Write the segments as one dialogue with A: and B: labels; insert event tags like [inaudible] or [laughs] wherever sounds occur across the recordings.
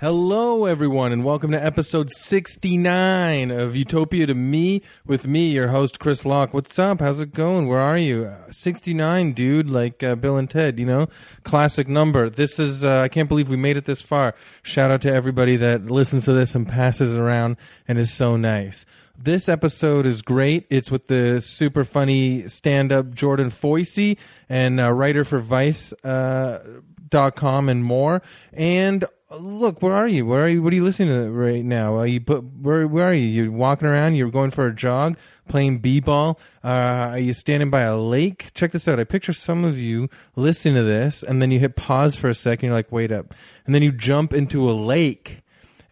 A: Hello, everyone, and welcome to episode 69 of Utopia to Me with me, your host, Chris Locke. What's up? How's it going? Where are you? Uh, 69, dude, like uh, Bill and Ted, you know? Classic number. This is, uh, I can't believe we made it this far. Shout out to everybody that listens to this and passes it around and is so nice. This episode is great. It's with the super funny stand up Jordan Foisey and uh, writer for Vice. Uh, dot com and more. And uh, look, where are you? Where are you? What are you listening to right now? Are you put where? Where are you? You're walking around. You're going for a jog, playing b-ball. Uh, are you standing by a lake? Check this out. I picture some of you listening to this, and then you hit pause for a second. You're like, wait up, and then you jump into a lake.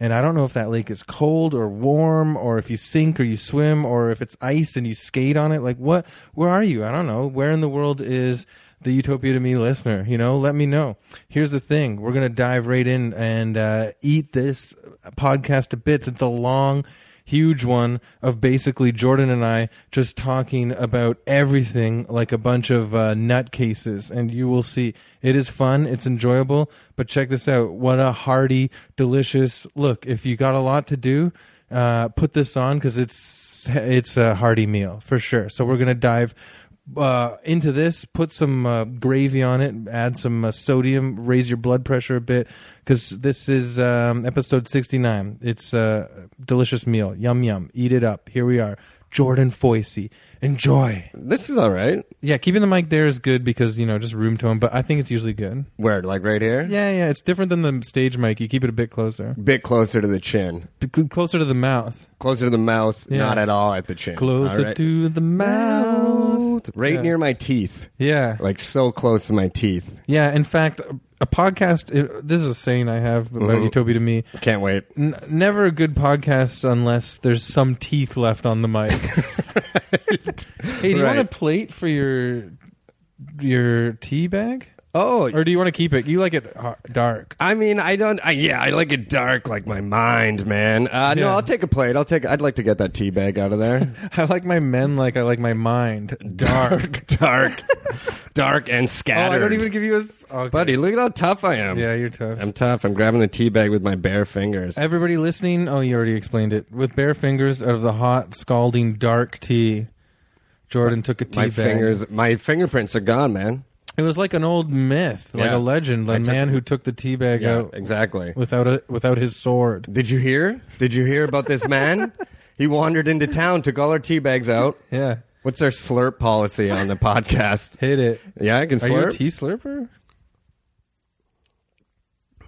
A: And I don't know if that lake is cold or warm, or if you sink or you swim, or if it's ice and you skate on it. Like, what? Where are you? I don't know. Where in the world is the Utopia to Me listener? You know, let me know. Here's the thing we're going to dive right in and uh, eat this podcast to bits. It's a long, huge one of basically Jordan and I just talking about everything like a bunch of uh, nutcases. And you will see it is fun, it's enjoyable. But check this out what a hearty, delicious look. If you got a lot to do, uh, put this on because it's it's a hearty meal for sure. So we're gonna dive uh, into this, put some uh, gravy on it, add some uh, sodium, raise your blood pressure a bit because this is um, episode sixty nine. It's a delicious meal, yum yum. Eat it up. Here we are, Jordan Foisey. Enjoy.
B: This is all right.
A: Yeah, keeping the mic there is good because you know just room tone, but I think it's usually good.
B: Where, like right here?
A: Yeah, yeah, it's different than the stage mic. You keep it a bit closer,
B: Bit closer to the chin,
A: B- closer to the mouth.
B: closer to the mouth,
A: Yeah.
B: not at all at the chin.
A: Closer
B: All right.
A: to the mouth.
B: right
A: Yeah.
B: near my teeth,
A: Yeah.
B: like so close to my teeth.
A: Yeah. In fact, a- a podcast, it, this is a saying I have about
B: Mhm.
A: Utopia to me.
B: Can't wait.
A: N- never a good podcast unless there's some teeth left on the
B: [laughs]
A: mic. Hey, do you want a
B: Right.
A: plate for your your tea bag?
B: Oh,
A: Or do you want to keep it? You like it har- dark.
B: I mean, I don't. I, yeah, I like it dark, like my mind, man. Uh, No,
A: Yeah.
B: I'll take a plate. I'll take. I'd like to get that tea bag out of there.
A: I like my men like I like my mind [laughs] dark.
B: dark, dark, dark, and
A: oh,
B: scattered.
A: I don't even give you a. Okay.
B: Buddy, look at how tough I am.
A: Yeah, you're tough.
B: I'm tough. I'm grabbing the tea bag with my bare fingers.
A: Everybody listening, oh, you already explained it. With bare fingers out of the hot, scalding, dark tea, Jordan took a tea
B: my
A: bag.
B: fingers, my fingerprints are gone, man.
A: It was like an old myth, like a
B: Yeah.
A: legend,
B: I
A: a
B: took-
A: man who took the tea bag out
B: exactly.
A: without a, without his sword.
B: Did you hear? Did you hear about this man? he wandered into town, took all our tea bags out.
A: Yeah,
B: What's our slurp policy on the podcast?
A: hit it.
B: Yeah, I can
A: Are you a
B: slurp.
A: tea slurper?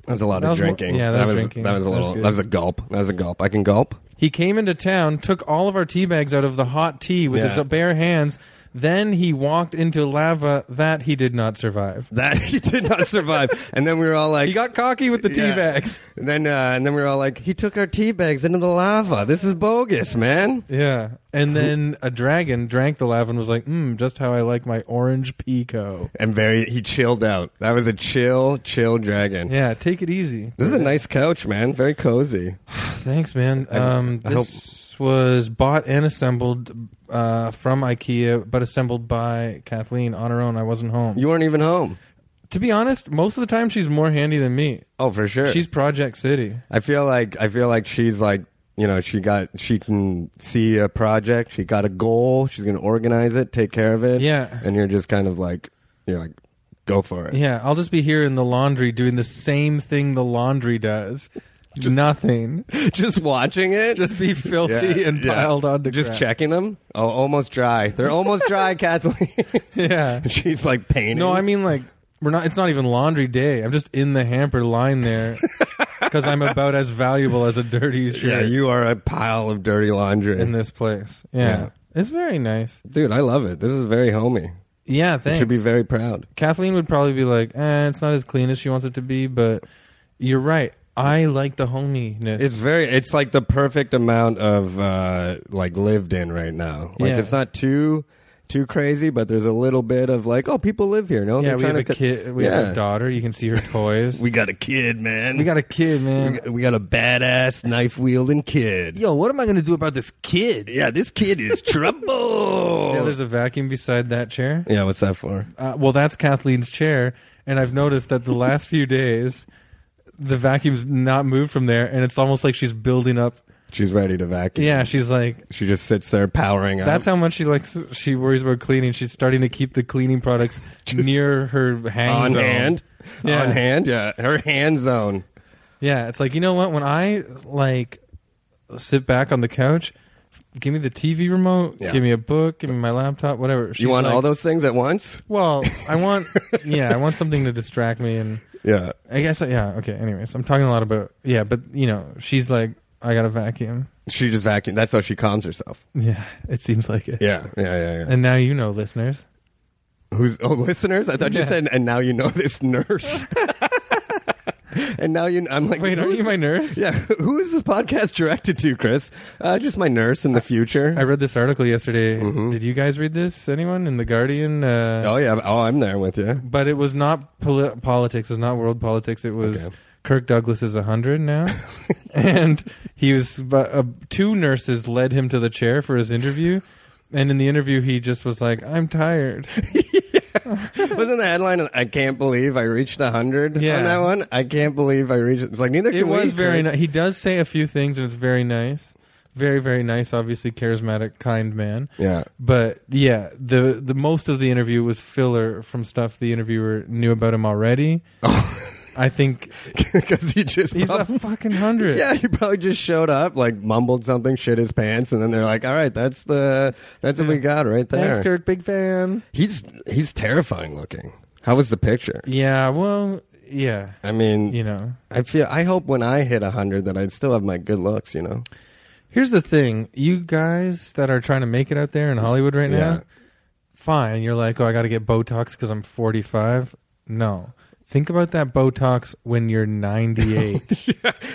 B: that was a lot
A: That
B: of
A: was more-
B: drinking.
A: yeah, that was drinking.
B: That was a
A: That was
B: little.
A: good.
B: That was a gulp. That was a gulp. I can gulp.
A: He came into town, took all of our tea bags out of the hot tea with
B: Yeah.
A: his bare hands. Then he walked into lava that he did not survive.
B: That [laughs] he did not survive. and then we were all like,
A: He got cocky with the tea
B: Yeah.
A: bags.
B: and then uh, and then we were all like, he took our tea bags into the lava. This is bogus, man.
A: [laughs] Yeah. And then a dragon drank the lava and was like, mm, just how I like my orange pico.
B: And very, he chilled out. That was a chill, chill dragon.
A: Yeah, take it easy.
B: This is a nice couch, man. Very cozy.
A: [sighs] Thanks, man.
B: I-
A: Um,
B: I
A: this was bought and assembled uh, from IKEA, but assembled by Kathleen on her own. I wasn't home.
B: You weren't even home.
A: to be honest, most of the time she's more handy than me.
B: Oh, for sure.
A: She's Project City.
B: I feel like I feel like she's like you know she got she can see a project she got a goal she's gonna organize it take care of it
A: Yeah.
B: and you're just kind of like you're like go for it
A: Yeah, I'll just be here in the laundry doing the same thing the laundry [laughs] does. Nothing.
B: [laughs] just watching
A: [laughs]
B: it
A: Just be filthy and piled on onto
B: just
A: crap.
B: checking them oh almost dry they're almost
A: [laughs]
B: dry Kathleen [laughs]
A: Yeah.
B: she's like
A: [laughs]
B: painting
A: No, I mean like we're not. It's not even laundry day. I'm just in the hamper lying [laughs] there because I'm about as valuable as a dirty shirt
B: yeah you are a pile of dirty laundry
A: in this place. Yeah.
B: Yeah.
A: it's very nice.
B: dude I love it this is very homey
A: Yeah,
B: you
A: thanks.
B: should be very proud
A: Kathleen would probably be like, eh, "It's not as clean as she wants it to be," but you're right. I like the hominess.
B: It's very. It's like the perfect amount of uh, like lived in right now. Like
A: Yeah.
B: it's not too. too crazy, but there's a little bit of like, oh, people live here. No,
A: Yeah,
B: They're
A: we
B: trying
A: have a
B: to co-
A: kid. We have
B: Yeah.
A: a daughter. You can see her toys.
B: [laughs] We got a kid, man.
A: we got a kid,
B: we
A: man.
B: got, we got a badass knife wielding kid.
A: Yo, what am I gonna do about this kid?
B: Yeah, this
A: [laughs]
B: kid is trouble.
A: See how there's a vacuum beside that chair?
B: yeah, what's that for?
A: Uh, well, that's Kathleen's chair, and I've noticed that the last few days, the vacuum's not moved from there, and it's almost like she's building up.
B: She's ready to vacuum.
A: Yeah, she's like,
B: She just sits there powering up.
A: that's how much she likes. She worries about cleaning. She's starting to keep the cleaning products
B: [laughs] Just
A: near her hang
B: on
A: zone.
B: hand.
A: Yeah.
B: On hand, yeah. Her hand zone.
A: Yeah, it's like you know what? When I like sit back on the couch, give me the TV remote,
B: Yeah.
A: give me a book, give me my laptop, whatever. She's
B: you want
A: like,
B: all those things at once?
A: Well, I
B: [laughs]
A: want. yeah, I want something to distract me and.
B: Yeah.
A: I guess uh, yeah. Okay. Anyways, I'm talking a lot about yeah, but you know, she's like, I got a vacuum. [laughs]
B: She just vacuum. That's how she calms herself.
A: Yeah, it seems like it.
B: Yeah, yeah, yeah. yeah.
A: And now you know, listeners.
B: Who's oh listeners? I thought you
A: Yeah.
B: said, and now you know
A: [laughs]
B: this nurse. and now you, I'm like,
A: Wait, aren't
B: who's-
A: you my nurse?
B: [laughs] Yeah, who is this podcast directed to, Chris? Uh, just my nurse in the future.
A: I read this article yesterday.
B: Mhm.
A: Did you guys read this? Anyone in the Guardian? Uh,
B: oh yeah, oh I'm there
A: [laughs]
B: with you.
A: But it was not poli- politics. It was not world politics. It was
B: Okay.
A: Kirk Douglas is hundred now, and he was. But, uh, two nurses led him to the chair for his interview, and in the interview, he just was like, "I'm tired."
B: Wasn't the headline? I can't believe I reached hundred
A: Yeah.
B: on that one. I can't believe I reached. It's like neither
A: it
B: can we.
A: was very
B: Chris.
A: nice. He does say a few things, and it's very nice. Very, very nice. Obviously, charismatic, kind man.
B: Yeah,
A: But yeah, the the most of the interview was filler from stuff the interviewer knew about him already.
B: [laughs]
A: I think
B: because Oh, he just
A: he's a
B: [laughs] prob-
A: fucking hundred.
B: yeah he probably just showed up like mumbled something, shit his pants, and then they're like, all right, that's the that's what we got right there.
A: Thanks, Kirk. Big fan.
B: He's he's terrifying looking. How was the picture?
A: Yeah. Well. Yeah.
B: I mean,
A: You know.
B: I feel I hope when I hit 100 that I'd still have my good looks, you know.
A: Here's the thing, you guys that are trying to make it out there in Hollywood right
B: Yeah.
A: now, fine. You're like, oh, I got to get Botox because I'm 45. No, think about that Botox when you're 98.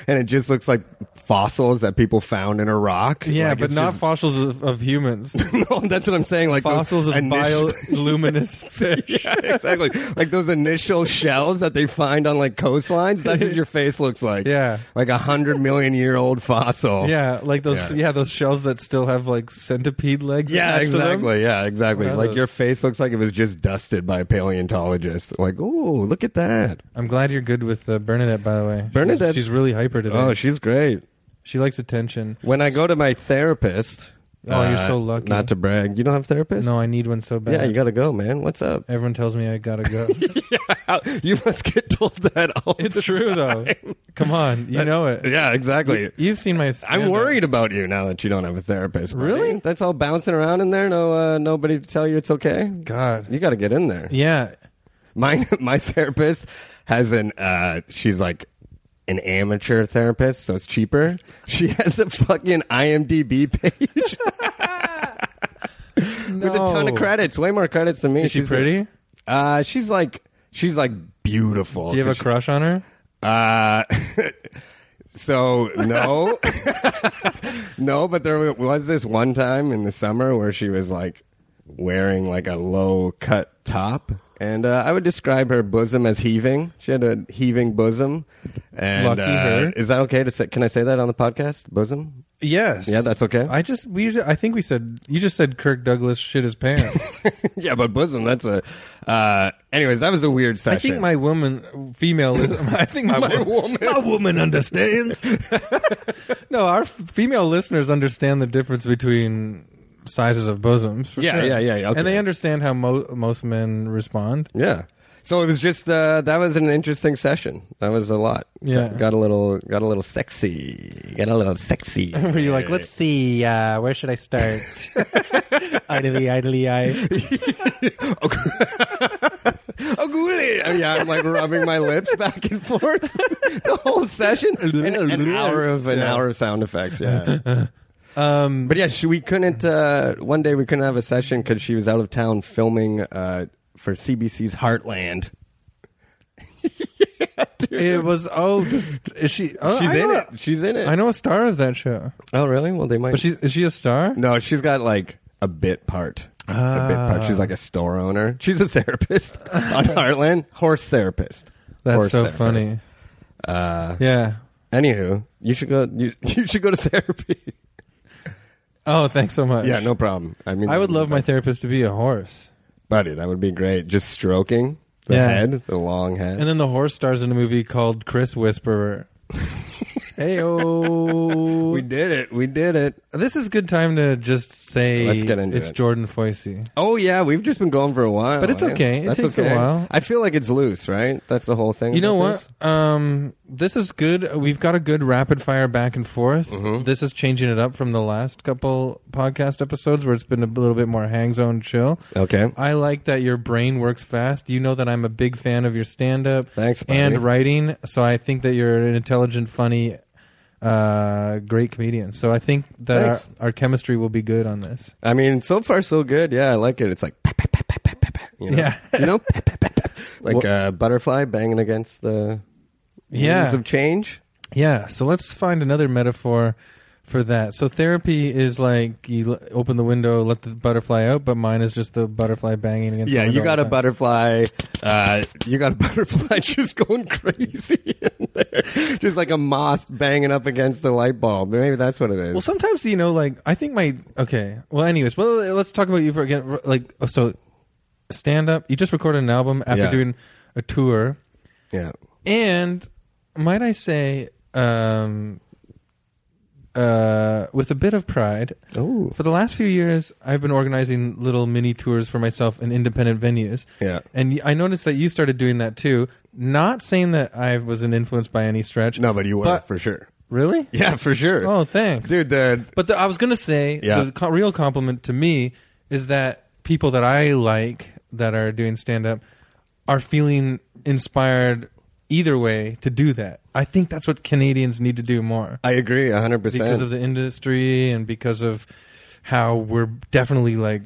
B: And it just looks like fossils that people found in a rock.
A: [laughs] yeah,
B: Like,
A: but
B: it's
A: not
B: just-
A: fossils of, of [laughs] humans.
B: [laughs] no, that's what I'm saying like those
A: Fossils of [laughs]
B: initial-
A: bioluminescent fish.
B: [laughs] Yeah, exactly. Like those initial shells that they find on like coastlines, that's what your face looks like.
A: Yeah.
B: Like a 100 million year old fossil.
A: Yeah, like those.
B: Yeah.
A: Yeah. those shells that still have like centipede legs.
B: Yeah,
A: attached to them.
B: exactly. Yeah, exactly.
A: Wow,
B: like
A: those-
B: your face looks like it was just dusted by a paleontologist. Like, oh, look at that.
A: I'm glad you're good with uh, Bernadette, by the way. She's-
B: Bernadette's-
A: she's, really hyper today.
B: Oh, she's great.
A: she likes attention.
B: When I go to my therapist. uh,
A: Oh, you're so lucky.
B: Not to brag. You don't have therapist?
A: No, I need one so bad.
B: Yeah, you gotta go, man. What's [laughs] up?
A: Everyone tells me I gotta
B: [laughs]
A: go.
B: You must get told that all
A: it's true though. Come on, you know it.
B: [laughs] Yeah, exactly.
A: You've seen my.
B: I'm
A: stand-up.
B: worried about you now that you don't have a therapist. buddy.
A: Really?
B: That's all bouncing around in there. No, uh, nobody to tell you it's okay.
A: God.
B: You got to get in there.
A: Yeah.
B: My [laughs] my therapist has an. Uh, she's like an amateur therapist, so it's cheaper. She has a fucking IMDb page [laughs] with a ton
A: No.
B: of credits, way more credits than me.
A: Oh. Is she
B: She's
A: pretty?
B: A, uh, she's like she's like beautiful.
A: Do you have a crush on her?
B: [laughs] Uh, so no, [laughs] no. But there was this one time in the summer where she was like wearing like a low cut top, and uh, I would describe her bosom as heaving. She had a heaving bosom. And,
A: Lucky
B: uh,
A: her.
B: Is that okay to say? Can I say that on the podcast? Bosom?
A: Yes.
B: Yeah, that's okay.
A: I just we I think we said you just said Kirk Douglas shit his pants.
B: [laughs] yeah, but bosom. That's a. Uh, anyways, that was a weird
A: I
B: session.
A: think my woman female is [laughs] I think my,
B: My
A: woman my woman
B: [laughs]
A: understands. no, our f- female listeners understand the difference between sizes of bosoms. for
B: Yeah,
A: sure.
B: yeah, yeah, yeah, okay.
A: And they understand how mo- most men respond.
B: Yeah. So it was just uh, that was an interesting session. That was a lot.
A: Yeah.
B: Got, got a little got a little sexy. Got a
A: [laughs]
B: little sexy.
C: Were you
B: [laughs]
C: like, let's see, uh, where should I start? idly, idly, I.
B: oh, ghoulie. Oh, yeah, I'm like rubbing my lips [laughs] back and forth the whole session. An, an hour of an hour of sound effects. Yeah. [laughs]
A: [laughs] Um
B: But yeah, she, we couldn't. Uh, one day we couldn't have a session because she was out of town filming uh, for CBC's Heartland.
A: It was oh, this is she? Oh,
B: She's
A: I
B: in
A: know,
B: it. She's in it.
A: I know a star of that show,
B: Oh, really? Well, they might.
A: but she's is she a star?
B: no, she's got like a bit part. a bit punk. She's like a store owner. She's a [laughs] therapist
A: [laughs]
B: on Heartland. Horse therapist.
A: That's
B: Horse
A: so
B: therapist.
A: funny.
B: Uh,
A: Yeah.
B: anywho, you should go. You, [laughs] you should go to therapy.
A: Oh, thanks so much.
B: yeah, no problem. I mean,
A: I would love my therapist to be a horse.
B: [laughs] buddy. That would be great. Just stroking the
A: Yeah.
B: head, the long head.
A: And then the horse stars in a movie called Chris
B: [laughs]
A: Whisperer. hey,
B: we
A: oh.
B: did it. We did it.
A: This is good time to just say
B: Let's get into
A: it's
B: it.
A: Jordan Foisey.
B: Oh yeah, we've just been going for a while,
A: But it's
B: Yeah.
A: okay. It
B: That's
A: takes a
B: okay.
A: while.
B: I feel like it's loose, right? That's the whole thing.
A: You know
B: about
A: what? Um, this is good. We've got a good rapid fire back and forth.
B: Mm-hmm.
A: This is changing it up from the last couple podcast episodes where it's been a little bit more hang zone chill.
B: this? Okay.
A: I like that your brain works fast. You know that I'm a big fan of your stand up
B: Thanks, buddy.
A: and writing, so I think that you're an intelligent, funny, uh, great comedian. So I think that our,
B: Thanks.
A: our chemistry will be good on this.
B: I mean, so far so good. Yeah, I like it. It's like pa, pa, pa, pa, pa, pa, pa, you know?
A: Yeah.
B: you know, Pa, pa, pa, pa. [laughs] like
A: Well-
B: a butterfly banging against the
A: Yeah.
B: wings of change.
A: Yeah, so let's find another metaphor for that. So therapy is like you l- open the window, let the butterfly out, but mine is just the butterfly banging against.
B: Yeah,
A: the window
B: you
A: all
B: got
A: the
B: a
A: time.
B: butterfly. Uh, you got a [laughs] butterfly just going crazy [laughs] in there, just like a moth banging up against the light bulb. Maybe that's what it is.
A: Well, sometimes you know, like I think my okay. Well, anyways, well, let's talk about you for again. Like oh, so, stand up. You just recorded an album after
B: Yeah.
A: doing a tour,
B: yeah,
A: and might I say, um, uh, with a bit of pride,
B: oh,
A: for the last few years, I've been organizing little mini tours for myself in independent venues.
B: yeah.
A: And y- I noticed that you started doing that too. Not saying that I was an influence by any stretch.
B: No, but you were
A: But-
B: for sure.
A: Really?
B: Yeah, for sure,
A: Oh, thanks.
B: dude. The
A: But the, I was going to say
B: Yeah.
A: the co- real compliment to me is that people that I like that are doing stand up are feeling inspired either way to do that. I think that's what Canadians need to do more
B: I agree, hundred
A: because
B: percent.
A: of the industry and because of how we're definitely like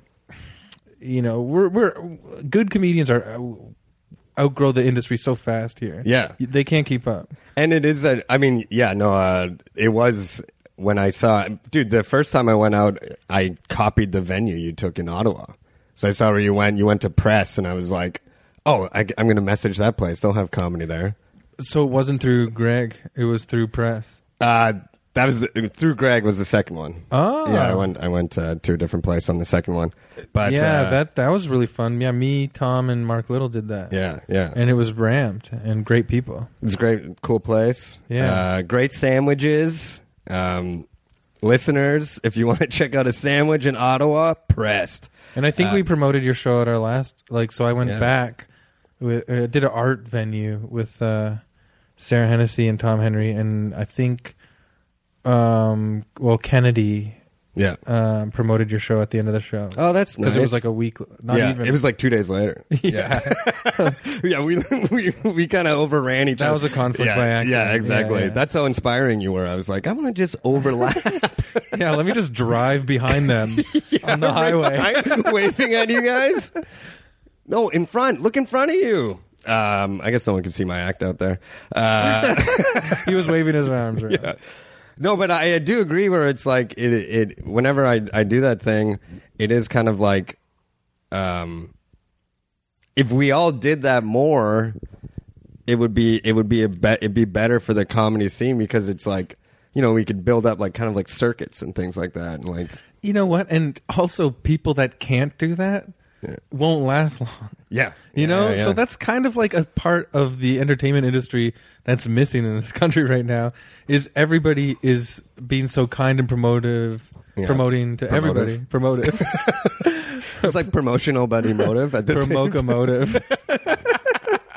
A: you know, we're we're good comedians are uh, outgrow the industry so fast here.
B: Yeah,
A: They can't keep up.
B: And it is a, I mean, yeah, no, uh, it was when I saw, dude, the first time I went out, I copied the venue you took in Ottawa. So I saw where you went, you went to press, and I was like, oh, I, am going to message that place. They'll have comedy there.
A: So it wasn't through Greg, it was through press.
B: Uh, that was the, through Greg was the second one.
A: Oh.
B: yeah, I went, I went uh, to a different place on the second one, but
A: yeah,
B: uh,
A: that that was really fun. Yeah, me, Tom, and Mark Little did that.
B: yeah, yeah,
A: and it was rammed and great people.
B: It was a great, cool place.
A: Yeah.
B: Uh, great sandwiches. Um, listeners, if you [laughs] want to check out a sandwich in Ottawa, pressed.
A: And I think
B: Uh,
A: we promoted your show at our last. Like, so I went
B: Yeah.
A: back, wi- uh, did an art venue with uh, Sarah Hennessy and Tom Henry, and I think, um, well, Kennedy
B: Yeah.
A: um, promoted your show at the end of the show
B: Oh, that's nice.
A: because it was like a week, not
B: yeah,
A: even. [laughs]
B: it was like two days later. Yeah, yeah, [laughs] we we, we kind of overran each
A: That
B: other.
A: was a conflict
B: yeah,
A: by accident.
B: Yeah, exactly.
A: Yeah, yeah.
B: That's how inspiring you were. I was like, I'm gonna just
A: [laughs]
B: overlap
A: yeah, let me just drive behind
B: [laughs]
A: them on the highway.
B: behind, [laughs] waving at you guys. No, in front. Look in front of you. Um, I guess no one can see my act out there. Uh,
A: He was waving his arms around.
B: No, but I, I do agree where it's like it it whenever I I do that thing, it is kind of like um if we all did that more, it would be it would be a bet it'd be better for the comedy scene because it's like you know, we could build up like kind of like circuits and things like that and like
A: You know what? And also, people that can't do that won't last long.
B: yeah.
A: You know,
B: Yeah, yeah.
A: so that's kind of like a part of the entertainment industry that's missing in this [laughs] country right now. Is everybody is being so kind and promotive,
B: Yeah.
A: promoting to
B: Promotive.
A: everybody, promotive,
B: [laughs]
A: [laughs]
B: it's like promotional but emotive at this
A: promocomotive.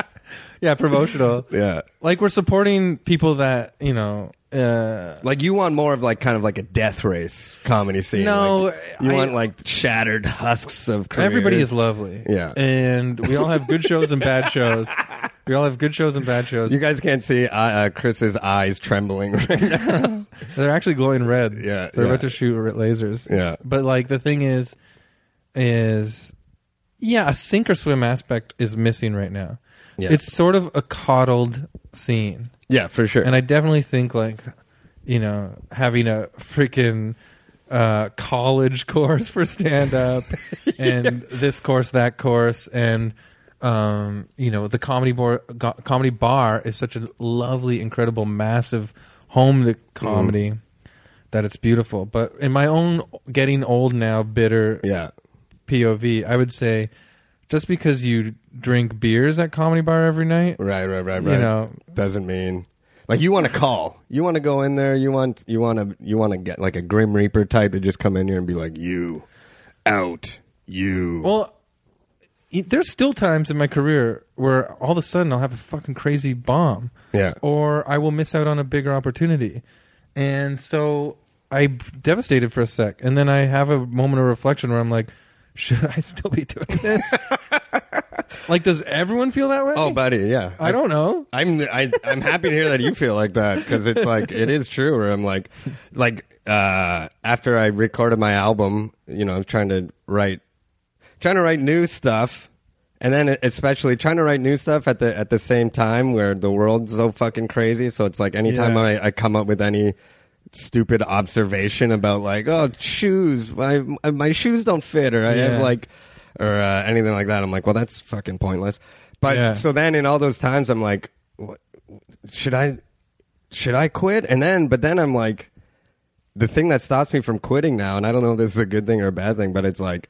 A: [laughs] yeah, promotional.
B: [laughs] Yeah.
A: Like we're supporting people that you know. Uh,
B: Like you want more of like kind of like a death race comedy scene.
A: No,
B: like, you
A: I-
B: want like shattered husks of careers.
A: Everybody is lovely.
B: Yeah.
A: And we all have good shows and bad
B: [laughs]
A: shows. We all have good shows and bad shows.
B: You guys can't see uh, uh, Chris's eyes trembling. [laughs] Right now.
A: They're actually glowing red.
B: Yeah,
A: They're
B: yeah.
A: about to shoot r- lasers.
B: Yeah.
A: But like the thing is, is yeah, a sink or swim aspect is missing right now.
B: Yeah.
A: It's sort of a coddled scene.
B: Yeah, for sure.
A: And I definitely think like, you know, having a freaking uh, college [laughs] course for stand
B: [laughs]
A: up and this course, that course, and um, you know the comedy bar. Go- comedy bar is such a lovely, incredible, massive home to
B: Mm-hmm.
A: comedy that it's beautiful. But in my own getting old now, bitter
B: Yeah.
A: POV, I would say just because you drink beers at comedy bar every night,
B: Right, right, right,
A: You
B: right.
A: know.
B: doesn't mean like you want to call. You want to go in there. You want you want to you want to get like a grim reaper type to just come in here and be like you out you.
A: Well, y- there's still times in my career where all of a sudden I'll have a fucking crazy bomb.
B: Yeah.
A: Or I will miss out on a bigger opportunity. And so I'm devastated for a sec. And then I have a moment of reflection where I'm like, should I still be doing [laughs] this? like, does everyone feel that way?
B: oh, buddy, yeah.
A: I don't know.
B: I'm I, I'm happy to hear that you feel like that because it's like it is true. Where I'm like, like uh, after I recorded my album, you know, I'm trying to write, trying to write new stuff, and then especially trying to write new stuff at the at the same time where the world's so fucking crazy. So it's like anytime
A: Yeah.
B: I, I come up with any stupid observation about like oh shoes my my shoes don't fit or I
A: Yeah.
B: have like or uh, anything like that I'm like well that's fucking pointless but
A: Yeah.
B: so then in all those times I'm like what, should I should I quit? And then but then I'm like the thing that stops me from quitting now and I don't know if this is a good thing or a bad thing but it's like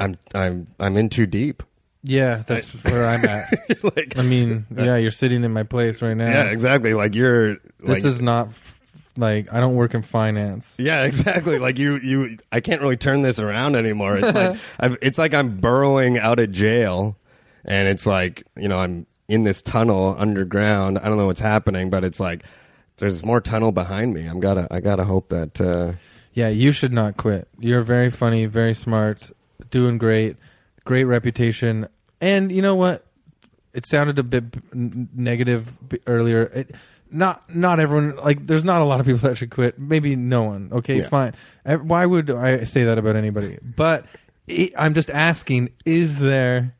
B: I'm I'm I'm in too deep. [laughs]
A: Yeah, that's where I'm at.
B: like
A: I mean, yeah, you're sitting in my place right now.
B: yeah, exactly. Like you're
A: This
B: like,
A: is not f- like I don't work in finance.
B: Yeah, [laughs] exactly. Like you, you, I can't really turn this around anymore. It's
A: [laughs]
B: like I've, it's like I'm burrowing out of jail, and it's like you know I'm in this tunnel underground. I don't know what's happening, but it's like there's more tunnel behind me. I'm gotta, I gotta hope that. Uh,
A: Yeah, you should not quit. You're very funny, very smart, doing great, great reputation. And you know what? It sounded a bit n- negative b- earlier. It, not not everyone like there's not a lot of people [laughs] that should quit. Maybe no one. Okay,
B: Yeah.
A: fine. Ev- Why would I say that about anybody? But i I'm just asking is there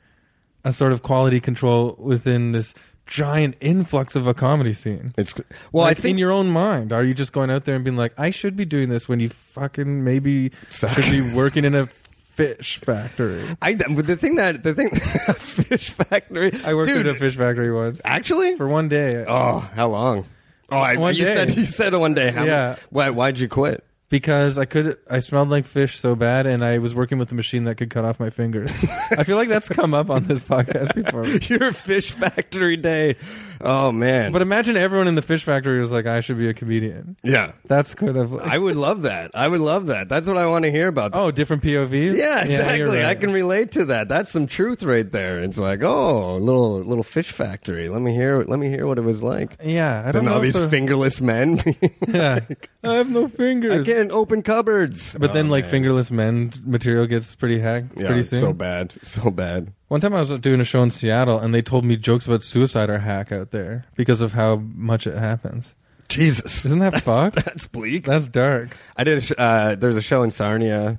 A: a sort of quality control within this giant influx of a comedy scene?
B: it's well,
A: Like,
B: I think
A: in your own mind, are you just going out there and being like, "I should be doing this"? When you fucking maybe
B: Suck.
A: should be working in a fish factory.
B: I the thing that the thing [laughs] fish factory.
A: I worked
B: Dude,
A: in a fish factory once
B: Actually,
A: for one day
B: oh, how long? Oh, I,
A: One
B: you
A: day.
B: said you said one day. How,
A: Yeah.
B: Why? Why'd you quit? [laughs]
A: because I could. I smelled like fish so bad, and I was working with a machine that could cut off my fingers. I feel like that's come up on this podcast before.
B: Your fish factory day. Oh man.
A: But imagine everyone in the fish factory was like, "I should be a comedian."
B: yeah.
A: That's kind of like,
B: I would love that. I would love that. That's what I want to hear about.
A: oh, different POVs.
B: yeah,
A: you're
B: exactly. I
A: right.
B: can relate to that. That's some truth right there. It's like, oh, little little fish factory. Let me hear. Let me hear what it was like.
A: Yeah, I don't
B: And
A: know.
B: all
A: if
B: these
A: the-
B: fingerless men. [laughs]
A: yeah. [laughs] I have no
B: I
A: fingers.
B: can't open cupboards.
A: But then,
B: Oh,
A: like
B: man.
A: fingerless men material gets pretty hacked
B: yeah,
A: pretty
B: it's
A: soon.
B: so bad, so bad.
A: One time, I was doing a show in Seattle, and they told me jokes about suicide are hack out there because of how much it happens.
B: Jesus, [laughs]
A: Isn't that fucked?
B: that's bleak.
A: That's dark.
B: [laughs] I did. A sh- uh, there's a show in Sarnia,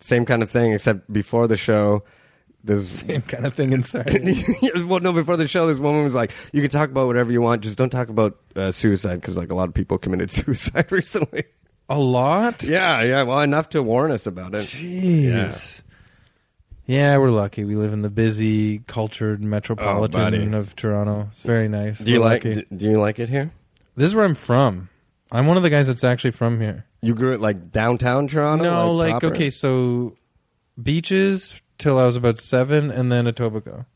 B: same kind of thing, except before the show, there's
A: Same kind of thing inside.
B: [laughs] well, no, before the show, this woman was like, "You can talk about whatever you want, just don't talk about uh, suicide because like a lot of people committed [laughs] suicide recently."
A: a lot.
B: yeah, yeah. Well, enough to warn us about it.
A: Jeez. Yeah. we're lucky. We live in the busy, cultured metropolitan
B: Oh, buddy.
A: of Toronto. It's very nice.
B: Do you
A: We're
B: like?
A: lucky.
B: d- Do you like it here?
A: This is where I'm from. I'm one of the guys that's actually from here.
B: You grew it like downtown Toronto.
A: No, like,
B: proper?
A: okay, so beaches till I was about seven, and then Etobicoke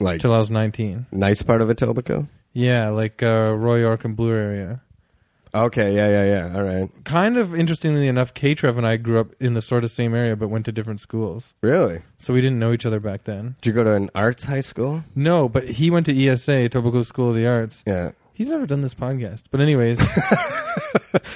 B: like
A: till I was nineteen.
B: nice part of Etobicoke.
A: Yeah, like uh, Roy York and Blue area.
B: Okay, yeah, yeah, yeah. All right,
A: Kind of interestingly enough, K Trev and I grew up in the sort of same area, but went to different schools,
B: really?
A: so we didn't know each other back then.
B: Did you go to an arts high school?
A: No, but he went to ESA, Etobicoke School of the Arts.
B: Yeah,
A: He's never done this podcast, but
B: [laughs]
A: anyways.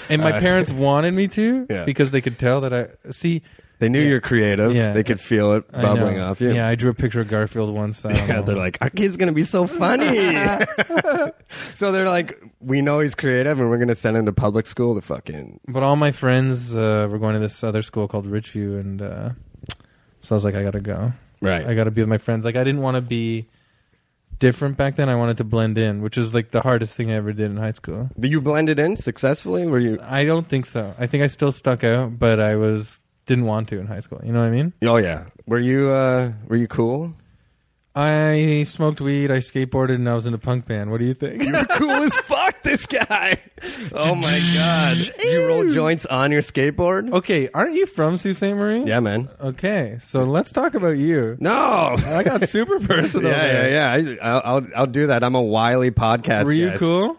A: and my parents wanted me to
B: Uh, [laughs] Yeah.
A: because they could tell that I see.
B: they knew
A: Yeah.
B: you're creative.
A: Yeah.
B: they could feel it
A: I
B: bubbling
A: know.
B: off you.
A: Yeah, I drew a picture of Garfield once. I don't
B: [laughs] Yeah,
A: know.
B: they're like, our kid's gonna be so funny. [laughs] so they're like, we know he's creative, and we're gonna send him to public school to fucking.
A: But all my friends uh, were going to this other school called Ridgeview, and uh, so I was like, I gotta go.
B: Right.
A: I gotta be with my friends. Like I didn't want to be different back then. I wanted to blend in, which is like the hardest thing I ever did in high school.
B: Did you blend it in successfully? Were you?
A: I don't think so. I think I still stuck out, but I was didn't want to in high school. You know what I mean?
B: Oh yeah. Were you? Uh, were you cool?
A: I smoked weed, I skateboarded, and I was in a punk band. What do you think?
B: [laughs] You're cool as fuck, this guy. Oh my god! Oh. Did you roll joints on your skateboard?
A: okay, aren't you from Sault Ste. Marie?
B: Yeah, man.
A: Okay, so let's talk about you.
B: No.
A: I got super
B: Yeah,
A: personal. there.
B: yeah, yeah. I, I'll, I'll, I'll do that. I'm a wily podcast.
A: Were you
B: guest.
A: cool?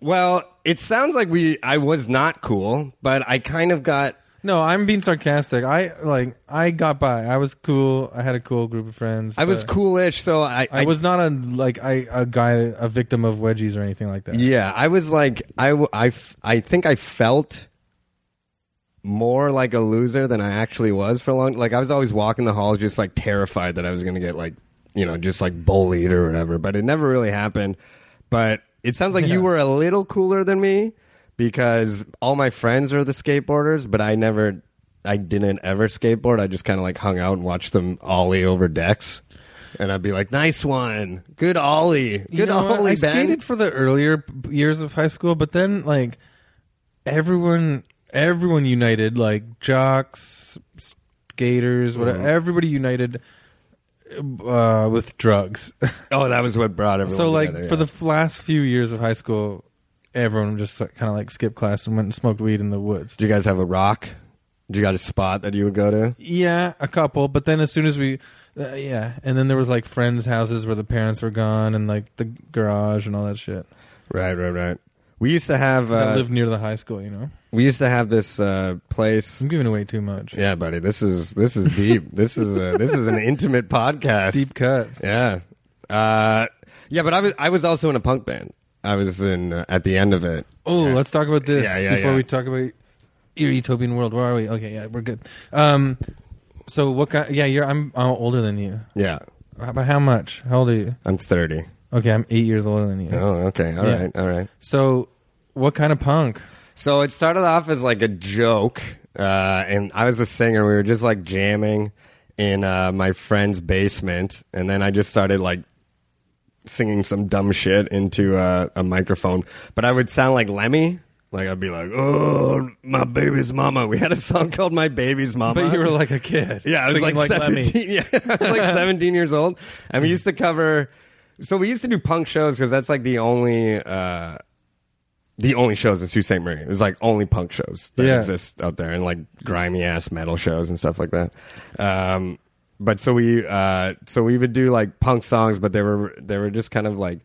B: Well, it sounds like we. I was not cool, but I kind of got.
A: No, I'm being sarcastic. I like I got by. I was cool. I had a cool group of friends.
B: I was
A: but
B: coolish, so I.
A: I was not a like I a guy a victim of wedgies or anything like that.
B: Yeah, I was like, I, w- I, f- I think I felt more like a loser than I actually was for a long. Like I was always walking the halls, just like terrified that I was going to get like, you know, just like bullied or whatever. But it never really happened. But it sounds like
A: Yeah.
B: you were a little cooler than me because all my friends are the skateboarders, but I never. I didn't ever skateboard. I just kind of like hung out and watched them ollie over decks, and I'd be like, "Nice one, good ollie, good
A: You know what?
B: ollie."
A: I
B: Ben."
A: skated for the earlier p- years of high school, but then like everyone, everyone united, like jocks, skaters, whatever.
B: Mm-hmm.
A: Everybody united uh, with drugs. [laughs]
B: Oh, that was what brought everyone.
A: so like
B: together,
A: for
B: yeah.
A: the f- last few years of high school, everyone just like, kind of like skipped class and went and smoked weed in the woods.
B: did you guys have a rock? Did you got a spot that you would go to?
A: Yeah, a couple. But then as soon as we, uh, yeah, and then there was like friends' houses where the parents were gone and like the garage and all that shit.
B: Right, right, right. We used to have
A: I
B: uh,
A: lived near the high school, you know.
B: we used to have this uh, place.
A: I'm giving away too much.
B: Yeah, buddy, this is this
A: [laughs]
B: is deep. this is a, this is an intimate podcast.
A: Deep cuts.
B: Yeah, uh, yeah, but I was I was also in a punk band. I was in uh, at the end of it.
A: Oh,
B: Yeah.
A: let's talk about this
B: Yeah, yeah,
A: before
B: yeah.
A: we talk about your utopian world. Where are we? Okay, yeah, we're good. Um, so what kind? Yeah, you're. I'm, uh older than you.
B: Yeah,
A: How- By how much? How old are you?
B: I'm thirty.
A: Okay, I'm eight years older than you.
B: Oh, okay, all right,
A: Yeah.
B: all right.
A: So, what kind of punk?
B: So it started off as like a joke, uh, and I was a singer. We were just like jamming in uh, my friend's basement, and then I just started like singing some dumb shit into uh, a microphone. But I would sound like Lemmy. Like I'd be like, "Oh, my baby's mama." We had a song [laughs] called "My Baby's Mama."
A: But you were like a kid.
B: Yeah, I was
A: singing
B: like, 17. [laughs] Yeah, I
A: [laughs]
B: was like 17 years old. And we used to cover. So we used to do punk shows because that's like the only. Uh, the only shows in Sault Ste. Marie. It was like only punk shows that
A: Yeah.
B: exist out there and like grimy ass metal shows and stuff like that. Um, but so we uh, so we would do like punk songs, but they were they were just kind of like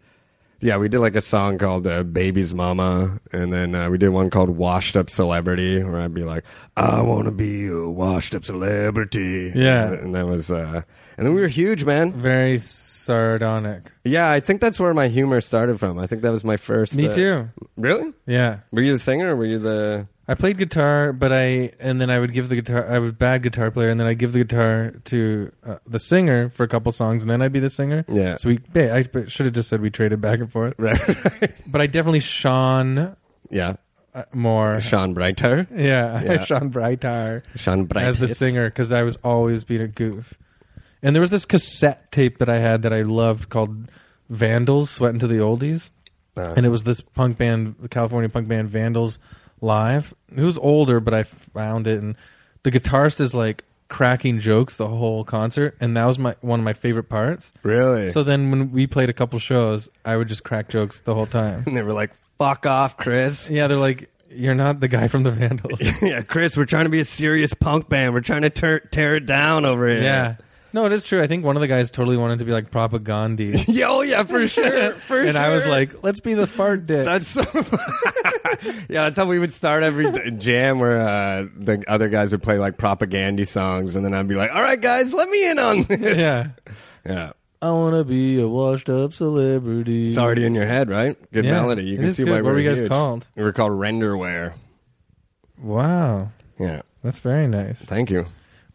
B: yeah, we did like a song called uh, "Baby's Mama," and then uh, we did one called "Washed Up Celebrity," where I'd be like, "I want to be a washed up celebrity."
A: Yeah.
B: and that was uh, and then we were huge, man.
A: Very sardonic.
B: Yeah, I think that's where my humor started from. I think that was my first.
A: Me
B: uh,
A: too.
B: Really?
A: Yeah.
B: Were you the singer? or Were you the?
A: I played guitar, but I and then I would give the guitar. I was a bad guitar player, and then I'd give the guitar to uh, the singer for a couple songs, and then I'd be the singer.
B: Yeah.
A: So we, yeah, I should have just said we traded back and forth, [laughs]
B: Right.
A: but I definitely shone
B: yeah.
A: uh, more.
B: Sean Breiter.
A: Yeah, [laughs]
B: Yeah.
A: I shone brighter
B: Sean Breiter.
A: as the singer because I was always being a goof. And there was this cassette tape that I had that I loved called Vandals, Sweatin' to the Oldies.
B: Uh,
A: and it was this punk band, the California punk band Vandals Live. It was older, but I found it, and the guitarist is like cracking jokes the whole concert, and that was my one of my favorite parts.
B: really?
A: So then when we played a couple shows, I would just crack jokes the whole [laughs] time.
B: and [laughs] they were like, "Fuck off,
A: [laughs]
B: Chris."
A: yeah, they're like, "You're not the guy from the Vandals."
B: yeah, Chris, we're trying to be a serious punk band. We're trying to tear tear it down over
A: [laughs]
B: here.
A: yeah. No, it is true. I think one of the guys totally wanted to be like [laughs] propaganda.
B: [laughs] Yeah, oh yeah, for sure, for
A: and I was
B: sure.
A: like, let's be the fart dick.
B: that's so. [laughs] yeah, that's how we would start every d- jam where uh, the other guys would play like propaganda songs, and then I'd be like, "All right, guys, let me in on [laughs] this."
A: yeah.
B: yeah.
A: I want to be a washed up celebrity.
B: It's already in your head, right? Good
A: Yeah,
B: melody. You
A: it
B: can
A: is
B: see
A: good.
B: why
A: What
B: we're
A: were you guys
B: huge.
A: called?
B: We were called Renderware.
A: Wow.
B: Yeah,
A: That's very nice.
B: thank you.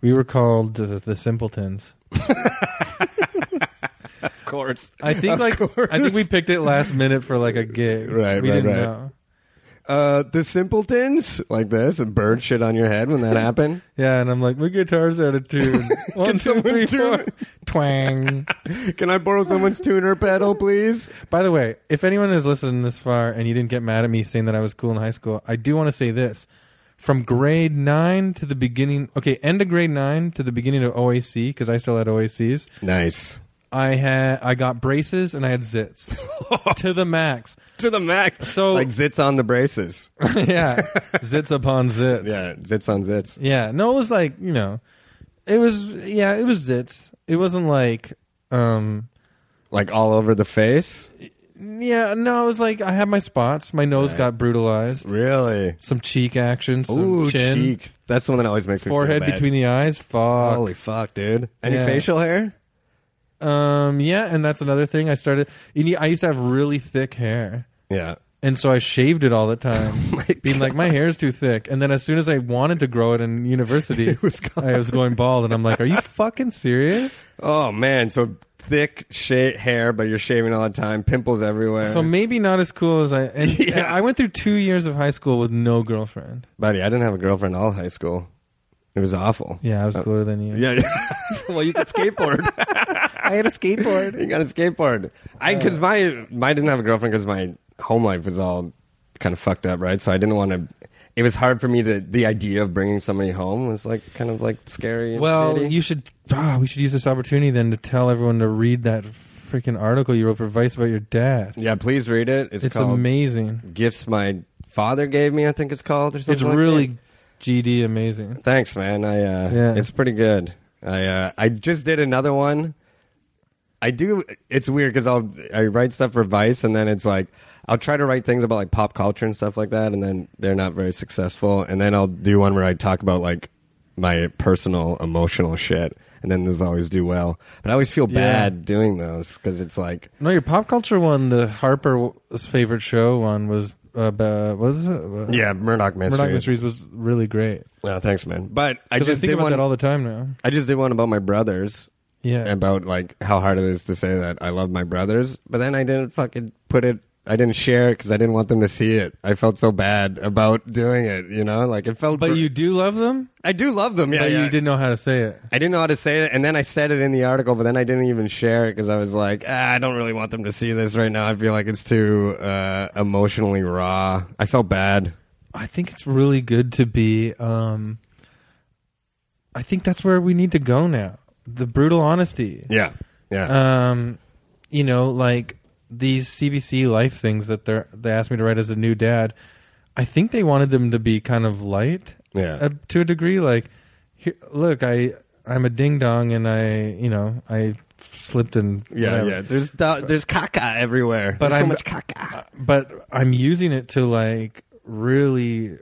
A: We were called uh, the Simpletons.
B: Of course.
A: I think like I think we picked it last minute for like a gig.
B: Right,
A: we
B: right,
A: didn't
B: right.
A: know.
B: uh, the Simpletons like this and bird shit [laughs] on your head when that happened. [laughs]
A: Yeah, and I'm like, my guitar's out of tune. One, two,
B: someone
A: three,
B: tune
A: four.
B: it?
C: twang.
B: Can I borrow someone's tuner pedal, please?
A: By the way, if anyone has listened this far and you didn't get mad at me saying that I was cool in high school, I do want to say this. From grade nine to the beginning, okay, end of grade nine to the beginning of OAC, because I still had OACs,
B: Nice.
A: I had I got braces and I had zits
B: [laughs]
A: to the max.
B: To the max.
A: So-
B: like zits on the braces. [laughs]
A: yeah, [laughs] zits upon zits.
B: Yeah, zits on zits.
A: Yeah. No, it was like you know, it was yeah, it was zits. It wasn't like um
B: Like all over the face.
A: yeah no, it was like I had my spots. My nose got brutalized.
B: Really?
A: Some cheek action. Some
B: Ooh,
A: chin.
B: cheek. That's the one that always makes me feel
A: forehead
B: bad.
A: between the eyes. Fuck.
B: Holy fuck, dude! Any
A: Yeah.
B: facial hair?
A: Um, yeah, and that's another thing. I started. you need- I used to have really thick hair,
B: Yeah.
A: and so I shaved it all the
B: [laughs]
A: time,
B: Oh My
A: being like, "My hair's too thick." And then as soon as I wanted to grow it in
B: [laughs]
A: university,
B: was
A: I was going bald, and I'm like, "Are you fucking serious?"
B: Oh man, so thick sha- hair, but you're shaving all the time, pimples everywhere.
A: So maybe not as cool as I. [laughs] And,
B: Yeah.
A: and I went through two years of high school with no girlfriend.
B: Buddy, I didn't have a girlfriend all high school. It was awful.
A: Yeah, I was cooler than you.
B: Oh. Yeah. [laughs] well, you could skateboard.
C: I had a
B: [laughs]
C: skateboard.
B: you got a skateboard. I because my my I didn't have a girlfriend because my home life was all kind of fucked up, right? So I didn't want to. It was hard for me to. The idea of bringing somebody home was like kind of like scary. And
A: Well,
B: shitty.
A: you should. ah, we should use this opportunity then to tell everyone to read that freaking article you wrote for Vice about your dad.
B: yeah. Please read it. It's,
A: It's
B: called
A: amazing.
B: "Gifts My Father Gave Me." I think it's called or something.
A: It's
B: like
A: really
B: that.
A: GD amazing.
B: Thanks, man. I uh,
A: Yeah.
B: it's pretty good. I uh, I just did another one. I do. It's weird because I'll I write stuff for Vice, and then it's like I'll try to write things about like pop culture and stuff like that, and then they're not very successful. And then I'll do one where I talk about like my personal emotional shit, and then those always do well. But I always feel
A: Yeah.
B: bad doing those because it's like
A: No, your pop culture one, the Harper's favorite show one was uh, ba- what was it? Uh,
B: yeah, Murdoch Mysteries.
A: Murdoch Mysteries was really great.
B: Oh, thanks, man. But I
A: 'Cause
B: just
A: I think
B: did
A: about
B: one.
A: that all the time now.
B: I just did one about my brothers.
A: Yeah,
B: about like how hard it is to say that I love my brothers, but then I didn't fucking put it. I didn't share it because I didn't want them to see it. I felt so bad about doing it. You know, like it felt.
A: but you do love them.
B: I do love them. Yeah,
A: but
B: yeah.
A: you didn't know how to say it.
B: I didn't know how to say it, and then I said it in the article, but then I didn't even share it because I was like, ah, I don't really want them to see this right now. I feel like it's too uh, emotionally raw. I felt bad.
A: I think it's really good to be. Um, I think that's where we need to go now. The brutal honesty.
B: Yeah, yeah,
A: um, you know, like these CBC life things that they are they asked me to write as a new dad. I think they wanted them to be kind of light,
B: yeah.
A: uh, to a degree. Like, here, look, I I'm a ding dong, and I you know I slipped and
B: yeah,
A: whatever.
B: yeah. There's do- there's caca everywhere.
A: But
B: There's
A: I'm-
B: so
A: uh,
B: much caca.
A: But I'm using it to like really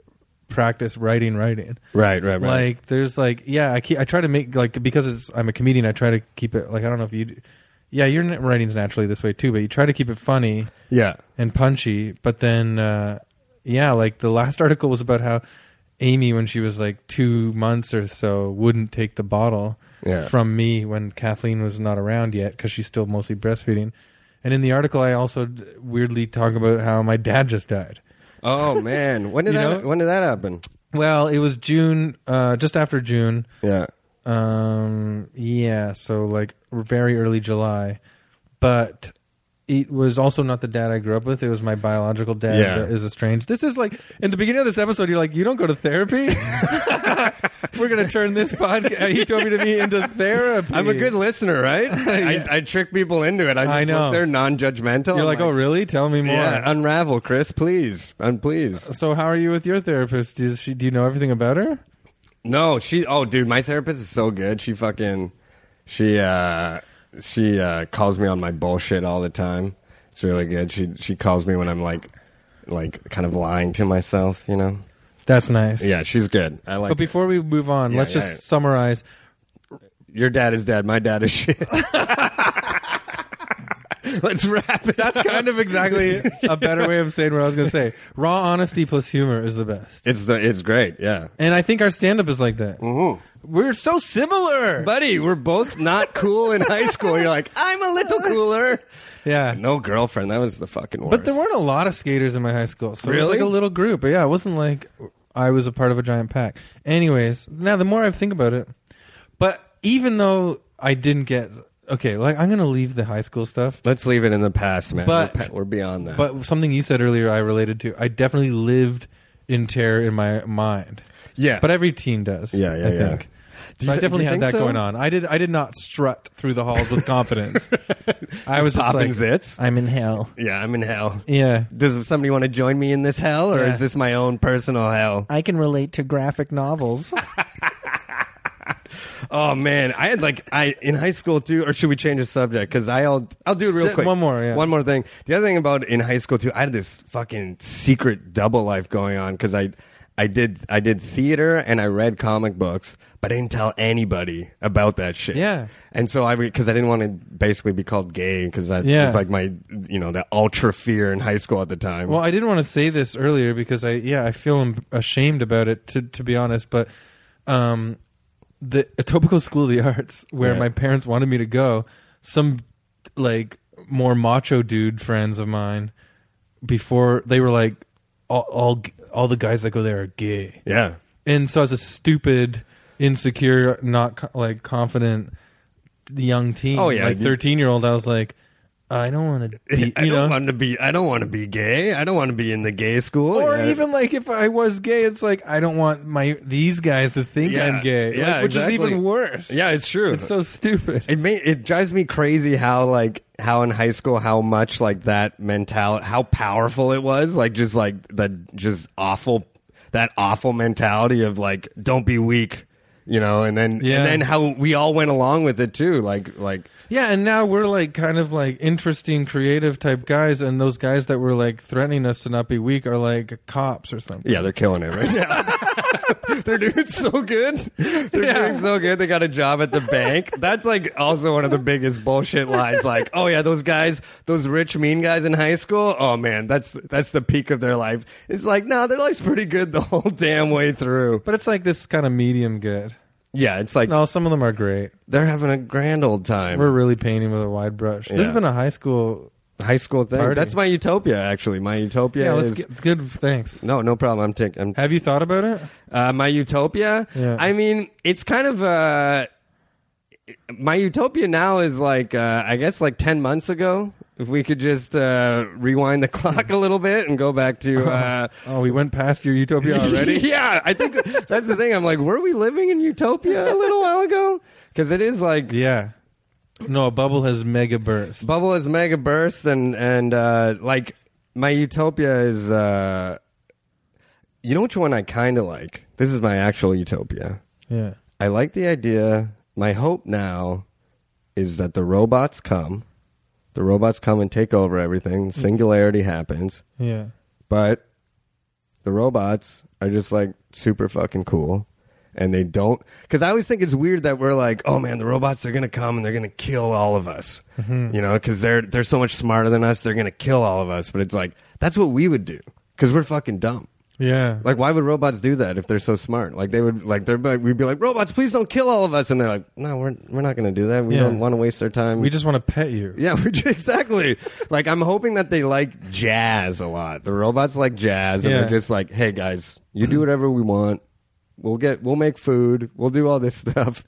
A: practice writing, writing.
B: Right, right, right.
A: Like there's like yeah, I keep, I try to make like because it's I'm a comedian, I try to keep it like I don't know if you, do, yeah, your n- writing's naturally this way too, but you try to keep it funny
B: yeah,
A: and punchy. But then, uh, yeah, like the last [laughs] article was about how Amy, when she was like two months or so, wouldn't take the bottle
B: Yeah.
A: from me when Kathleen was not around yet because she's still mostly breastfeeding. And in the article, I also d- weirdly talk about how my dad just died.
B: Oh man, when did
A: You
B: that
A: know?
B: when did that happen?
A: Well, it was June, uh, just after June.
B: Yeah,
A: Um, yeah, so like very early July, but it was also not the dad I grew up with. It was my biological dad
B: Yeah.
A: that is estranged. This is like in the beginning of this episode, you're like, you don't go to therapy. [laughs] We're gonna turn this podcast. He told me to be into therapy.
B: I'm a good listener, [laughs] right? I, I trick people into it. I just
A: I know.
B: look, they're non-judgmental.
A: You're
B: I'm
A: like, oh really? Tell me more. Uh,
B: yeah, unravel, Chris, please, and please.
A: so how are you with your therapist? Is she? Do you know everything about her?
B: No, she. Oh, dude, my therapist is so good. She fucking, she, uh, she uh, calls me on my bullshit all the time. It's really good. She she calls me when I'm like, like kind of lying to myself, you know.
A: That's nice.
B: Yeah, she's good. I like.
A: But before we move on,
B: Yeah,
A: let's just
B: yeah.
A: summarize.
B: your dad is dead. My dad is shit. [laughs] Let's wrap it.
A: That's kind of exactly a better way of saying what I was going to say. Raw honesty plus humor is the best.
B: It's the it's great, yeah.
A: And I think our stand up is like that. We're so similar.
B: Buddy, we're both not cool in high school. You're like, [laughs] I'm a little cooler.
A: yeah.
B: No girlfriend, that was the fucking worst.
A: But there weren't a lot of skaters in my high school. So it was
B: Really?
A: like a little group. But yeah, it wasn't like I was a part of a giant pack. Anyways, now the more I think about it, but even though I didn't get okay, like I'm gonna leave the high school stuff.
B: Let's leave it in the past, man.
A: But-
B: we're, pa- we're beyond that.
A: But something you said earlier, I related to. I definitely lived in terror in my mind,
B: yeah,
A: but every teen does.
B: Yeah, yeah,
A: I
B: yeah.
A: Think.
B: Do you
A: So I
B: th- do
A: definitely
B: you
A: had
B: think
A: that
B: so?
A: going on. I did. I did not strut through the halls
B: [laughs]
A: with confidence. I was just
B: popping
A: like,
B: zits.
A: I'm in hell.
B: yeah, I'm in hell.
A: Yeah,
B: Does somebody want to join me in this hell, or
A: Yeah.
B: is this my own personal hell?
C: I can relate to graphic [laughs] novels.
B: Oh man, I had like I in high school too. Or should we change the subject? Because I'll I'll do it real
A: Sit-
B: quick.
A: one more, yeah.
B: one more thing. The other thing about in high school too, I had this fucking secret double life going on because I. I did I did theater and I read comic books, but I didn't tell anybody about that shit.
A: Yeah.
B: and so I because I didn't want to basically be called gay because that
A: Yeah.
B: was like my you know the ultra fear in high school at the time.
A: Well, I didn't want to say this earlier because I yeah I feel em- ashamed about it to to be honest, but um, the Etobicoke School of the Arts where
B: Yeah.
A: my parents wanted me to go, some like more macho dude friends of mine before they were like all all, g- all the guys that go there are gay,
B: yeah,
A: and so as a stupid, insecure, not co- like confident young teen,
B: Oh, yeah,
A: like
B: you-
A: thirteen year old, I was like. I don't want to, you
B: [laughs] I don't
A: know,
B: want to be. I don't want to be gay. I don't want to be in the gay school.
A: Or
B: Oh, Yeah.
A: even like if I was gay, it's like I don't want my these guys to think
B: Yeah,
A: I'm gay,
B: yeah,
A: like, which is
B: exactly.
A: even worse.
B: yeah, it's true.
A: It's so stupid.
B: it may, it drives me crazy how like how in high school how much like that mentality how powerful it was like just like that just awful that awful mentality of like don't be weak you know and then
A: Yeah.
B: and then how we all went along with it too like like
A: Yeah, and now we're like kind of like interesting, creative type guys, and those guys that were like threatening us to not be weak are like cops or something.
B: Yeah, they're killing it right now. [laughs] they're doing so good. They're doing so good. They got a job at the bank. That's like also one of the biggest bullshit lies. Like, oh yeah, those guys, those rich mean guys in high school. Oh man, that's that's the peak of their life. It's like, no, their life's pretty good the whole damn way through.
A: But it's like this kind of medium good.
B: Yeah, it's like
A: No, some of them are great.
B: they're having a grand old time.
A: We're really painting with a wide brush. This has
B: Yeah.
A: been a high school.
B: high school thing.
A: Party.
B: That's my utopia, actually. My utopia
A: Yeah, let's
B: is.
A: get good. Thanks.
B: no, no problem. I'm taking. I'm
A: Have you thought about it?
B: Uh, my utopia.
A: Yeah.
B: I mean, it's kind of uh, my utopia now is like uh, I guess like ten months ago. If we could just uh, rewind the [laughs] clock a little bit and go back to. Uh,
A: Oh, we went past your
B: [laughs]
A: utopia already.
B: yeah, I think that's the thing. I'm like, were we living in utopia a little while ago? Because it is like
A: yeah. No, a bubble has mega burst.
B: bubble is mega burst and and uh like my utopia is uh you know which one i kind of like this is my actual utopia
A: Yeah.
B: I like the idea. My hope now is that the robots come. The robots come and take over everything. Singularity happens.
A: Yeah.
B: But the robots are just like super fucking cool. And they don't. Because I always think it's weird that we're like, oh man, the robots are going to come and they're going to kill all of us. You know, because they're, they're so much smarter than us. They're going to kill all of us. But it's like, that's what we would do. Because we're fucking dumb.
A: Yeah.
B: Like, why would robots do that if they're so smart? Like, they would like they're like we'd be like, robots, please don't kill all of us, and they're like, no, we're we're not going to do that. We
A: Yeah.
B: don't want to waste our time.
A: We just want to pet you.
B: yeah, [laughs] we just, exactly. like, I'm hoping that they like jazz a lot. The robots like jazz, and
A: Yeah.
B: they're just like, hey guys, you do whatever we want. We'll get we'll make food. We'll do all this [laughs] stuff,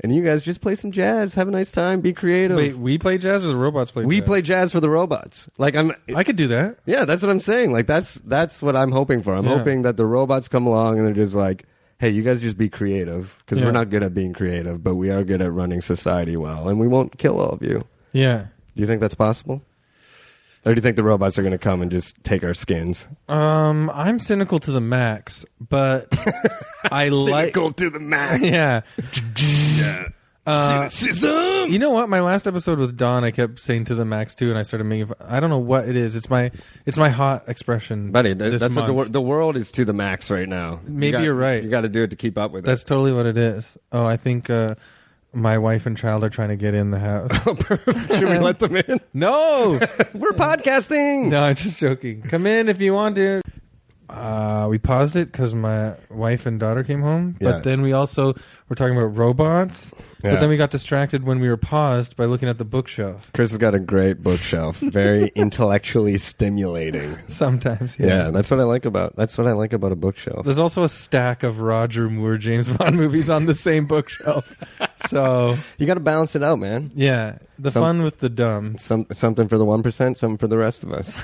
B: and you guys just play some jazz, have a nice time, be creative.
A: Wait, we play jazz or the robots play?
B: we
A: jazz?
B: play jazz for the robots. Like, I'm
A: I could do that.
B: yeah, that's what I'm saying. Like that's that's what I'm hoping for. I'm
A: Yeah.
B: hoping that the robots come along and they're just like, "Hey, you guys just be creative because
A: Yeah.
B: we're not good at being creative, but we are good at running society well, and we won't kill all of you."
A: Yeah.
B: Do you think that's possible? Or do you think the robots are going to come and just take our skins?
A: Um, I'm cynical to the max,
B: [laughs]
A: but [laughs] I like. [laughs]
B: to the max. [laughs]
A: Yeah. Uh,
B: Cynicism.
A: You know what? My last episode with Don, I kept saying to the max too, and I started making. fun- I don't know what it is. It's my it's my hot expression,
B: Buddy, th-
A: this
B: that's what the, wor-
A: month.
B: the world is to the max right now. You
A: Maybe
B: got-
A: you're right.
B: You got to do it to keep up with
A: That's totally what it is. Oh, I think uh, my wife and child are trying to get in the
B: [laughs]
A: house.
B: it.
A: [laughs]
B: Should we let them in? [laughs]
A: no, [laughs]
B: We're podcasting.
A: no, I'm just joking. Come in if you want to. uh, we paused it because my wife and daughter came home.
B: Yeah.
A: But then we also were talking about robots.
B: Yeah.
A: But then we got distracted when we were paused by looking at the bookshelf. [laughs]
B: Chris has got a great bookshelf, [laughs] very intellectually stimulating.
A: Sometimes, yeah.
B: Yeah, that's what I like about that's what I like about a bookshelf.
A: There's also a stack of Roger Moore James Bond [laughs] movies on the same bookshelf. so
B: You got to balance it out, man.
A: yeah, the
B: Some-
A: fun with the
B: [laughs]
A: dumb.
B: Some something for the one percent, something for the rest of us.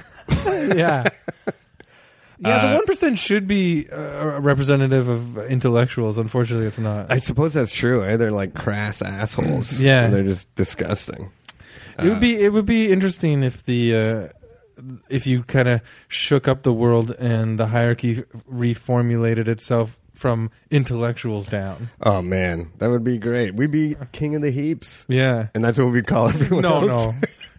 A: Yeah. Yeah, the
B: Uh,
A: one percent should be uh, representative of intellectuals. Unfortunately, it's not.
B: [laughs] I suppose that's true. Eh? They're like crass assholes.
A: [laughs] Yeah.
B: they're just disgusting.
A: it would
B: Uh,
A: be it would be interesting if the uh, if you kind of shook up the world and the hierarchy reformulated itself from intellectuals down.
B: Oh man, that would be great. We'd be king of the heaps,
A: Yeah.
B: and that's what we call
A: [laughs]
B: everyone.
A: No,
B: else.
A: no.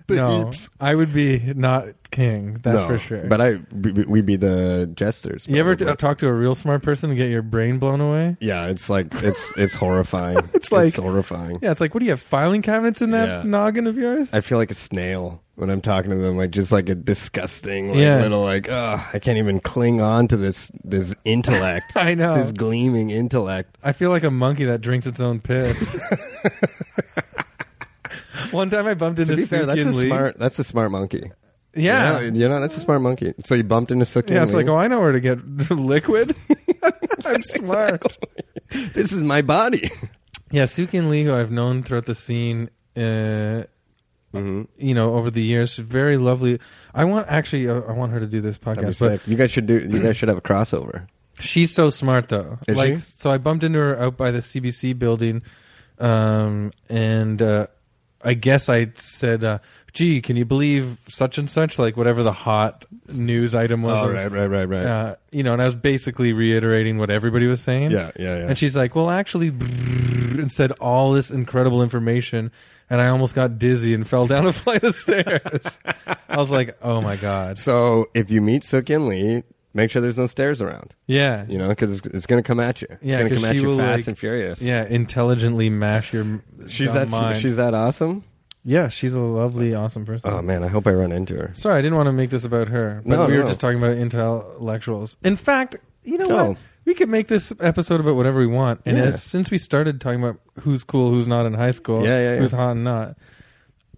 B: The
A: no,
B: heaps.
A: I would be not king. That's
B: No,
A: for sure.
B: But I, we- we'd be the jesters.
A: you ever t- uh,
B: probably.
A: talk to a real smart person and get your brain blown away?
B: yeah, it's like it's it's horrifying.
A: [laughs] like-
B: horrifying.
A: Yeah, it's like, what do you have filing cabinets in that
B: Yeah.
A: noggin of yours?
B: I feel like a snail when I'm talking to them, like just like a disgusting like,
A: Yeah.
B: little like, oh, I can't even cling on to this this intellect,
A: [laughs] I know.
B: this gleaming intellect.
A: I feel like a monkey that drinks its own
B: [laughs]
A: piss. One time I bumped into
B: To be fair, that's a
A: Sukyin Lee.
B: smart that's a smart monkey.
A: yeah.
B: you know, you know, that's a smart monkey. So you bumped into Sukyin.
A: Yeah, it's
B: Lee?
A: like, oh, I know where to get [laughs] liquid. I'm smart. oh.
B: this is my body. [laughs]
A: Yeah, Sukyin Lee, who I've known throughout the scene, uh,
B: Mhm.
A: you know, over the years, she's very lovely. I want actually, uh, I want her to do this
B: That'd be
A: podcast, but
B: sick. You guys should do. You guys should have a crossover.
A: She's so smart though.
B: Is
A: like
B: she?
A: so I bumped into her out by the CBC building um and uh I guess I said uh gee, can you believe such and such like whatever the hot news item was.
B: Oh, right, right, right.
A: Uh you know, and I was basically reiterating what everybody was saying.
B: yeah, yeah, yeah.
A: And she's like, "Well, actually," and said all this incredible information, and I almost got dizzy and fell down a flight of stairs. I was like, "Oh my god!"
B: so if you meet Sukyin Lee, make sure there's no stairs around.
A: Yeah,
B: You know, because it's, it's going to come at you. It's
A: Yeah,
B: going to
A: 'cause
B: come at
A: she
B: you
A: will,
B: fast
A: like-
B: and furious.
A: Yeah, intelligently mash your. m-
B: She's
A: dumb
B: that.
A: mind.
B: She's that awesome.
A: yeah, she's a lovely, awesome person.
B: Oh man, I hope I run into her.
A: Sorry, I didn't want to make this about her. But
B: No,
A: we were
B: no.
A: just talking about intellectuals. In fact, you know
B: Go.
A: what? We could make this episode about whatever we want. And
B: Yeah.
A: as, since we started talking about who's cool, who's not in high school,
B: Yeah, yeah, yeah.
A: who's hot and not.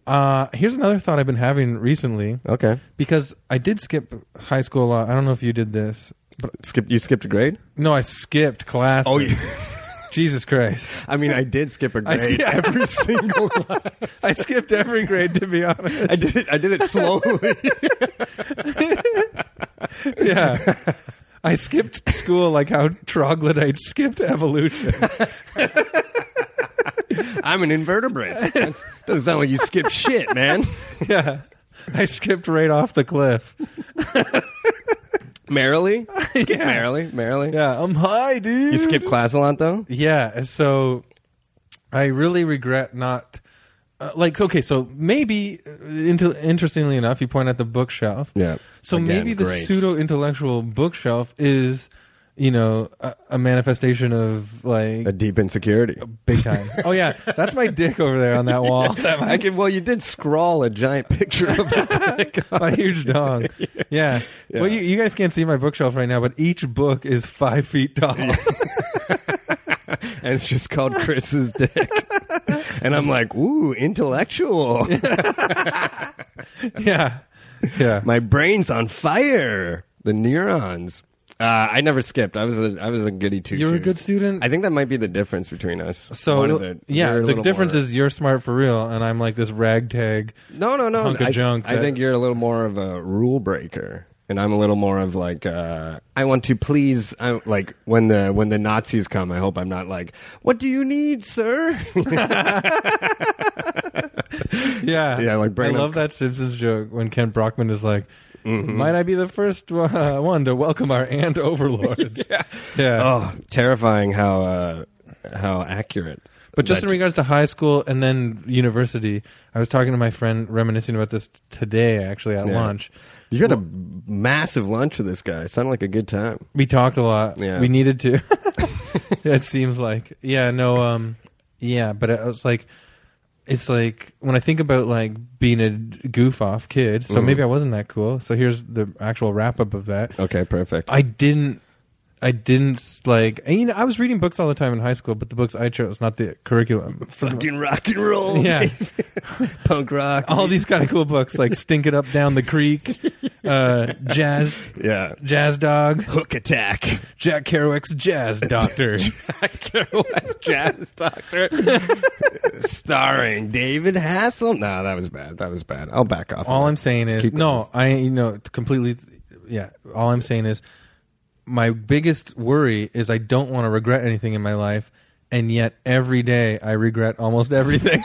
A: Uh, here's another thought I've been having recently
B: Okay,
A: because I did skip high school a lot. I don't know if you did this.
B: skip. You skipped a grade.
A: No, I skipped class.
B: Oh, [laughs] yeah.
A: Jesus Christ.
B: I mean, I did skip a
A: I
B: grade
A: sk- [laughs]
B: every single. class.
A: [laughs] I skipped every grade, to be honest.
B: I did it. I did it slowly.
A: [laughs] yeah. I skipped school like how troglodytes skipped
B: [laughs]
A: evolution.
B: I'm an invertebrate. That's, doesn't sound like you skipped shit, man.
A: yeah. [laughs] I skipped right off the cliff.
B: Merrily, [laughs] yeah. merrily, merrily.
A: Yeah, I'm high, dude.
B: You skipped class a lot though.
A: Yeah, so I really regret not uh, like okay, so maybe uh, inter- interestingly enough, you point at the bookshelf.
B: Yeah.
A: So
B: Again,
A: maybe the
B: great.
A: pseudo intellectual bookshelf is, you know, a, a manifestation of like
B: A deep insecurity.
A: big time. oh yeah, that's my dick over there
B: [laughs]
A: on that wall. That
B: I can, well, you did scrawl a giant
A: [laughs]
B: picture of it.
A: my huge dong. Yeah.
B: [laughs] Yeah.
A: Well, you, you guys can't see my bookshelf right now, but each book is five feet tall. [laughs]
B: and it's just called
A: [laughs]
B: Chris's dick. and I'm like, ooh, intellectual.
A: yeah. Yeah.
B: My brain's on fire. The neurons. Uh, I never skipped. I was a I was a goody two.
A: You're a good student.
B: I think that might be the difference between us. One
A: so
B: of the-
A: yeah,
B: you're a
A: the
B: little
A: difference
B: more-
A: is you're smart for real, and I'm like this
B: [laughs]
A: ragtag.
B: No, no, no.
A: hunk of
B: I,
A: junk
B: I
A: that-
B: think you're a little more of a rule breaker, and I'm a little more of like uh, I want to please. I, like when the when the Nazis come, I hope I'm not like, what do you need, sir?
A: Yeah,
B: Yeah, like
A: I
B: bring up-
A: love that Simpsons joke when Kent Brockman is like,
B: Mm-hmm.
A: "Might I be the first uh, [laughs] one to welcome our ant
B: [laughs]
A: overlords?" yeah,
B: oh, terrifying how uh, how accurate.
A: But just
B: that-
A: in regards to high school and then university, I was talking to my friend reminiscing about this today actually at
B: Yeah.
A: lunch.
B: you had a massive lunch with this guy. Sounded like a good time.
A: We talked a lot.
B: Yeah.
A: We needed to. [laughs] it seems like. Yeah, no um yeah, but it was like it's like when I think about like being a goof off kid. So maybe I wasn't that cool. So here's the actual wrap up of that.
B: Okay, perfect.
A: I didn't. I didn't like. and, You know, I was reading books all the time in high school, but the books I chose, not the curriculum.
B: [laughs] Fucking rock and roll.
A: Yeah,
B: [laughs] Punk rock.
A: all these kind of cool books like "Stink It Up Down the Creek," uh, "Jazz
B: Yeah.
A: Jazz Dog," [laughs]
B: Hook attack.
A: Jack Kerouac's "Jazz Doctor."
B: Jazz [laughs] Doctor. Starring David Hasselhoff. No, that was bad. That was bad. I'll back off.
A: all I'm saying is
B: Keep
A: no. I you know it's completely. Yeah. All I'm saying is my biggest worry is I don't want to regret anything in my life, and yet every day I regret almost [laughs] everything.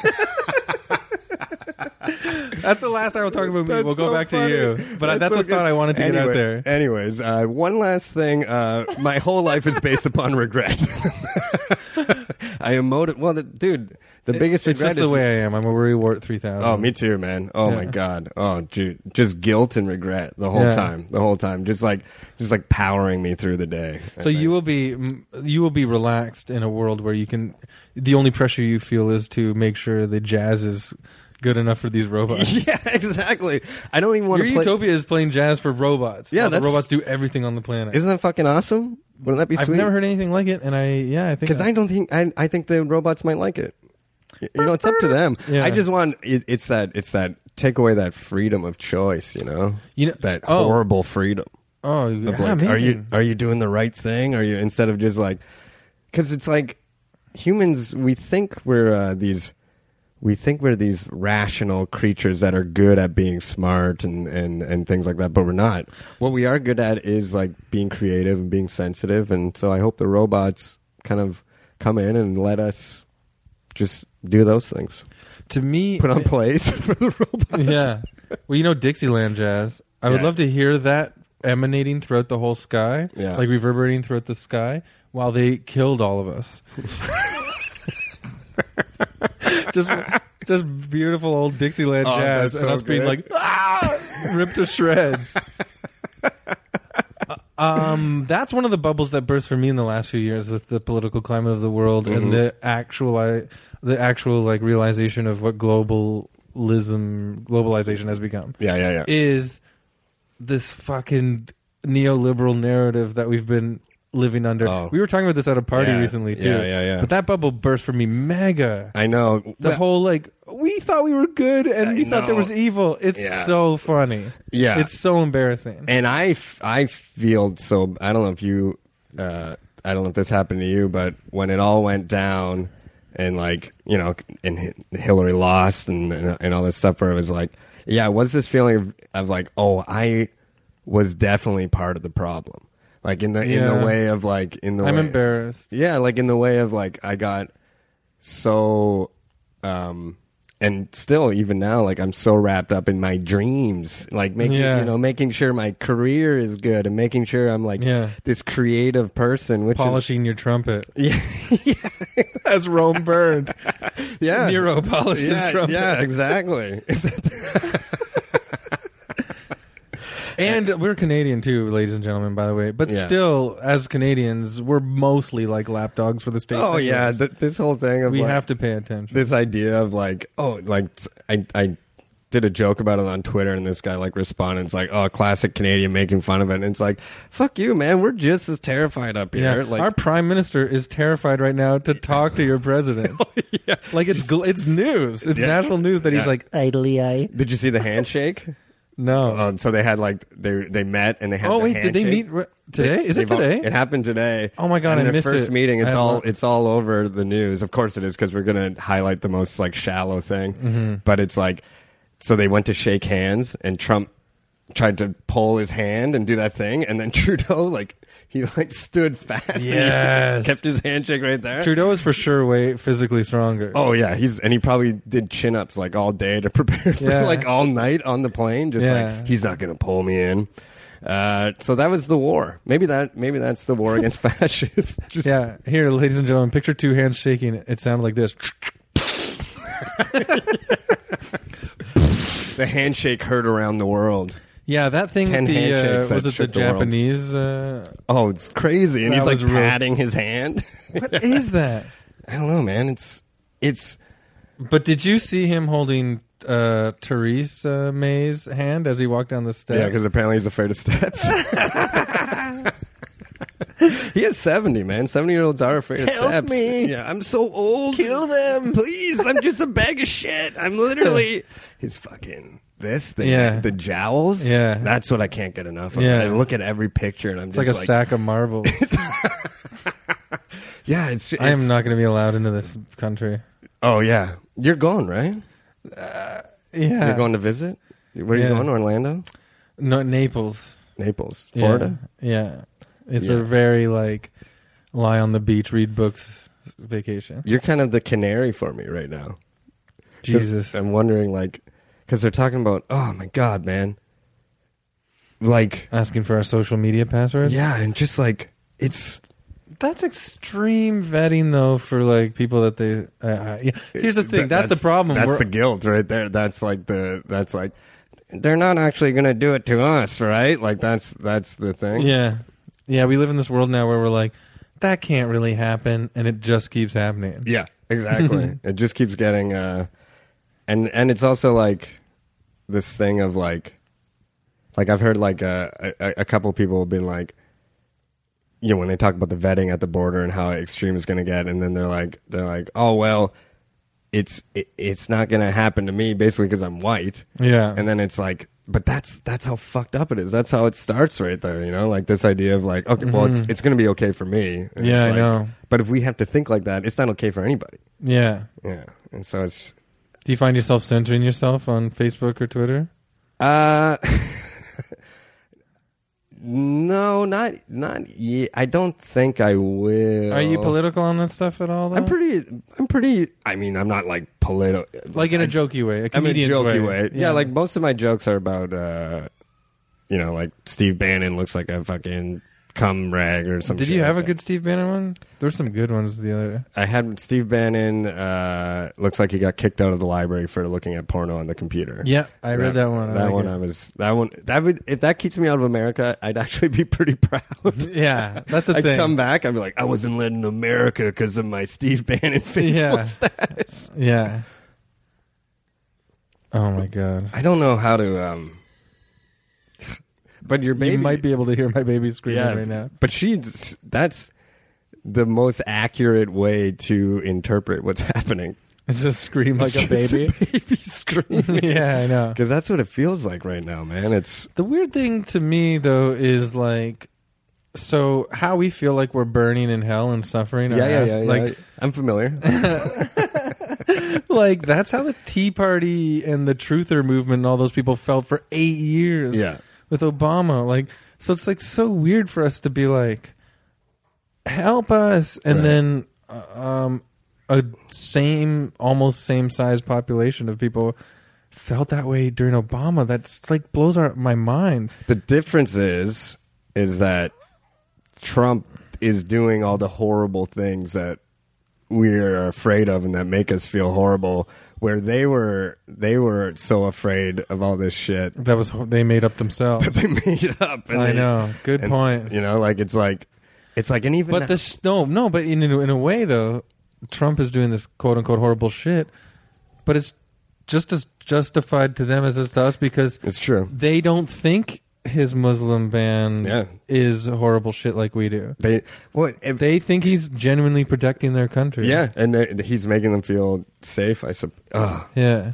A: That's the last I will talk about me.
B: That's
A: we'll go
B: so
A: back
B: funny.
A: to you. But I that's
B: so
A: the
B: good.
A: thought I wanted to get
B: Anyway-
A: out there.
B: Anyways, uh, one last thing. Uh, my whole life is based upon regret. [laughs] I am motivated. Well, the, dude, the biggest
A: It's just
B: regret
A: the
B: is.
A: way I am. I'm a worry wart three thousand.
B: Oh, me too, man. Oh my
A: Yeah.
B: god. Oh, dude, just guilt and regret the whole
A: Yeah.
B: time. The whole time, just like, just like powering me through the day. I
A: So you
B: think.
A: will be mm, you will be relaxed in a world where you can. The only pressure you feel is to make sure the jazz is good enough for these robots.
B: [laughs] Yeah, exactly. I don't even want
A: Your
B: to play.
A: utopia is playing jazz for robots.
B: Yeah,
A: All the
B: that's-
A: robots do everything on the planet.
B: Isn't that fucking awesome? Wouldn't that be
A: I've
B: sweet?
A: never heard anything like it, and I yeah, I think
B: because I don't think I, I think the robots might like it. You know, it's up to them.
A: Yeah.
B: I just want it, it's that it's that take away that freedom of choice. You know,
A: You know-
B: that
A: oh.
B: horrible freedom.
A: oh yeah,
B: Of like,
A: amazing.
B: are you are you doing the right thing? Are you instead of just like because it's like humans we think we're uh, these we think we're these rational creatures that are good at being smart and, and, and things like that, but we're not. What we are good at is like being creative and being sensitive, and so I hope the robots kind of come in and let us just do those things.
A: to me?
B: Put on plays [laughs] for the robots.
A: [laughs] yeah. Well, you know Dixieland jazz. I would
B: Yeah.
A: love to hear that emanating throughout the whole sky,
B: Yeah.
A: like reverberating throughout the sky, while they killed all of us. [laughs] just, just beautiful old Dixieland
B: Oh,
A: jazz,
B: that's
A: and
B: so
A: us being
B: good.
A: like "Ah!" ripped to shreds. Um, that's one of the bubbles that burst for me in the last few years with the political climate of the world
B: Mm-hmm.
A: and the actual, uh, the actual like realization of what globalism, globalization has become
B: Yeah, yeah, yeah.
A: is this fucking neoliberal narrative that we've been living under.
B: Oh.
A: We were talking about this at a party
B: Yeah.
A: recently too.
B: Yeah, yeah, yeah.
A: But that bubble burst for me mega.
B: I know.
A: The whole like we thought we were good and
B: I
A: we thought there
B: know.
A: was evil. It's
B: Yeah.
A: so funny.
B: Yeah.
A: It's so embarrassing.
B: And I, f- I feel so. I don't know if you, uh, I don't know if this happened to you, but when it all went down, and like you know, and Hi- Hillary lost, and and, and all this stuff, where it was like, yeah, what's this feeling of, of like, oh, I was definitely part of the problem, like in the in
A: Yeah.
B: the way of like in the
A: I'm
B: way,
A: embarrassed.
B: yeah, like in the way of like I got so um and still even now like I'm so wrapped up in my dreams, like making
A: Yeah.
B: you know making sure my career is good and making sure I'm like
A: Yeah.
B: this creative person which
A: Polishing your trumpet
B: is [laughs] yeah,
A: as Rome burned.
B: [laughs] yeah.
A: Nero polished his
B: yeah,
A: trumpet. [laughs]
B: yeah, exactly.
A: And we're Canadian too, ladies and gentlemen, by the way. But
B: Yeah.
A: still, as Canadians, we're mostly like lapdogs for the states.
B: oh
A: anyways.
B: yeah, th- this whole thing of
A: we
B: like,
A: have to pay attention.
B: this idea of like oh like t- I I did a joke about it on Twitter and this guy like responded it's like oh classic Canadian making fun of it and it's like fuck you man we're just as terrified up
A: yeah,
B: here like [laughs]
A: our prime minister is terrified right now to talk to your
B: [laughs]
A: president. Like it's gl- it's news, it's
B: Yeah.
A: national news that he's
B: Yeah.
A: like,
C: Idly eye.
B: did you see the handshake
A: no.
B: um, so they had like they they met and they had
A: oh
B: the
A: wait, did they
B: handshake.
A: meet re- today? Is it
B: They've all-
A: today?
B: it happened today.
A: Oh my God,
B: And
A: I
B: their
A: missed
B: first
A: it.
B: meeting.
A: I
B: It's
A: had
B: all
A: lo-
B: it's all over the news. Of course it is because we're gonna highlight the most like shallow thing.
A: Mm-hmm.
B: But it's like so they went to shake hands and Trump tried to pull his hand and do that thing, and then [laughs] Trudeau like he like stood fast. and he
A: Yes.
B: kept his handshake right there.
A: Trudeau is for sure way physically stronger.
B: Oh yeah, he's and he probably did chin ups like all day to [laughs] prepare for
A: Yeah.
B: like all night on the plane. Just
A: Yeah.
B: like he's not gonna pull me in. Uh, so that was the war. Maybe that maybe that's the war against [laughs] fascists. Just-
A: Yeah, here, ladies and gentlemen, picture two hands shaking. It sounded like this.
B: the handshake heard around the world.
A: Yeah, that thing.
B: Ten
A: with the, uh,
B: handshakes that
A: was it the
B: shook the world.
A: Japanese? Uh,
B: Oh, it's crazy, and
A: That
B: he's like
A: was real. [laughs]
B: patting his hand. [laughs]
A: what is that?
B: I don't know, man. It's it's
A: But did you see him holding uh, Therese uh, May's hand as he walked down the
B: Yeah,
A: steps?
B: because apparently he's afraid of steps.
A: [laughs]
B: [laughs] he is 70, man. 70 year olds are afraid of
C: Help
B: steps.
C: me.
B: Yeah, I'm so old. Kill
A: [laughs]
B: them. Please. I'm just a bag of shit. I'm [laughs] literally. His fucking. This thing,
A: Yeah.
B: the jowls,
A: Yeah.
B: that's what I can't get enough of.
A: Yeah.
B: I look at every picture and I'm
A: it's like
B: just
A: a
B: like,
A: sack of
B: [laughs]
A: marbles.
B: yeah, it's,
A: I am
B: it's-
A: not going to be allowed into this country.
B: Oh yeah, you're going right?
A: Yeah,
B: You're going to visit? Where are
A: Yeah.
B: you going? Orlando,
A: no Naples,
B: Naples,
A: Yeah.
B: Florida.
A: Yeah, it's
B: Yeah.
A: a very like lie on the beach, read books vacation.
B: You're kind of the canary for me right now. 'Cause
A: Jesus,
B: I'm wondering, like, because they're talking about, oh my God, man. Like,
A: asking for our social media passwords.
B: yeah, and just like, it's,
A: That's extreme vetting, though, for like people that they. Uh, uh, yeah. Here's the thing.
B: that-
A: that's, the problem.
B: That's
A: We're-
B: the guilt right there. That's like the, that's like, they're not actually going to do it to us, right? Like, that's, that's the thing.
A: yeah, yeah. We live in this world now where we're like, that can't really happen, and it just keeps happening.
B: Yeah,
A: [laughs]
B: exactly. it just keeps getting, uh, and, and it's also like this thing of like, like I've heard like a, a, a couple people have been like, you know, when they talk about the vetting at the border and how extreme it's going to get, and then they're like, they're like, oh well, it's it, it's not going to happen to me basically because I'm white,
A: Yeah.
B: and then it's like, but that's that's how fucked up it is. That's how it starts right there, you know, like this idea of like, okay, well, it's it's going to be okay for me. And
A: Mm-hmm. Yeah,
B: it's
A: I
B: like-
A: know.
B: But if we have to think like that, it's not okay for anybody.
A: yeah.
B: Yeah, and so it's
A: Do you find yourself censoring yourself on Facebook or Twitter?
B: Uh, [laughs] no, not not. Ye- I don't think I will.
A: Are you political on that stuff at all? Though?
B: I'm pretty. I'm pretty. I mean, I'm not like political.
A: like in a
B: a
A: jokey way, a
B: I'm in a
A: comedian's
B: jokey way. Yeah. like most of my jokes are about, uh, you know, like Steve Bannon looks like a fucking cum rag or something.
A: Did you have a good Steve Bannon one? There's some good ones the other.
B: I had Steve Bannon. Uh, looks like he got kicked out of the library for looking at porno on the computer.
A: Yeah, I read that one. I
B: that
A: like
B: one,
A: it.
B: I was that one. That would if that keeps me out of America, I'd actually be pretty [laughs] proud.
A: Yeah, that's
B: [laughs]
A: the
B: I'd
A: thing.
B: come back. I'd be like, I wasn't let in America because of my Steve Bannon Facebook
A: [laughs] Yeah.
B: status.
A: Yeah. Oh my god.
B: [laughs] I don't know how to. um [sighs] But your baby
A: You might be able to hear my baby screaming
B: yeah,
A: right now.
B: But she's that's the most accurate way to interpret what's [laughs] happening.
A: It's just scream like
B: It's
A: a
B: just
A: baby.
B: baby [laughs]
A: [laughs]
B: screaming.
A: yeah, I know.
B: Because that's what it feels like right now, man. It's
A: The weird thing to me though is like so how we feel like we're burning in hell and suffering. our
B: yeah, yeah,
A: ass-
B: yeah, yeah.
A: like [laughs]
B: I'm familiar.
A: like that's how the Tea Party and the Truther movement and all those people felt for eight years.
B: yeah,
A: with Obama. Like, so it's like so weird for us to be like, help us, and
B: Right.
A: then uh, um, a same almost same size population of people felt that way during Obama. That's like blows our my mind.
B: The difference is is that Trump is doing all the horrible things that we're afraid of and that make us feel horrible where they were they were so afraid of all this shit
A: That was they made up
B: [laughs]
A: themselves.
B: that they made it up and
A: I
B: they-
A: know. Good
B: and,
A: point.
B: you know like it's like it's like and even
A: But the sh- no, no. But in in a way though, Trump is doing this quote unquote horrible shit, but it's just as justified to them as it's to us because
B: it's true
A: they don't think his Muslim ban
B: Yeah.
A: is horrible shit like we do.
B: they well if,
A: They think he's genuinely protecting their country.
B: yeah and they- he's making them feel safe i sup Ugh.
A: Yeah.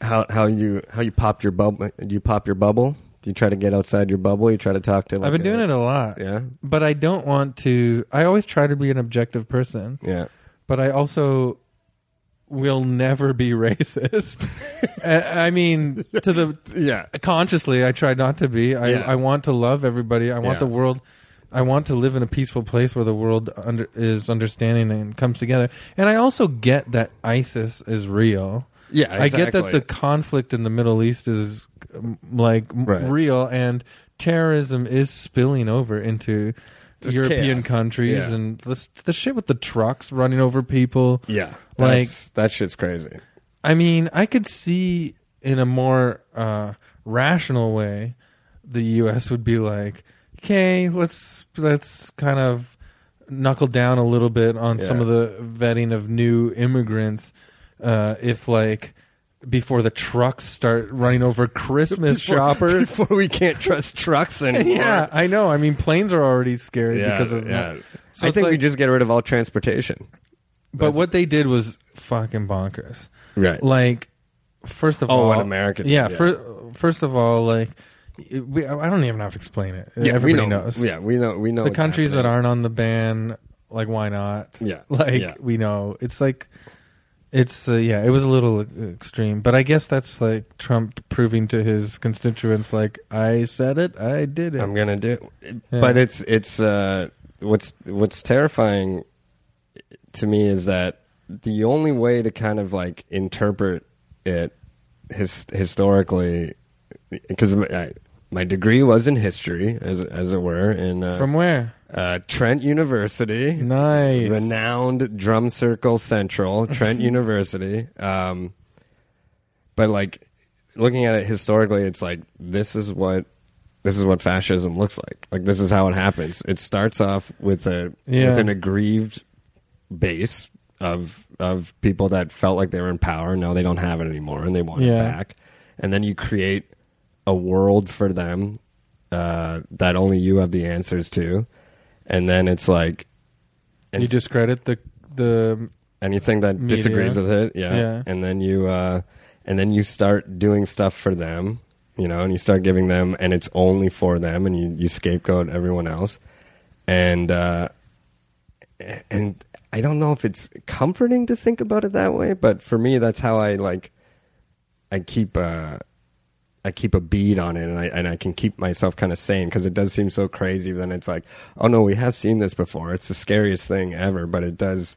B: how how you how you popped your bubble you pop your bubble do you try to get outside your bubble you try to talk to like
A: I've been
B: a-
A: doing it a lot.
B: yeah
A: But I don't want to I always try to be an objective person,
B: yeah
A: but I also will never be [laughs]
B: [laughs]
A: racist. I I mean, to the
B: yeah
A: consciously I try not to be. I,
B: Yeah.
A: I want to love everybody. I want
B: Yeah.
A: the world I want to live in a peaceful place where the world under, is understanding and comes together. And I also get that ISIS is real.
B: Yeah,
A: I get that the conflict in the Middle East is um, like m-
B: Right.
A: real and terrorism is spilling over into
B: There's
A: European
B: chaos.
A: countries
B: Yeah.
A: and the, s- the shit with the trucks running over people.
B: yeah,
A: like-
B: that's, that shit's crazy.
A: I mean, I could see in a more uh, rational way, the U.S. would be like, "Okay, let's let's kind of knuckle down a little bit on some
B: Yeah.
A: of the vetting of new immigrants." uh, if like before the trucks start running over Christmas shoppers.
B: [laughs] Before we can't
A: [laughs]
B: trust trucks anymore.
A: Yeah, I know. I mean, planes are already scary
B: Yeah,
A: because of
B: yeah.
A: that. So
B: I
A: it's
B: think we
A: like-
B: just get rid of all transportation.
A: But what they did was fucking bonkers.
B: Right.
A: Like, first of
B: Oh,
A: all,
B: what America did,
A: Yeah.
B: yeah.
A: fir- first of all, like, it- we, I don't even have to explain it.
B: Yeah,
A: Everybody
B: we know,
A: knows.
B: Yeah, we know. We know
A: the
B: what's
A: countries that
B: happening.
A: aren't on the ban, like, why not? [laughs]
B: Yeah,
A: Like,
B: yeah.
A: we know it's like, it's uh, yeah, it was a little extreme, but I guess that's like Trump proving to his constituents, like, I said it, I did it.
B: I'm gonna do. But it's it's uh, what's what's terrifying to me is that the only way to kind of like interpret it his, historically, because my, my degree was in history, as as it were, in uh,
A: From where?
B: uh, Trent University.
A: Nice.
B: renowned drum circle
A: [laughs]
B: central trent university um, but like looking at it historically it's like this is what this is what fascism looks like like this is how it happens it starts off with a
A: Yeah.
B: with an aggrieved base of of people that felt like they were in power now they don't have it anymore and they want it
A: Yeah.
B: back and then you create a world for them uh, that only you have the answers to and then it's like and-
A: you discredit the the
B: anything that disagrees
A: Media.
B: with it yeah.
A: Yeah.
B: and then you uh and then you start doing stuff for them you know and you start giving them and it's only for them and you, you scapegoat everyone else and uh and i don't know if it's comforting to think about it that way but for me that's how i like i keep uh I keep a bead on it and I, and I can keep myself kind of sane because it does seem so crazy. Then it's like, oh no, we have seen this before. It's the scariest thing ever, but it does,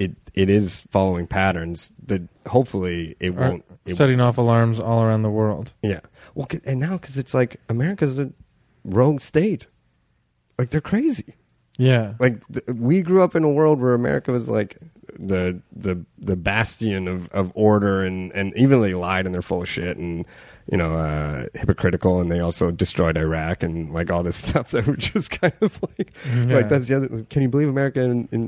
B: it, it is following patterns that hopefully it
A: are
B: won't. It,
A: setting off alarms all around the world.
B: yeah. Well, 'cause- and now because it's like America's a rogue state. Like they're crazy.
A: Yeah.
B: Like th- we grew up in a world where America was like the the the bastion of, of order and and even they lied and they're full of shit and you know uh, hypocritical and they also destroyed Iraq and like all this [laughs] stuff that were just kind of like
A: Yeah.
B: like that's the other can you believe America in, in,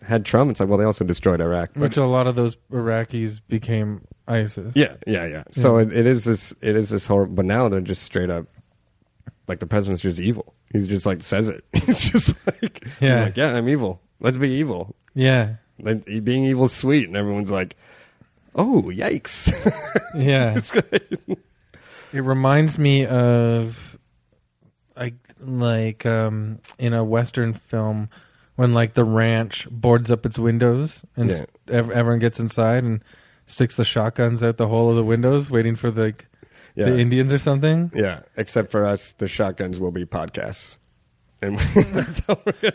B: uh, had Trump it's like well they also destroyed Iraq but-
A: Which a lot of those Iraqis became ISIS.
B: yeah, yeah, yeah. So
A: Yeah.
B: It, it is this. It is this horrible. But now they're just straight up. Like the president's just evil. He's just like says it. [laughs] He's just like yeah,
A: Yeah.
B: he's like, yeah. I'm evil. Let's be evil.
A: Yeah.
B: Like, he- being evil's sweet, and everyone's like, oh yikes. [laughs]
A: Yeah.
B: It's great.
A: it reminds me of like like um in a western film when like the ranch boards up its windows and s- ev- everyone gets inside and sticks the shotguns out the hole of the windows waiting for the like,
B: yeah,
A: the Indians or
B: [laughs]
A: something.
B: yeah. Except for us, the shotguns will be podcasts. And [laughs]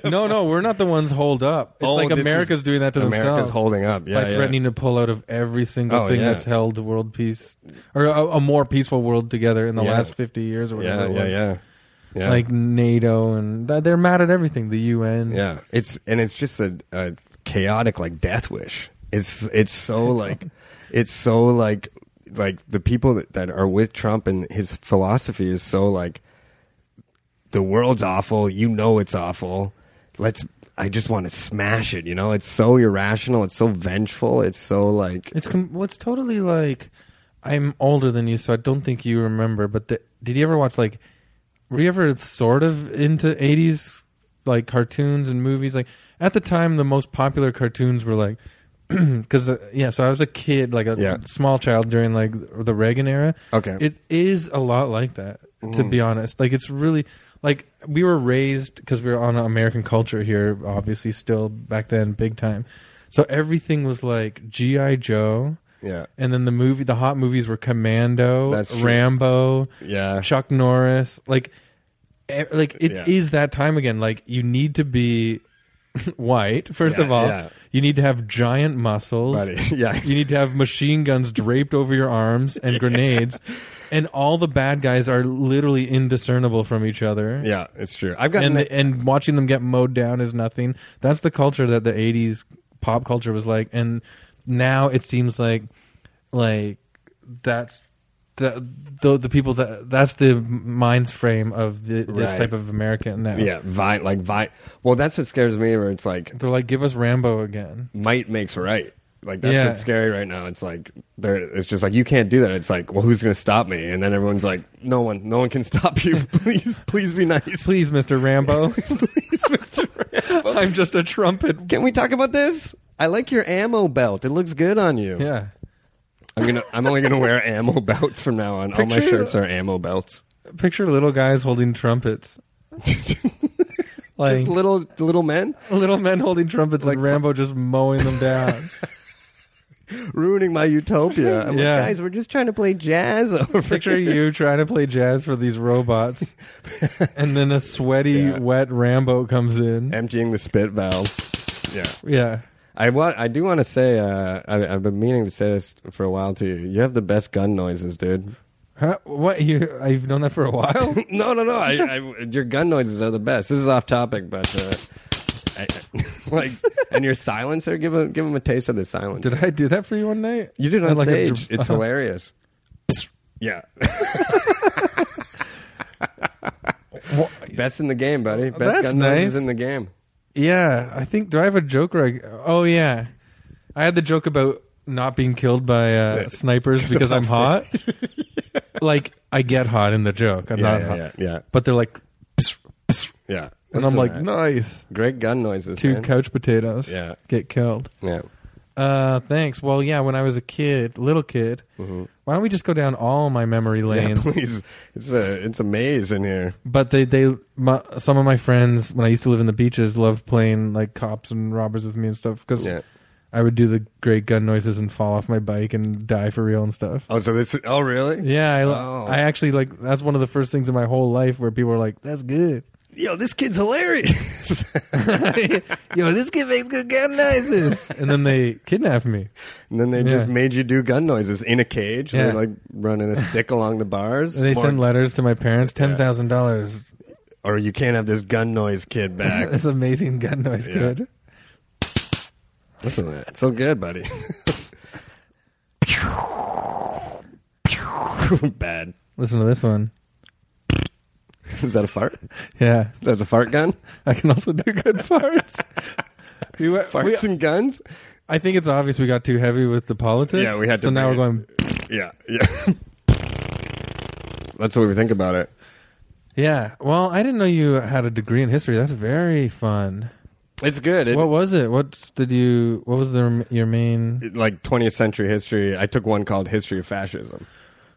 A: no, no, we're not the ones holed up. It's
B: Oh,
A: like
B: this is-
A: America's doing that to
B: America's
A: themselves.
B: holding up. Yeah,
A: by
B: yeah.
A: threatening to pull out of every single
B: Oh,
A: thing
B: yeah.
A: that's held world peace or a, a more peaceful world together in the
B: Yeah.
A: last 50 years or whatever
B: Yeah,
A: it
B: yeah,
A: was.
B: yeah. Yeah.
A: Like NATO and th- they're mad at everything, the UN.
B: Yeah, it's and it's just a, a chaotic like death wish. It's
A: [laughs]
B: it's so like it's so like like the people that, that are with Trump and his philosophy is so like the world's awful. You know it's awful. Let's. I just want to smash it. You know, it's so irrational. It's so vengeful. It's so like
A: It's com- what's totally like I'm older than you so I don't think you remember, but the, did you ever watch like were you ever sort of into 80s like cartoons and movies like at the time the most popular cartoons were like [clears throat] cuz yeah, so I was a kid like a
B: Yeah.
A: small child during like the Reagan era.
B: okay.
A: It is a lot like that, to
B: Mm.
A: be honest. Like it's really like we were raised because we were on American culture here, obviously still back then, big time. So everything was like GI Joe,
B: yeah,
A: and then the movie, the hot movies were Commando,
B: That's true.
A: Rambo,
B: yeah,
A: Chuck Norris. Like, e- like it is
B: Yeah.
A: that time again. Like you need to be [laughs] white first
B: Yeah,
A: of all.
B: yeah.
A: You need to have giant muscles.
B: buddy. [laughs] Yeah,
A: You need to have machine guns draped over your arms and grenades, and all the bad guys are literally indiscernible from each other.
B: yeah. It's true. I've gotten
A: And
B: that-
A: the, and watching them get mowed down is nothing. That's the culture that the '80s pop culture was like, and now it seems like like that's the the, the people that that's the mind's frame of the, this
B: Right.
A: type of American now.
B: yeah, vi- like vi- Well, that's what scares me. Where it's like
A: They're like, give us Rambo again.
B: might makes right. Like that's
A: Yeah.
B: what's scary right now. It's like there. It's just like you can't do that. It's like, well, who's going to stop me? And then everyone's like, no one, no one can [laughs] stop you. Please, please be nice.
A: Please, Mr.
B: [laughs]
A: Rambo.
B: Please, Mr. Rambo.
A: I'm just a trumpet.
B: Can we talk about this? I like your ammo belt. It looks good on you.
A: Yeah.
B: I'm gonna. I'm only gonna wear ammo [laughs] belts from now on. All my
A: Picture-
B: shirts are ammo belts.
A: Picture little guys holding [laughs] trumpets. like
B: Just little little men
A: little men holding trumpets
B: Like
A: and Rambo just mowing them down.
B: ruining
A: [laughs]
B: my utopia. I'm
A: Yeah.
B: like, guys, we're just trying to play jazz [laughs] over
A: Picture
B: here."
A: you trying to play jazz for these robots, and then a sweaty,
B: Yeah.
A: wet Rambo comes in.
B: emptying the spit valve. Yeah.
A: Yeah.
B: I want. I do want to say. Uh, I, I've been meaning to say this for a while to you. You have the best gun noises, dude.
A: Huh? What? You? I've known that for a while.
B: [laughs] no, no, no. I, I, your gun noises are the best. This is off topic, but uh, I, [laughs] I- like, and your silencer. Give him, give him a taste of the silencer.
A: Did I do that for you one night?
B: You did it
A: I
B: on
A: like a
B: stage.
A: dr- uh-huh.
B: it's hilarious.
A: [laughs]
B: Yeah,
A: Wha-
B: best in the game, buddy. Best
A: That's
B: gun noises
A: nice.
B: in
A: [laughs]
B: the game.
A: Yeah, I think. Do I have a joke? Or I, oh yeah, I had the joke about not being killed by uh,
B: Yeah.
A: snipers because I'm hot. Like I get hot in the joke. I'm
B: Yeah,
A: not
B: yeah,
A: hot,
B: yeah, yeah,
A: but they're like,
B: yeah.
A: Uh-huh. and
B: Listen
A: I'm
B: to
A: like,
B: that.
A: nice.
B: great gun noises.
A: Two
B: man.
A: couch potatoes.
B: Yeah.
A: get killed.
B: yeah. [laughs]
A: Uh, thanks. Well, yeah, when I was a kid, little kid, why don't we just go down all my memory
B: Mm-hmm. Yeah,
A: lanes?
B: please. It's a it's a maze in here.
A: but they they my, some of my friends when I used to live in the beaches loved playing like cops and robbers with me and stuff because
B: Yeah.
A: I would do the great gun noises and fall off my bike and die for real and stuff.
B: Oh, so this. Oh, really?
A: Yeah, I,
B: Oh.
A: I actually like that's one of the first things in my whole life where people are like, "That's good."
B: Yo, this kid's hilarious. [laughs]
A: Yo, this kid makes good gun noises, and then they kidnap me.
B: and then they
A: Yeah.
B: just made you do gun noises in a cage.
A: Yeah.
B: They're like running a stick along the bars.
A: And they
B: More-
A: send letters to my parents, ten thousand dollars.
B: or you can't have this gun noise kid
A: [laughs]
B: back.
A: That's amazing gun noise,
B: Yeah.
A: kid.
B: Listen to that. So good, buddy. [laughs] Bad.
A: Listen to this one.
B: Is that a fart?
A: Yeah,
B: That's a fart gun?
A: I can also do good farts. We went- we-
B: Farts and guns?
A: I think it's obvious we got too heavy with the politics.
B: Yeah, we had to
A: So now we're
B: bring
A: going.
B: Yeah, yeah. [laughs] That's what we think about it.
A: Yeah. Well, I didn't know you had a degree in history. That's very fun.
B: It's good. It,
A: what was it? What did you? What was the your main?
B: it- like 20th century history. I took one called History of Fascism.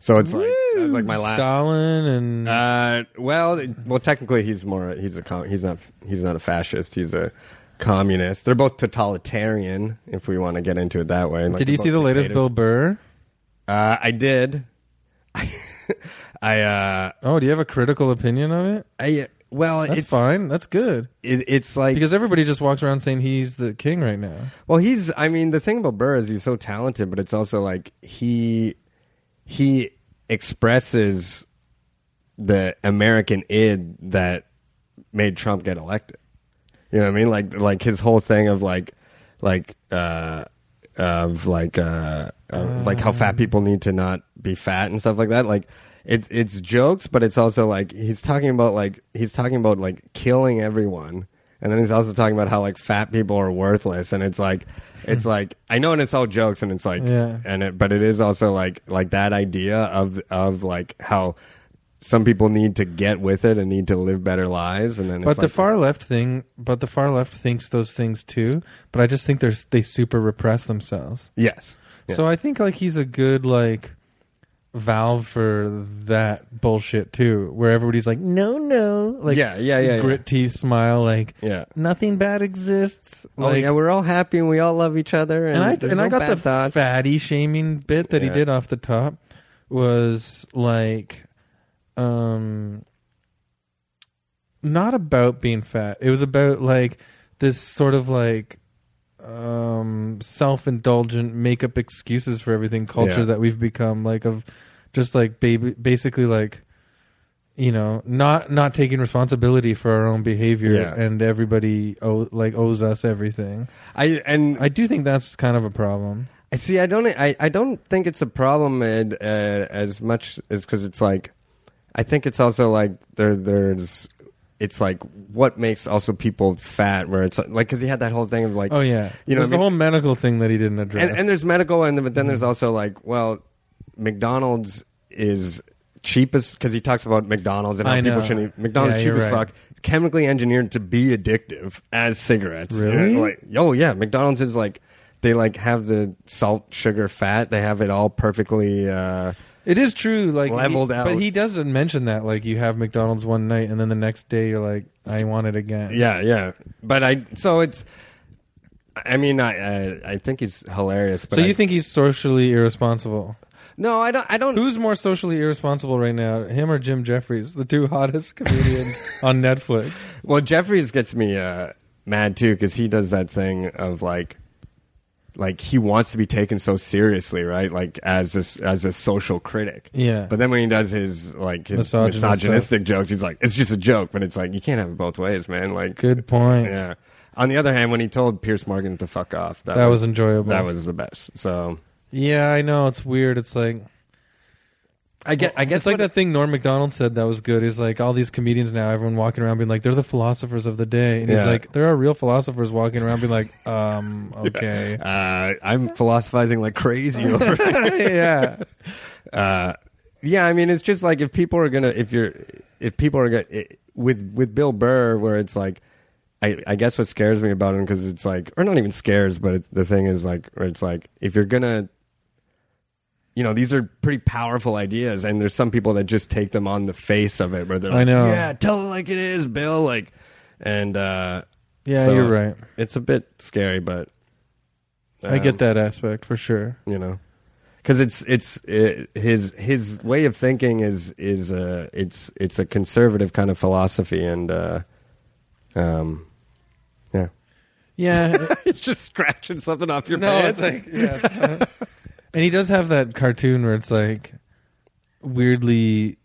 B: So it's like that was like my last
A: Stalin and
B: Uh, well, it- well, technically, he's more he's a com- he's not he's not a fascist. He's a communist. They're both totalitarian, if we want to get into it that way. Like,
A: did you
B: they're
A: see the
B: both
A: latest Bill
B: dictators.
A: Burr?
B: Uh, I did. [laughs] I uh,
A: Oh, do you have a critical opinion of it?
B: I well,
A: That's
B: it's
A: fine. That's good
B: It, it's like
A: because everybody just walks around saying he's the king right now.
B: Well, he's. I mean, the thing about Burr is he's so talented, but it's also like he he expresses the American id that made Trump get elected. You know what I mean? Like like his whole thing of like like uh of like uh, uh like how fat people need to not be fat and stuff like that. Like it it's jokes, but it's also like he's talking about like he's talking about like killing everyone. And then he's also talking about how like fat people are worthless, and it's like, it's like I know, and it's all jokes, and it's like,
A: Yeah.
B: and it, but it is also like like that idea of of like how some people need to get with it and need to live better lives, and then it's
A: But the
B: like-
A: far left thing, but the far left thinks those things too. But I just think they're they super repress themselves.
B: yes, Yeah.
A: So I think like he's a good like valve for that bullshit too, where everybody's like, no, no, like
B: yeah, yeah, yeah, yeah.
A: grit teeth smile, like
B: yeah.
A: nothing bad exists.
B: oh
A: like-
B: yeah, we're all happy and we all love each other, and,
A: and I
B: there's
A: and
B: no
A: I got
B: bad
A: the
B: thoughts.
A: fatty shaming bit that he
B: Yeah.
A: did off the top was like, um, not about being fat. It was about like this sort of like um self-indulgent make up excuses for everything culture
B: Yeah.
A: that we've become like of just like baby basically like you know not not taking responsibility for our own behavior
B: Yeah.
A: and everybody owe, like owes us everything
B: I and
A: I do think that's kind of a problem.
B: I see. I don't. I, I don't think it's a problem in, uh, as much as because it's like, I think it's also like there. There's it's like what makes also people fat where it's like because he had that whole thing of like
A: Oh yeah,
B: you
A: there's
B: know what I
A: the
B: mean?
A: whole medical thing that he didn't address.
B: and, and there's medical and
A: Mm-hmm.
B: but then there's also like well mcdonald's is cheapest because he talks about mcdonald's and how
A: I
B: people
A: know.
B: shouldn't eat mcdonald's
A: Yeah,
B: cheap
A: you're
B: as
A: right.
B: fuck chemically engineered to be addictive as cigarettes You know,
A: Really?
B: like oh yeah mcdonald's is like they like have the salt sugar fat they have it all perfectly uh
A: it is true, like he-
B: Leveled out.
A: But he doesn't mention that. Like you have McDonald's one night, and then the next day you're like, I want it again.
B: yeah yeah but i so it's i mean i i, I think he's hilarious but
A: So
B: I-
A: you think he's socially irresponsible?
B: no i don't i don't
A: Who's more socially irresponsible right now, him or Jim Jeffries, the two hottest [laughs] comedians on Netflix?
B: Well, Jeffries gets me uh, mad too because he does that thing of like, like he wants to be taken so seriously, right? Like as a, as a social critic.
A: Yeah,
B: But then when he does his like his
A: Misogynist stuff.
B: misogynistic jokes, he's like, it's just a joke. But it's like you can't have it both ways, man. Like,
A: good point.
B: yeah. On the other hand, when he told Pierce Morgan to fuck off, that,
A: That was enjoyable.
B: That was the best. So
A: Yeah, I know it's weird. It's like
B: I get, I guess
A: it's like
B: what
A: that thing Norm Macdonald said that was good. Is like all these comedians now, everyone walking around being like, they're the philosophers of the day, and he's
B: Yeah.
A: like, there are real philosophers walking around being like,
B: [laughs]
A: um, okay,
B: Uh, I'm philosophizing like [laughs] crazy over
A: yeah,
B: uh, yeah, I mean, it's just like if people are gonna, if you're, if people are gonna, it, with with Bill Burr, where it's like, I, I guess what scares me about him because it's like, or not even scares, but it, the thing is like, where it's like, if you're gonna, you know, these are pretty powerful ideas, and there's some people that just take them on the face of it, where they're
A: I
B: like,
A: know.
B: yeah, tell it like it is, Bill, like, and uh,
A: yeah,
B: so
A: you're right.
B: It's a bit scary, but
A: I
B: um,
A: get that aspect for sure.
B: you know because it's it's uh his his way of thinking is is uh it's it's a conservative kind of philosophy and uh um yeah
A: Yeah,
B: [laughs] it's just scratching something off your
A: no, it's like, yeah. and he does have that cartoon where it's like weirdly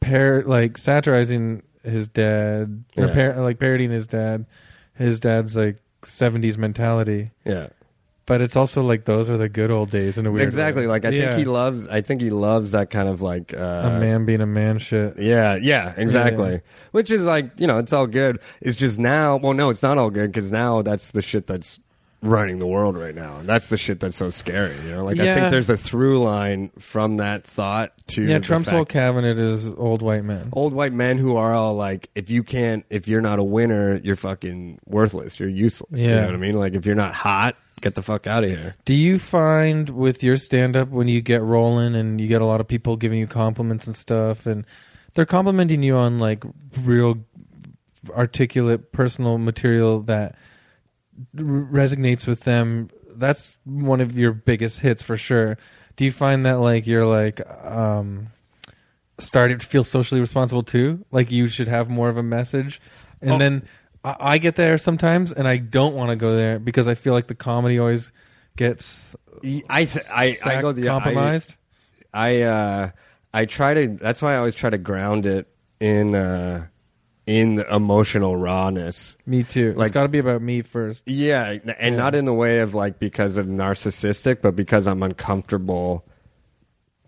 A: par like satirizing his dad, or
B: Yeah.
A: par- like parodying his dad. His dad's like '70s mentality.
B: yeah
A: But it's also like those are the good old days in a weird
B: exactly
A: way.
B: like i
A: Yeah.
B: think he loves i think he loves that kind of like uh
A: a man being a man shit.
B: Yeah, yeah, exactly.
A: Yeah.
B: Which is like, you know, it's all good. It's just now, well, no, it's not all good because now that's the shit that's running the world right now. And that's the shit that's so scary, you know? Like, I
A: Yeah.
B: think there's a through line from that thought to.
A: Yeah,
B: the
A: Trump's
B: fact-
A: whole cabinet is old white men.
B: Old white men who are all like, if you can't, if you're not a winner, you're fucking worthless. You're useless. You
A: Yeah.
B: know what I mean? Like, if you're not hot, get the fuck out of here.
A: Do you find with your stand up when you get rolling and you get a lot of people giving you compliments and stuff and they're complimenting you on like real articulate personal material that r- resonates with them that's one of your biggest hits for sure do you find that like you're like um starting to feel socially responsible too like you should have more of a message and
B: Oh.
A: then I, I get there sometimes and i don't want to go there because i feel like the comedy always gets
B: I, th- I, I
A: sac-
B: go the I-
A: compromised
B: I uh, I try to. That's why I always try to ground it in uh, in the emotional rawness.
A: me too it's
B: like-
A: got to be about me first
B: Yeah, and not in the way of like because of narcissistic, but because I'm uncomfortable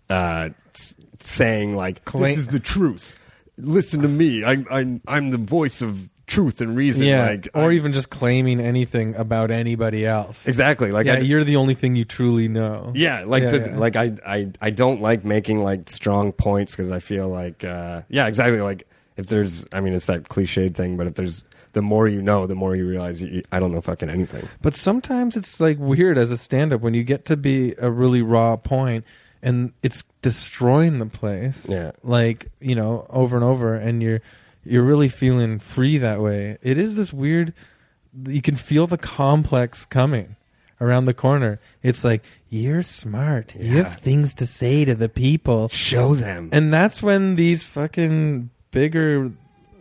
B: uh, s- saying like
A: Claim-
B: this is the truth. Listen to me. I'm I'm I'm the voice of truth and reason.
A: yeah
B: like,
A: or e-
B: I'm-
A: even just claiming anything about anybody else
B: exactly like
A: yeah,
B: I,
A: you're the only thing you truly know.
B: Yeah, like
A: Yeah,
B: the,
A: yeah.
B: like I, I I don't like making like strong points because I feel like uh, yeah exactly like if there's I mean it's that cliched thing but if there's the more you know the more you realize you, you- I don't know fucking anything.
A: But sometimes it's like weird as a stand up when you get to be a really raw point and it's destroying the place.
B: Yeah.
A: Like, you know, over and over and you're you're really feeling free that way. It is this weird you can feel the complex coming around the corner. It's like you're smart. You
B: Yeah.
A: have things to say to the people.
B: Show them.
A: And that's when these fucking bigger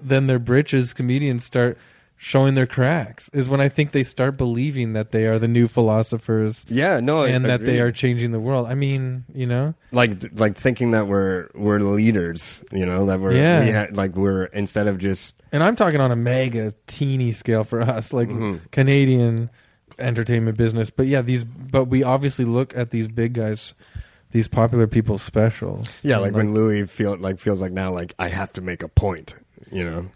A: than their britches comedians start showing their cracks. Is when I think they start believing that they are the new philosophers
B: yeah, no, Oh, I
A: and that they
B: agree.
A: are changing the world. I mean, you know,
B: like th- like thinking that we're we're leaders, you know, that we're
A: Yeah.
B: we ha- like we're instead of just
A: and I'm talking on a mega teeny scale for us, like
B: Mm-hmm.
A: Canadian entertainment business. But yeah, these but we obviously look at these big guys, these popular people's specials.
B: yeah,
A: And,
B: like when Louis feel like feels like now like I have to make a point, you know.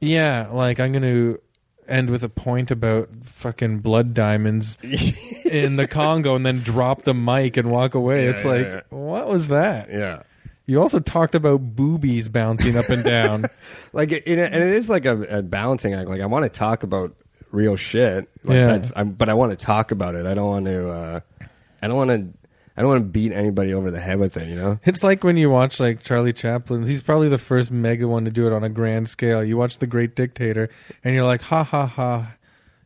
A: Yeah, like I'm going to end with a point about fucking blood
B: [laughs]
A: diamonds in the Congo and then drop the mic and walk away.
B: Yeah,
A: it's
B: yeah,
A: like,
B: yeah.
A: what was that?
B: Yeah.
A: You also talked about boobies bouncing up and
B: [laughs]
A: down.
B: like it, it, and it is like a, a balancing act. Like I want to talk about real shit, like
A: Yeah.
B: that's, I'm, but I want to talk about it. I don't want to. Uh, I don't want to. I don't want to beat anybody over the head with it. You know?
A: it's like when you watch like Charlie Chaplin. He's probably the first mega one to do it on a grand scale. You watch The Great Dictator and you're like, ha ha ha.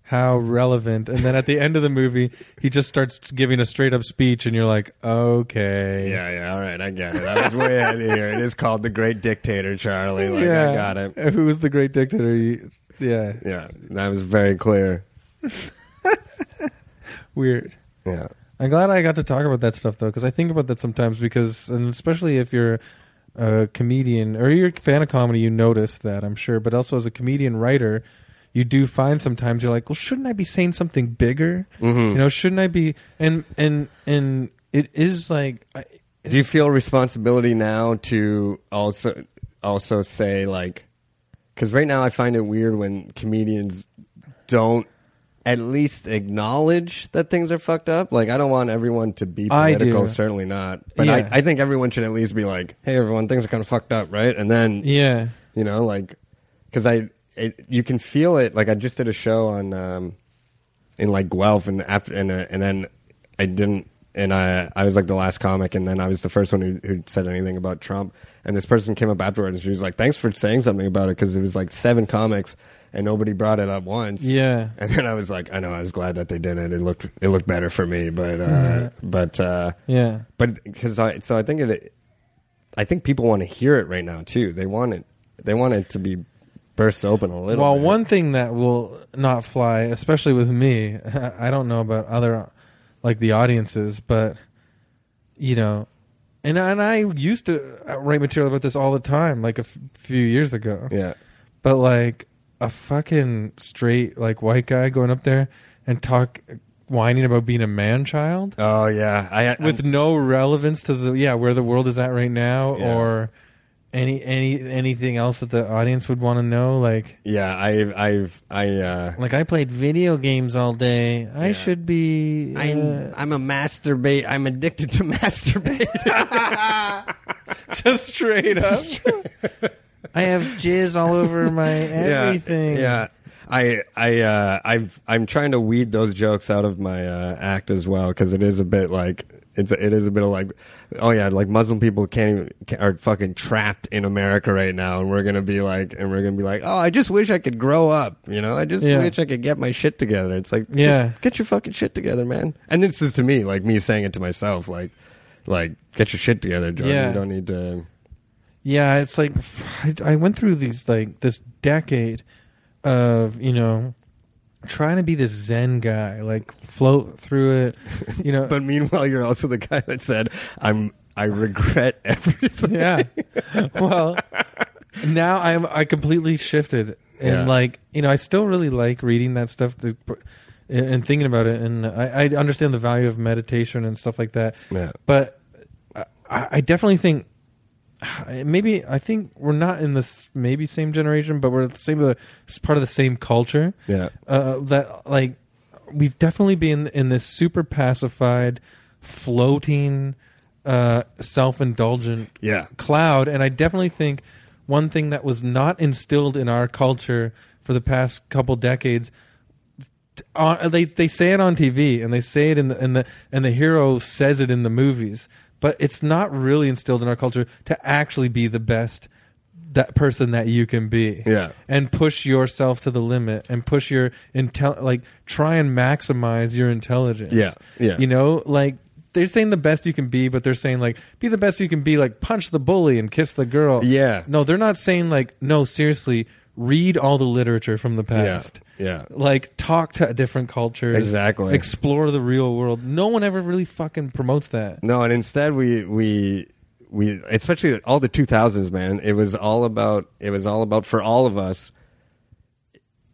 A: How relevant. And then at the end of the movie, he just starts giving a straight up speech, and you're like, okay.
B: Yeah, yeah. All right, I get it. I was way out of here. It is called the Great Dictator, Charlie. Like I got it.
A: Who was the great dictator? You, yeah,
B: Yeah, that was very clear.
A: weird.
B: Yeah.
A: I'm glad I got to talk about that stuff though, because I think about that sometimes. Because and especially if you're a comedian or you're a fan of comedy, you notice that I'm sure. But also as a comedian writer, you do find sometimes you're like, well, shouldn't I be saying something bigger?
B: Mhm.
A: You know, shouldn't I be? And and and it is like, I,
B: Do you feel responsibility now to also also say like cuz right now I find it weird when comedians don't at least acknowledge that things are fucked up. Like I don't want everyone to be
A: I do.
B: political, certainly not. But
A: Yeah.
B: I, I think everyone should at least be like, "Hey everyone, things are kind of fucked up, right?" And then
A: yeah,
B: you know like because i it, you can feel it like i just did a show on um in like guelph and after and, uh, and then i didn't and I, I was like the last comic, and then I was the first one who, who said anything about Trump. And this person came up afterwards, and she was like, "Thanks for saying something about it," because it was like seven comics, and nobody brought it up once.
A: yeah.
B: And then I was like, "I know, I was glad that they did it. It looked it looked better for me." But uh, but uh,
A: Yeah.
B: but because I so I think it, I think people want to hear it right now too. They want it. They want it to be burst open a little.
A: Well,
B: bit.
A: one thing that will not fly, especially with me, [laughs] I don't know about other, like the audiences, but you know, and and I used to write material about this all the time, like a f- few years ago.
B: Yeah.
A: But like a fucking straight like white guy going up there and talk whining about being a man child
B: Oh yeah. I I'm-
A: with no relevance to the yeah where the world is at right now
B: Yeah.
A: or any any anything else that the audience would want to know like
B: yeah. I've I've I. Uh,
A: like I played video games all day. I
B: Yeah.
A: should be. uh,
B: I'm I'm a masturbate. I'm addicted to [laughs] masturbate.
A: [laughs] [laughs] just straight up. I have jizz all over my
C: [laughs]
A: everything.
B: [laughs] Yeah. I I uh, I've I'm trying to weed those jokes out of my uh, act as well because it is a bit like it's it is a bit of like oh yeah like Muslim people can't even ca- are fucking trapped in America right now and we're gonna be like and we're gonna be like oh I just wish I could grow up you know I just
A: Yeah.
B: wish I could get my shit together it's like get-
A: Yeah.
B: get, your fucking shit together man and this is to me like me saying it to myself like like get your shit together Jordan
A: Yeah.
B: you don't need to
A: Yeah, it's like I, I went through these like this decade of you know trying to be this Zen guy, like float through it. You [laughs] know,
B: [laughs] but meanwhile you're also the guy that said I'm I regret [laughs]
A: [laughs]
B: everything
A: yeah. Well, now I'm I completely shifted and
B: Yeah.
A: like you know I still really like reading that stuff the- and and thinking about it and I, I understand the value of meditation and stuff like that.
B: yeah.
A: But I, I definitely think maybe I think we're not in this maybe same generation, but we're the same the part of the same culture
B: Yeah.
A: uh, that like we've definitely been in this super pacified, floating, uh, self-indulgent
B: Yeah.
A: cloud, and I definitely think one thing that was not instilled in our culture for the past couple decades. t- On, they they say it on TV and they say it in the in the and the hero says it in the movies, but it's not really instilled in our culture to actually be the best that person that you can be
B: Yeah.
A: and push yourself to the limit and push your intel like try and maximize your intelligence.
B: Yeah, yeah.
A: You know, like they're saying the best you can be, but they're saying like be the best you can be, like punch the bully and kiss the girl.
B: Yeah.
A: No, they're not saying like no, seriously, read all the literature from the past.
B: Yeah.
A: Like talk to different cultures.
B: Exactly.
A: Explore the real world. No one ever really fucking promotes that.
B: No, and instead we we we especially all the 2000s, man. It was all about it was all about for all of us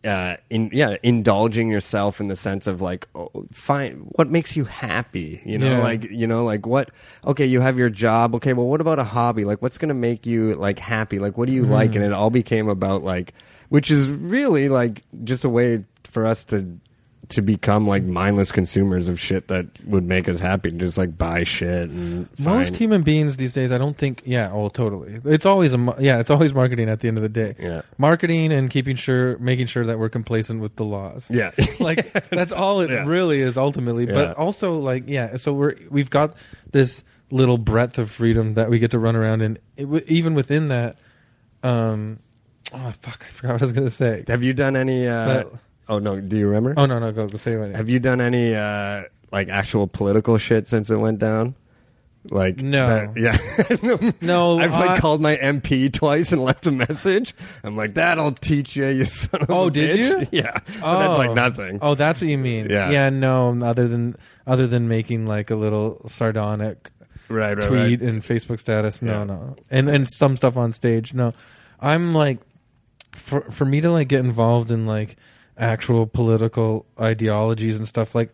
B: uh in yeah, indulging yourself in the sense of like oh, fine what makes you happy, you
A: Yeah.
B: know, like you know, like what okay, you have your job. Okay,
A: Hmm.
B: well what about a hobby? Like what's going to make you like happy? Like what do you like? And it all became about like which is really like just a way for us to to become like mindless consumers of shit that would make us happy and just like buy shit and
A: Most
B: find-
A: human beings these days, I don't think. Yeah, oh, totally. It's always a mar- yeah. It's always marketing at the end of the day.
B: Yeah.
A: marketing and keeping sure, making sure that we're complacent with the laws.
B: yeah
A: [laughs]
B: [laughs]
A: like that's all it
B: Yeah.
A: really is ultimately.
B: Yeah.
A: But also, like, yeah. So we're we've got this little breadth of freedom that we get to run around in. It, w- even within that, um, oh fuck, I forgot what I was gonna say.
B: have you done any uh,
A: But-
B: oh no do you remember
A: Oh no, no, go, go say it.
B: Have you done any uh, like actual political shit since it went down? Like
A: No.
B: that- yeah, [laughs]
A: No,
B: I've like
A: uh,
B: called my MP twice and left a message. I'm like, that'll teach you, [laughs] you son of
A: Oh,
B: a
A: did
B: bitch." [laughs] Yeah, but that's like nothing.
A: Oh, that's what you mean.
B: Yeah.
A: yeah. No, other than other than making like a little sardonic
B: right, right,
A: tweet
B: right.
A: and Facebook status. No,
B: Yeah.
A: no, and and some stuff on stage. No, I'm like, for for me to like get involved in like actual political ideologies and stuff. Like,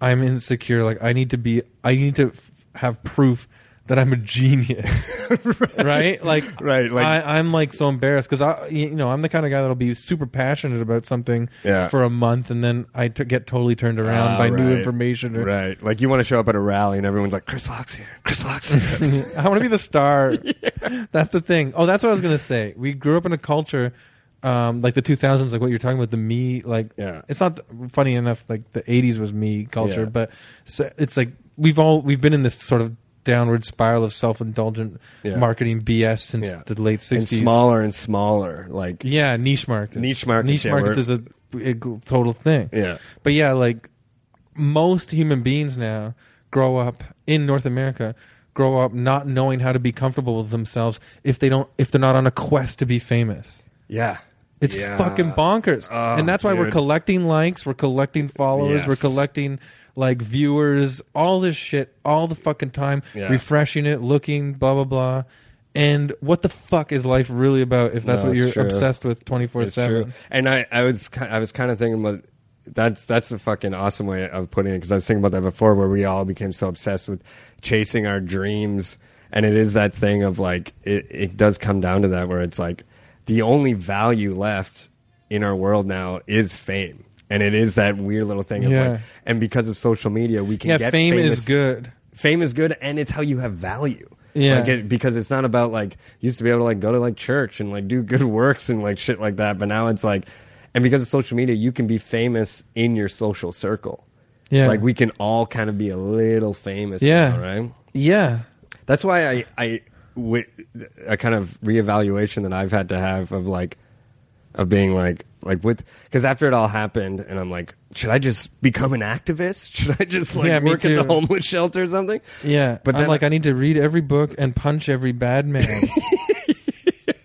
A: I'm insecure. Like, I need to be. I need to f- have proof that I'm a
B: [laughs]
A: genius, right. Like,
B: Right, like-
A: I, I'm like so embarrassed because I, you know, I'm the kind of guy that'll be super passionate about something
B: Yeah.
A: for a month and then I t- get totally turned around
B: Ah,
A: by new
B: right,
A: information. Or,
B: Right, like you want to show up at a rally and everyone's like, "Chris Locke's here, Chris Locke's
A: [laughs]
B: here."
A: I want to be the star. That's the thing. Oh, that's what I was gonna say. We grew up in a culture, um, like the 2000s, like what you're talking about, the me. Like,
B: Yeah.
A: it's not th- funny enough. Like the 80s was me culture,
B: Yeah.
A: but so it's like we've all we've been in this sort of downward spiral of self-indulgent
B: Yeah.
A: marketing BS since
B: Yeah.
A: the late 60s.
B: [laughs] and smaller and smaller, like
A: yeah, niche markets.
B: Niche markets,
A: Niche
B: yeah,
A: markets
B: we're-
A: is a, a gl- total thing.
B: yeah,
A: But yeah, like most human beings now grow up in North America, grow up not knowing how to be comfortable with themselves if they don't if they're not on a quest to be famous.
B: yeah.
A: It's
B: Yeah.
A: fucking bonkers.
B: Oh,
A: and that's why we're
B: dude.
A: collecting likes, we're collecting followers,
B: Yes.
A: we're collecting like viewers, all this shit all the fucking time,
B: Yeah.
A: refreshing it, looking blah blah blah. And what the fuck is life really about if that's
B: No,
A: what
B: it's
A: you're
B: true.
A: obsessed with 24/7?
B: It's true. And I, I was, ki- I was kind of thinking about that's that's a fucking awesome way of putting it because I was thinking about that before, where we all became so obsessed with chasing our dreams, and it is that thing of like it, it does come down to that where it's like the only value left in our world now is fame. And it is that weird little thing of
A: Yeah.
B: like, and because of social media, we can
A: Yeah,
B: get
A: fame is
B: famous-
A: good.
B: fame is good and it's how you have value.
A: Yeah.
B: Like it, because it's not about like you used to be able to like go to like church and like do good [laughs] works and like shit like that, but now it's like and because of social media, you can be famous in your social circle.
A: Yeah.
B: Like we can all kind of be a little famous
A: Yeah.
B: now, right?
A: Yeah.
B: That's why I I wi- a kind of reevaluation that I've had to have of like of being like like with because after it all happened and I'm like should I just become an activist? [laughs] Should I just like
A: Yeah, me
B: work at the
A: too.
B: homeless shelter or something?
A: Yeah,
B: But
A: but
B: then-
A: I'm like, I need to read every book and punch every bad
B: [laughs]
A: man.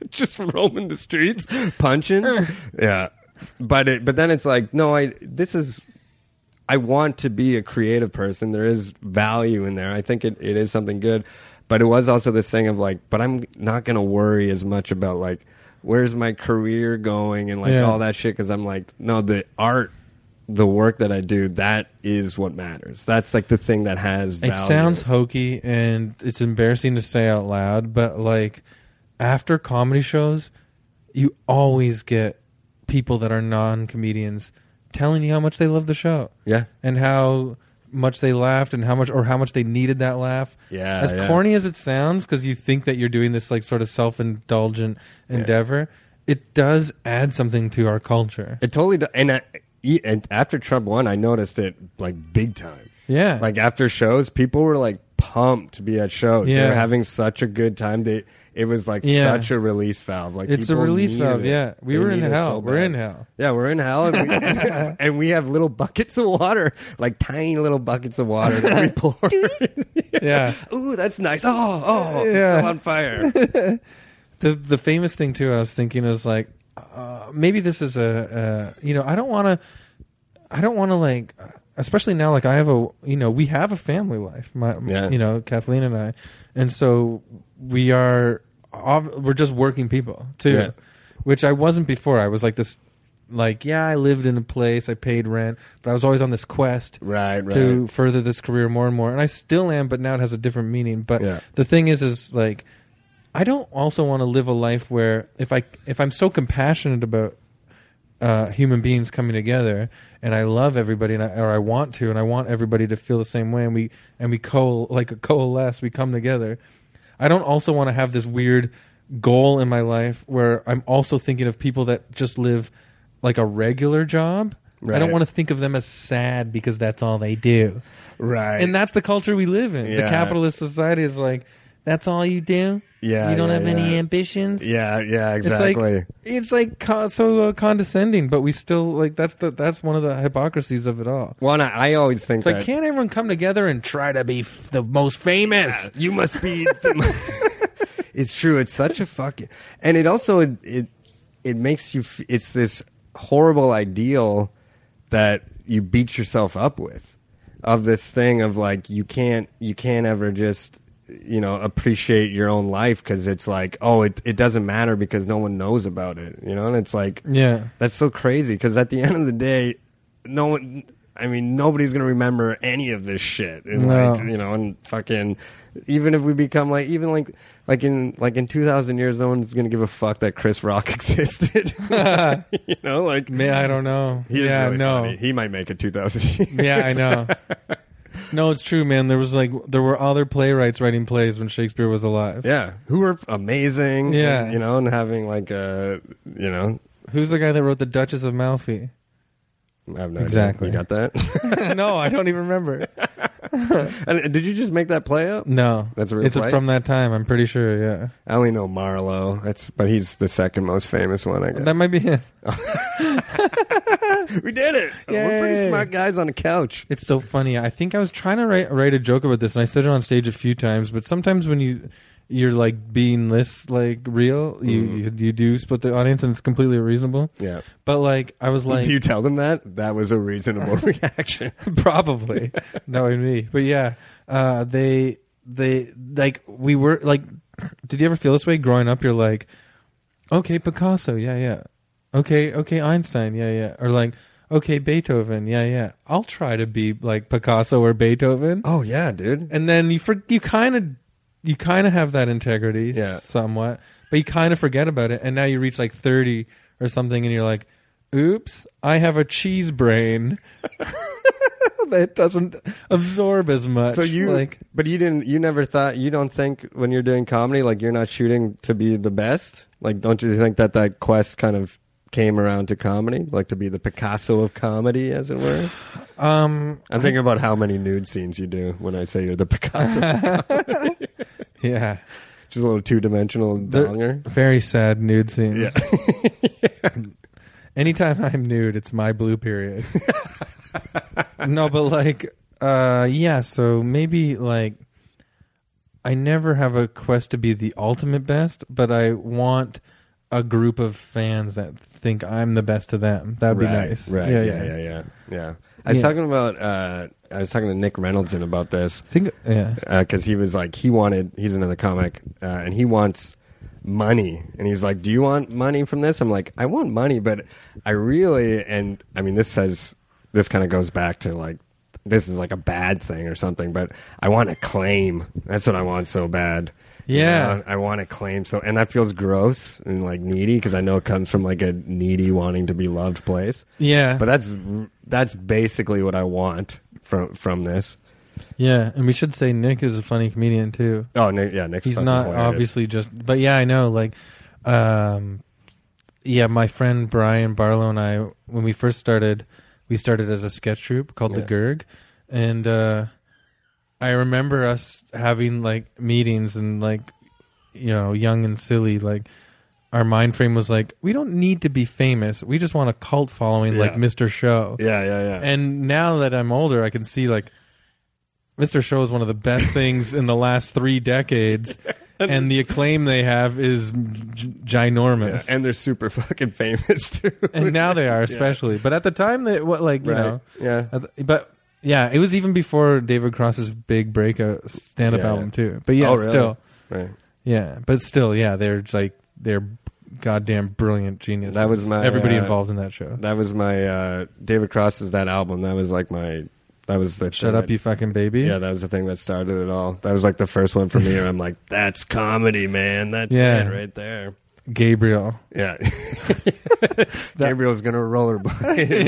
B: just roaming the streets,
A: [laughs]
B: punching. yeah, but it, but then it's like, no, I this is. I want to be a creative person. There is value in there. I think it, it is something good, but it was also this thing of like, but I'm not going to worry as much about like where's my career going and like
A: Yeah.
B: all that shit because I'm like, no, the art, the work that I do, that is what matters. That's like the thing that has
A: it
B: value.
A: sounds hokey and it's embarrassing to say out loud, but like after comedy shows, you always get people that are non comedians telling you how much they love the show
B: yeah.
A: and how much they laughed and how much or how much they needed that laugh.
B: Yeah,
A: As
B: yeah.
A: corny as it sounds, because you think that you're doing this like sort of self indulgent endeavor, it does add something to our culture.
B: It totally do- and I, e- and after Trump won, I noticed it like big time.
A: Yeah.
B: like after shows, people were like pumped to be at shows. They
A: Yeah.
B: were having such a good time. They it was like
A: Yeah.
B: such a release valve. Like
A: It's a
B: people
A: release
B: needed
A: valve,
B: it.
A: yeah. We
B: They
A: were in
B: needed it
A: hell.
B: so
A: We're
B: bad.
A: in hell.
B: Yeah, we're in hell, and we,
A: [laughs]
B: and we have little buckets of water, like tiny little buckets of water that we pour.
A: Yeah.
B: [laughs] Ooh, that's nice. Oh, oh,
A: Yeah.
B: I'm on fire.
A: the the famous thing too i was thinking is like uh, maybe this is a uh, you know i don't want to i don't want to like especially now like i have a you know we have a family life my
B: Yeah.
A: you know kathleen and i and so we are ob- we're just working people too
B: Yeah.
A: which i wasn't before i was like this like yeah i lived in a place i paid rent but i was always on this quest
B: Right, right.
A: to further this career more and more and i still am but now it has a different meaning but
B: Yeah.
A: the thing is is like i don't also want to live a life where if i if i'm so compassionate about uh, human beings coming together, and I love everybody, and I, or I want to, and I want everybody to feel the same way, and we and we coal like coalesce, we come together. I don't also want to have this weird goal in my life where I'm also thinking of people that just live like a regular job. I don't
B: Right.
A: want to think of them as sad because that's all they do.
B: Right.
A: And that's the culture we live in. The
B: Yeah.
A: capitalist society is like, that's all you do.
B: Yeah,
A: you don't
B: yeah,
A: have any
B: yeah.
A: ambitions.
B: yeah, yeah,
A: It's
B: exactly.
A: like it's like co- so uh, condescending, but we still like that's the that's one of the hypocrisies of it all.
B: well, and I, I always think
A: It's like,
B: that
A: can't everyone come together and try to be f- the most famous?
B: [laughs] you must be. [laughs] it's true. It's such a fucking, and it also it it, it makes you. f- It's this horrible ideal that you beat yourself up with of this thing of like you can't you can't ever just you know appreciate your own life because it's like oh it, it doesn't matter because no one knows about it you know and it's like
A: Yeah.
B: that's so crazy because at the end of the day, no one. I mean, nobody's gonna remember any of this shit, and
A: No.
B: like you know, and fucking. Even if we become like, even like, like in like in two thousand years, no one's gonna give a fuck that Chris Rock
A: [laughs]
B: [laughs] existed. you know, like
A: Man, I don't know.
B: he is
A: yeah,
B: really
A: no.
B: funny. [laughs] He might make it two thousand.
A: Yeah, I know. no, it's true, man. There was like there were other playwrights writing plays when Shakespeare was alive.
B: [laughs] yeah, who are amazing.
A: Yeah.
B: and, you know, and having like uh you know,
A: Who's the guy that wrote The Duchess of Malfi?
B: I have no idea.
A: Exactly.
B: You got that?
A: [laughs] no, I don't even
C: [laughs]
A: remember.
B: and did you just make that play up?
A: No,
B: That's a real
A: it's
B: play?
A: from that time. I'm pretty sure. Yeah,
B: I only know Marlowe. That's but he's the second most famous one. I guess
A: that might be it.
B: We did it. We're pretty
A: Yay.
B: smart guys on a couch.
A: It's so funny. I think I was trying to write, write a joke about this, and I said it on stage a few times. But sometimes when you you're like being less like real, you you,
B: Mm.
A: you do split the audience, and it's completely reasonable.
B: Yeah.
A: But like I was like
B: Do you tell them that? That was a
A: [laughs]
B: reasonable reaction.
A: probably knowing me, but yeah, uh, they they like we were like. Did you ever feel this way growing up? You're like, okay, Picasso, yeah, yeah, okay, okay, Einstein, yeah, yeah, or like. Okay, Beethoven. Yeah, yeah. I'll try to be like Picasso or Beethoven.
B: Oh yeah, dude.
A: and then you for, you kind of you kind of have that integrity
B: Yeah.
A: somewhat but you kind of forget about it and now you reach like 30 or something and you're like oops i have a cheese brain [laughs] that doesn't absorb as much
B: So you
A: like
B: but you didn't you never thought you don't think when you're doing comedy like you're not shooting to be the best? Like don't you think that that quest kind of came around to comedy, like to be the Picasso of comedy as it were?
A: um
B: I'm thinking about how many nude scenes you do when I say you're
A: [laughs]
B: the Picasso.
A: yeah
B: Just a little two-dimensional
A: There-
B: donger.
A: very sad nude scenes [laughs]
B: Yeah.
A: anytime i'm nude it's my blue period [laughs] no but like uh yeah so maybe like i never have a quest to be the ultimate best but i want a group of fans that think i'm the best to them that'd be
B: right,
A: nice
B: Right. Yeah. Yeah. Yeah. Yeah. I was
A: Yeah.
B: talking about. Uh, I was talking to Nick Reynolds in about this
A: think yeah
B: because he was like he wanted. He's another comic, uh, and he wants money. And he's like, "Do you want money from this?" I'm like, "I want money, but I really and I mean this says this kind of goes back to like." This is like a bad thing or something, but I want acclaim. That's what I want so bad. You
A: Yeah.
B: know, I want acclaim so, and that feels gross and like needy because I know it comes from like a needy wanting to be loved place.
A: yeah
B: [laughs] But that's that's basically what I want from from this.
A: yeah and we should say nick is a funny comedian too
B: Oh, Nick, yeah, Nick's
A: he's
B: fucking
A: not
B: hilarious.
A: obviously just but yeah i know like um yeah my friend brian barlow and i when we first started we started as a sketch troupe called the
B: Yeah.
A: gurg and uh i remember us having like meetings and like you know young and silly like our mind frame was like we don't need to be famous we just want a cult following like
B: Yeah.
A: mr show
B: Yeah, yeah, yeah.
A: [laughs] and now that I'm older, I can see like Mr. Show is one of the best [laughs] things in the last three
B: [laughs]
A: decades, and the acclaim they have is g-
B: Yeah,
A: ginormous.
B: and they're super fucking famous [laughs] too.
A: and, now they
B: [laughs]
A: are especially, but at the time that what like you
B: Right.
A: know,
B: yeah.
A: at the- but yeah, it was even before David Cross's big breakout stand-up
B: Yeah, yeah.
A: album too. But yeah,
B: Oh, really?
A: still,
B: Right.
A: yeah, but still, yeah, they're like they're goddamn brilliant genius.
B: That was my
A: everybody
B: uh,
A: involved in that show.
B: That was my uh, David Cross's that album. That was like my that was the
A: Shut
B: thing
A: up,
B: that-
A: you fucking baby.
B: Yeah, that was the thing that started
A: [laughs]
B: it all. That was like the first one for me. and I'm like, that's comedy, man. That's
A: Yeah.
B: it right there.
A: Gabriel. [laughs]
B: Yeah. Gabriel's going to rollerblade.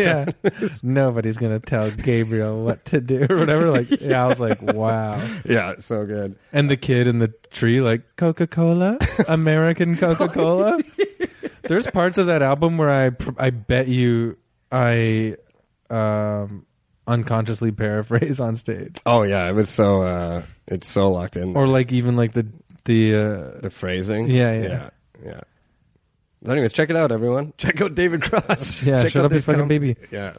B: [laughs]
A: [laughs] yeah. Nobody's going to tell Gabriel what to do or whatever. Like, [laughs] yeah, I was like, wow.
B: yeah, so good.
A: And the kid in the tree, like, Coca Cola, [laughs] American Coca Cola. There's parts of that album where I, pr- I bet you I um, unconsciously paraphrase on stage.
B: Oh, yeah. It was so, uh, it's so locked in.
A: Or like even like the, the, uh,
B: the phrasing.
A: Yeah, yeah.
B: Yeah. yeah. So anyways, check it out, everyone. [laughs] Check out David [laughs] Cross.
A: yeah,
B: check
A: shut
B: out
A: up, you
B: this
A: fucking
B: com-
A: baby.
B: Yeah.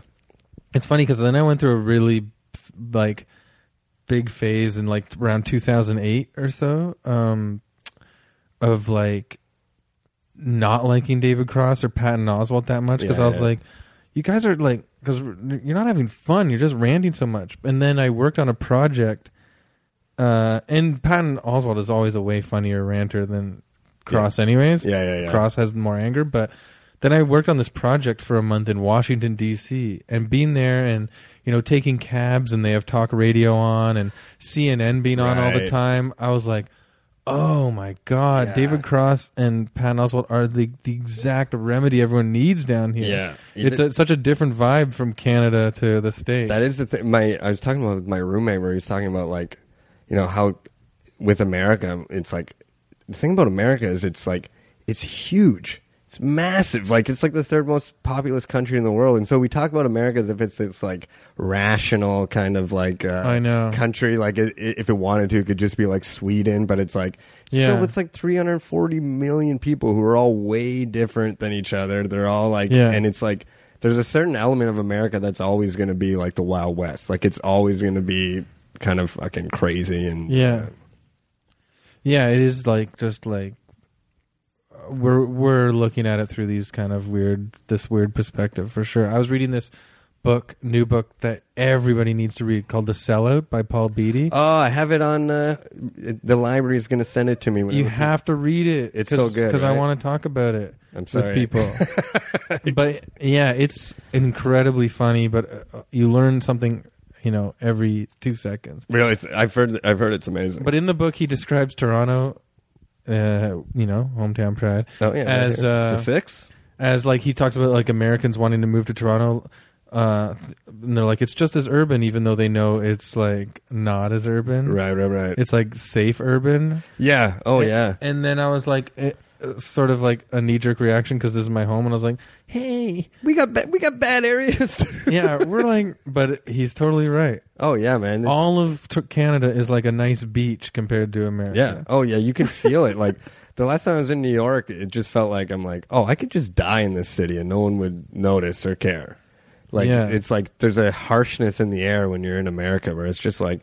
A: It's funny because then I went through a really like big phase in like around 2008 or so um, of like not liking David Cross or Patton Oswalt that much because
B: Yeah,
A: I was
B: yeah.
A: like, you guys are like, because you're not having fun, you're just ranting so much. And then I worked on a project, uh, and Patton Oswalt is always a way funnier ranter than Cross, anyways.
B: Yeah, yeah, yeah.
A: Cross has more anger, but then I worked on this project for a month in Washington D.C. and being there and you know taking cabs and they have talk radio on and CNN being on all the
B: Right.
A: time. I was like, oh my god,
B: Yeah.
A: David Cross and Pat Oswald are the the exact remedy everyone needs down here.
B: Yeah. You
A: it's
B: did-
A: a, such a different vibe from Canada to the states.
B: That is the thing. My I was talking about with my roommate where he's talking about like, you know how with America it's like the thing about America is it's like it's huge, it's massive. Like it's like the third most populous country in the world, and so we talk about America as if it's this like rational kind of like uh,
A: I know.
B: country. Like it, it, if it wanted to, it could just be like Sweden, but it's like
A: Yeah.
B: still with like 340 million people who are all way different than each other. They're all like,
A: Yeah.
B: and it's like there's a certain element of America that's always going to be like the Wild West. Like it's always going to be kind of fucking crazy and
A: Yeah. Yeah, it is like just like uh, we're we're looking at it through these kind of weird this weird perspective for sure. I was reading this book, new book that everybody needs to read called The Sellout by Paul Beatty.
B: Oh, I have it on. Uh, the library is going to send it to me. When
A: you
B: I'm-
A: have to read it.
B: It's so good,
A: because I
B: right?
A: want to talk about it
B: I'm sorry.
A: with
B: [laughs]
A: people. but yeah, it's incredibly funny. But uh, you learn something, you know, every two seconds.
B: Really, it's, I've heard. I've heard it's amazing.
A: But in the book, he describes Toronto, uh, you know, hometown pride,
B: oh yeah, right
A: as,
B: here.
A: uh,
B: the six.
A: as like he talks about like Americans wanting to move to Toronto, uh, th- and they're like it's just as urban, even though they know it's like not as urban.
B: Right, right, right.
A: It's like safe urban.
B: yeah. Oh
A: And-
B: yeah.
A: And then I was like, it, uh, sort of like a knee jerk reaction because this is my home, and I was like,
B: [laughs]
A: hey,
B: We got ba- we got bad areas.
A: yeah, we're like, but he's totally right.
B: [laughs] oh yeah, man. It's-
A: All of t- Canada is like a nice beach compared to America.
B: Yeah. Oh yeah, you can feel it. Like [laughs] the last time I was in New York, it just felt like I'm like, oh, I could just die in this city and no one would notice or care. Like
A: Yeah.
B: it's like there's a harshness in the air when you're in America where it's just like,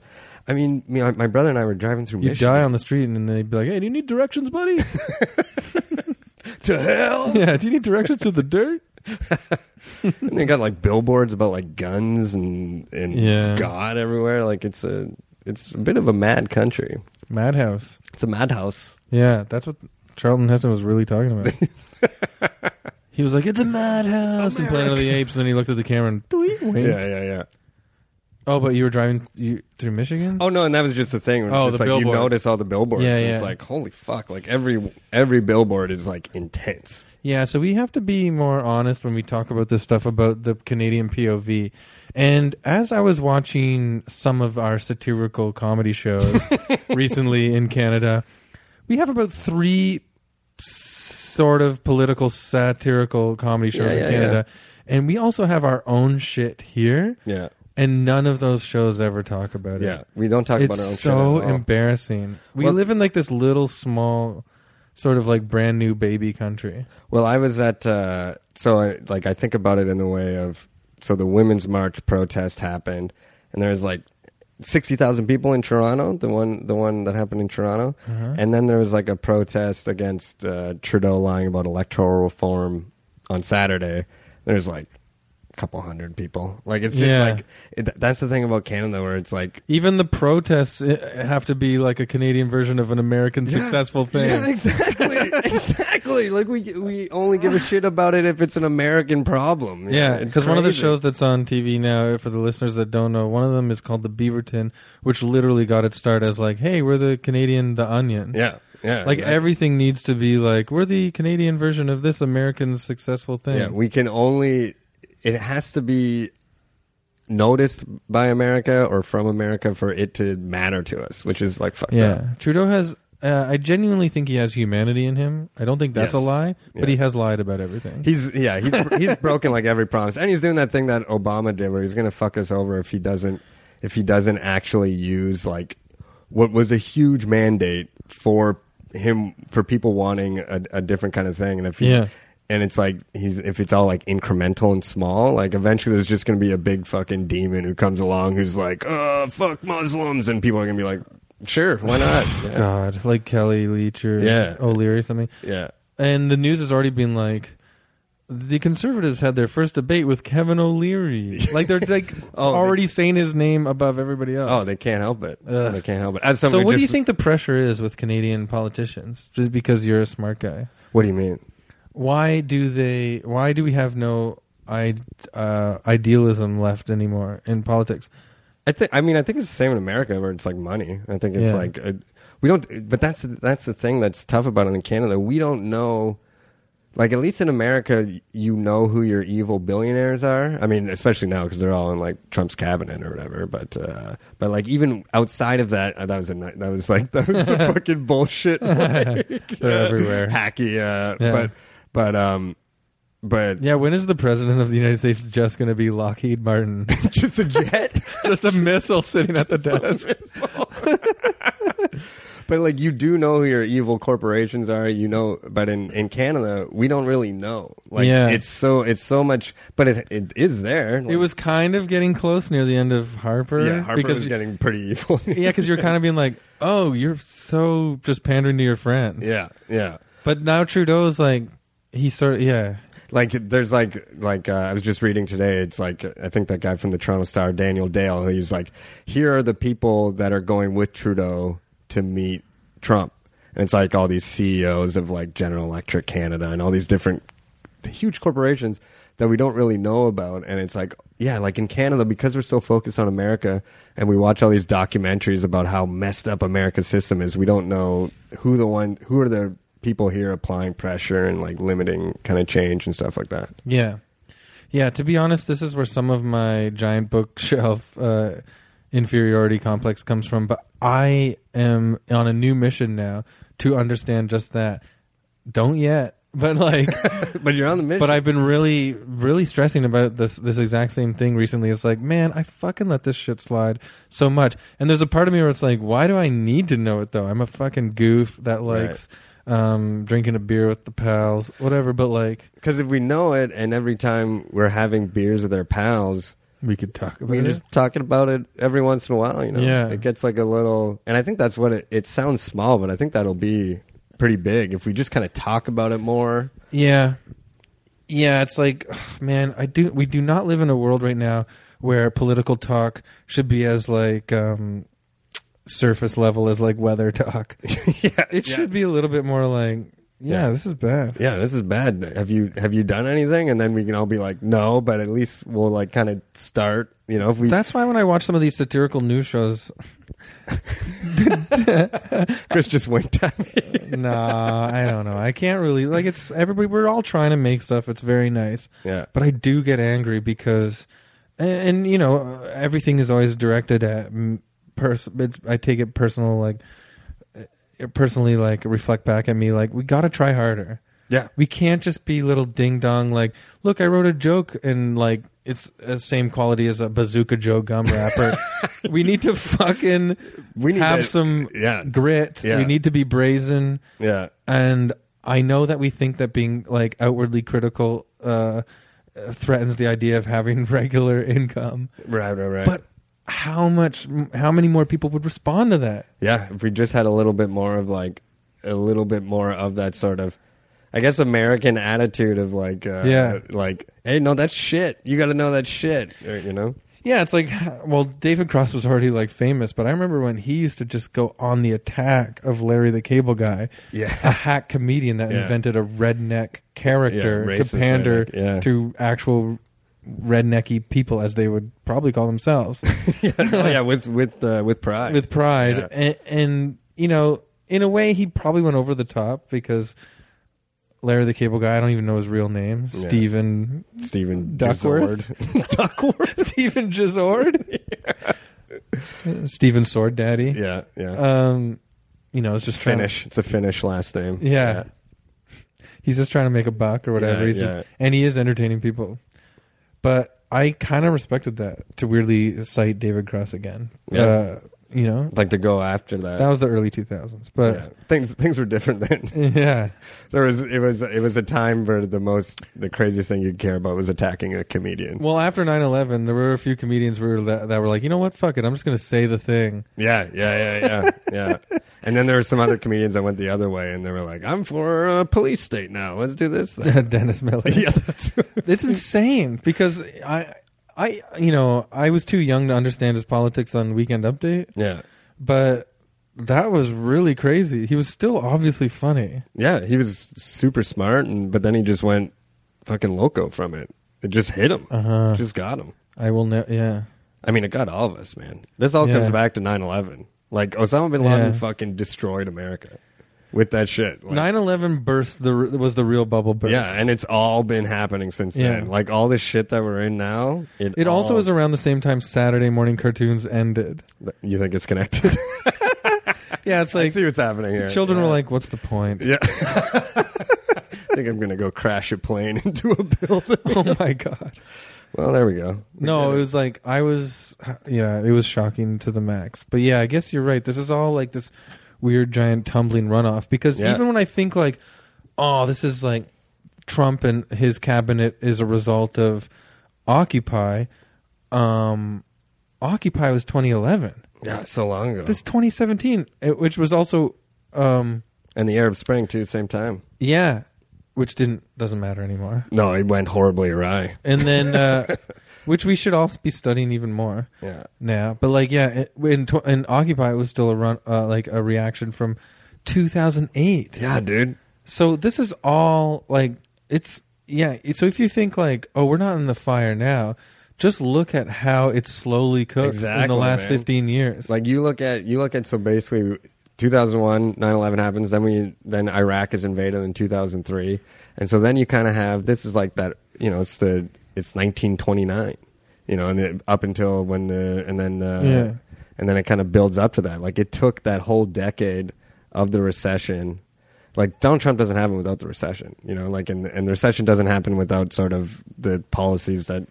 B: I mean, me, my brother and I were driving through
A: You
B: Michigan
A: die on the street, and then they'd be like, "Hey, do you need directions, buddy?
B: [laughs]
A: [laughs]
B: to hell,
A: yeah, do you need directions to the dirt?"
B: and they got like billboards about like guns and and
A: Yeah.
B: God everywhere. Like it's a it's a bit of a mad country.
A: Madhouse.
B: It's a madhouse.
A: Yeah, that's what Charlton Heston was really talking about. he was like, "It's a madhouse." in Planet of the Apes, and then he looked at the camera and tweet, winked.
B: Yeah, yeah, yeah.
A: Oh, but you were driving you, through Michigan.
B: Oh no, and that was just the thing. It was
A: Oh,
B: just
A: the
B: like you
A: billboards.
B: notice all the billboards.
A: Yeah,
B: and It's
A: yeah.
B: like holy fuck! Like every every billboard is like intense.
A: yeah. So we have to be more honest when we talk about this stuff about the Canadian POV. And as I was watching some of our satirical comedy
B: [laughs]
A: shows recently in Canada, we have about three sort of political satirical comedy shows
B: Yeah,
A: in
B: yeah,
A: Canada. And we also have our own shit here.
B: Yeah,
A: and none of those shows ever talk about it.
B: yeah. We don't talk about our own
A: it's so
B: shit at all.
A: embarrassing. We
B: Well-
A: live in like this little small, sort of like brand new baby country.
B: well, I was at uh, so I, like I think about it in the way of so the women's march protest happened, and there was like sixty thousand people in Toronto. The one the one that happened in Toronto,
A: Uh-huh.
B: and then there was like a protest against uh, Trudeau lying about electoral reform on Saturday. There's like a couple hundred people. Like it's just
A: Yeah.
B: like it, that's the thing about Canada where it's like
A: Even the protests eh, have to be like a Canadian version of an American successful thing.
B: Yeah, [laughs] exactly, exactly. Like we we only give a shit about it if it's an American problem.
A: Yeah,
B: it's
A: because one of the
B: crazy.
A: shows that's on TV now, eh, for the listeners that don't know, one of them is called The Beaverton, which literally got its start as like, hey, we're the Canadian The Onion.
B: Yeah, Yeah,
A: like
B: yeah.
A: everything needs to be like we're the Canadian version of this American successful thing.
B: Yeah, we can only. It has to be noticed by America or from America for it to matter to us, which is like fucked
A: Yeah.
B: up.
A: Trudeau has. Uh, I genuinely think he has humanity in him. I don't think that's
B: Yes.
A: a lie, but
B: Yeah.
A: he has lied about everything.
B: He's yeah, he's he's broken like every promise, and he's doing that thing that Obama did, where he's gonna fuck us over if he doesn't if he doesn't actually use like what was a huge mandate for him for people wanting a, a different kind of thing, and if he,
A: Yeah.
B: And it's like he's if it's all like incremental and small, like eventually there's just gonna be a big fucking demon who comes along who's like, uh, fuck Muslims, and people are gonna be like, sure, why not?
A: [laughs]
B: Yeah.
A: God, like Kelly Leach or
B: Yeah.
A: O'Leary or something.
B: yeah.
A: And the news has already been like, the conservatives had their first debate with Kevin
B: [laughs]
A: O'Leary. Like they're like
B: Oh, they-
A: already saying his name above everybody
B: Oh,
A: else.
B: they can't help it.
A: Ugh.
B: They can't help it. As
A: so
B: someone
A: what do you
B: just-
A: think the pressure is with Canadian politicians? Just because you're a smart guy,
B: What do you mean?
A: why do they? Why do we have no I, uh, idealism left anymore in politics?
B: I think. I mean, I think it's the same in America, where it's like money. I think it's
A: Yeah.
B: like uh we don't. But that's that's the thing that's tough about it in Canada. We don't know. Like at least in America, y- you know who your evil billionaires are. I mean, especially now because they're all in like Trump's cabinet or whatever. But uh, but like even outside of that, uh, that was a ni- that was like [laughs] that was the fucking bullshit. [laughs] like,
A: They're
B: uh,
A: everywhere.
B: [laughs] hacky. Uh,
A: Yeah.
B: But but um but
A: Yeah, when is the president of the United States just going to be Lockheed
B: [laughs]
A: Martin?
B: [laughs] just a [laughs] jet.
A: just a missile sitting at the desk.
B: But like you do know who your evil corporations are, you know. But in in Canada, we don't really know. Like
A: Yeah.
B: it's so it's so much, but it it is there. Like,
A: It was kind of getting close near the end of Harper.
B: yeah, Harper
A: because
B: was getting pretty evil. [laughs]
A: yeah, because you're kind of being like, oh, you're so just pandering to your friends.
B: yeah, yeah.
A: But now Trudeau's like, he sort of yeah.
B: Like there's like like uh, I was just reading today. It's like I think that guy from the Toronto Star, Daniel Dale, he was like, here are the people that are going with Trudeau to meet Trump, and it's like all these CEOs of like General Electric Canada and all these different huge corporations that we don't really know about, and it's like yeah, like in Canada because we're so focused on America and we watch all these documentaries about how messed up America's system is, we don't know who the one who are the people here applying pressure and like limiting kind of change and stuff like that.
A: Yeah. Yeah, to be honest, this is where some of my giant bookshelf uh, inferiority complex comes from. But I am on a new mission now to understand just that. Don't yet, but like,
B: But you're on the mission.
A: but I've been really, really stressing about this this exact same thing recently. It's like, man, I fucking let this shit slide so much. And there's a part of me where it's like, why do I need to know it though? I'm a fucking goof that
B: Right.
A: likes um, drinking a beer with the pals, whatever. But like,
B: because if we know it, and every time we're having beers with our pals,
A: we could talk about
B: we're
A: it.
B: just talking about it every once in a while. You know,
A: Yeah.
B: it gets like a little, and I think that's what it. It sounds small, but I think that'll be pretty big if we just kind of talk about it more.
A: Yeah. Yeah, it's like [sighs] ugh, man, I do we do not live in a world right now where political talk should be as like um surface level as like weather [laughs] talk.
B: [laughs] yeah,
A: It should be a little bit more like yeah,
B: Yeah.
A: this is bad.
B: yeah, this is bad. Have you have you done anything? And then we can all be like, no, but at least we'll like kind of start. You know, if we
A: That's why when I watch some of these satirical news
B: [laughs]
A: shows,
B: Chris just winked at me.
A: nah, I don't know. I can't really like it's everybody we're all trying to make stuff. It's very nice.
B: [laughs] Yeah,
A: but I do get angry because, and, and, you know, uh, everything is always directed at m- pers- It's I take it personal, like uh, personally, like reflect back at me, like we got to try harder.
B: yeah,
A: We can't just be little ding dong. Like, look, I wrote a joke, and like it's the same quality as a Bazooka Joe gum
B: [laughs]
A: wrapper. we need to fucking
B: we need
A: have
B: to-
A: some
B: yeah
A: grit.
B: Yeah.
A: We need to be brazen
B: Yeah,
A: and I know that we think that being like outwardly critical uh, uh, threatens the idea of having [laughs] regular income,
B: right, right, right.
A: but how much, how many more people would respond to that?
B: Yeah, if we just had a little bit more of like a little bit more of that sort of I guess American attitude of like uh,
A: Yeah.
B: like hey no that's shit. You got to know that shit, or, you know?
A: Yeah, it's like, well, David Cross was already like famous, but I remember when he used to just go on the attack of Larry the Cable Guy, a
B: Yeah.
A: hack comedian that
B: Yeah.
A: invented a redneck character
B: Yeah,
A: to
B: racist
A: pander
B: redneck, yeah. [laughs]
A: to actual rednecky people, as they would probably call [laughs] themselves.
B: yeah, no, yeah, with with uh, with pride.
A: with pride
B: Yeah.
A: and, and you know in a way, he probably went over the top because Larry the Cable Guy, I don't even know his real name,
B: Yeah.
A: Stephen
B: Stephen
A: Duckworth?
B: Dissord. Duckworth. [laughs]
A: [laughs] Stephen Gisord, Stephen Sword Daddy.
B: Yeah, yeah.
A: Um, you know, it's just
B: it's
A: trying to-
B: Finnish. It's a Finnish last name.
A: Yeah. He's just trying to make a buck or whatever.
B: Yeah,
A: He's
B: yeah.
A: just and he is entertaining people. But I kind of respected that to weirdly cite David Cross again.
B: Yeah.
A: Uh, you know,
B: Like to go after that.
A: that uh, was the early 2000s. But
B: yeah. Things things were different then. [laughs]
A: [laughs] yeah.
B: There was it was it was a time where the most the craziest thing you'd care about was attacking a comedian.
A: Well, after 9/11, there were a few comedians were that, that were like, "You know what? Fuck it. I'm just going to say the thing." [laughs]
B: Yeah, yeah, yeah, yeah, yeah. And then there were some other comedians that went the other way, and they were like, "I'm for a police state now. Let's do
A: [laughs]
B: this." Thing.
A: Dennis Miller.
B: [laughs] yeah, that's,
A: it's insane because I I you know, I was too young to understand his politics on Weekend Update,
B: yeah,
A: but that was really crazy. He was still obviously funny.
B: yeah. He was super smart, and but then he just went fucking loco from it. It just hit him.
A: Uh-huh.
B: It just got him.
A: I will never. Yeah,
B: I mean, it got all of us, man. This all
A: Yeah.
B: comes back to 9-11. Like Osama bin Laden
A: Yeah.
B: fucking destroyed America with that shit. Like,
A: 9/11 burst the was the real bubble burst.
B: Yeah, and it's all been happening since
A: Yeah.
B: then. Like all this shit that we're in now.
A: it also
B: all-
A: was around the same time Saturday morning cartoons ended.
B: You think it's connected?
A: Yeah, it's
B: [laughs] I
A: like
B: see what's happening here.
A: children
B: yeah.
A: were like, "What's the point?"
B: [laughs] "Yeah." I think I'm gonna go crash a plane [laughs] into a building.
A: [laughs] oh my god!
B: Well, there we go. We
A: No,
B: did
A: it was like I was. Yeah, it was shocking to the max. But yeah, I guess you're right. This is all like this weird giant tumbling runoff because
B: Yeah.
A: even when I think like, oh, this is like Trump and his cabinet is a result of Occupy. Um, Occupy was 2011.
B: yeah, so long ago.
A: this 2017 uh, which was also um
B: and the Arab Spring too, same time.
A: yeah which didn't doesn't matter anymore
B: No, it went horribly awry.
A: and then uh which we should all be studying even more
B: Yeah,
A: now but like yeah it, in, tw- in occupy it was still a run uh, like a reaction from 2008
B: yeah, dude.
A: so this is all like it's yeah it- so if you think like oh we're not in the fire now just look at how it's slowly cooked in the
B: Exactly,
A: last
B: man.
A: 15 years
B: Like you look at you look at so basically 2001 9/11 happens then we then Iraq is invaded in 2003 and so then you kind of have this is like that you know it's the it's 1929 you know and it, up until when the and then uh,
A: Yeah.
B: and then it kind of builds up to that like it took that whole decade of the recession like Donald Trump doesn't happen without the recession you know like and and the recession doesn't happen without sort of the policies that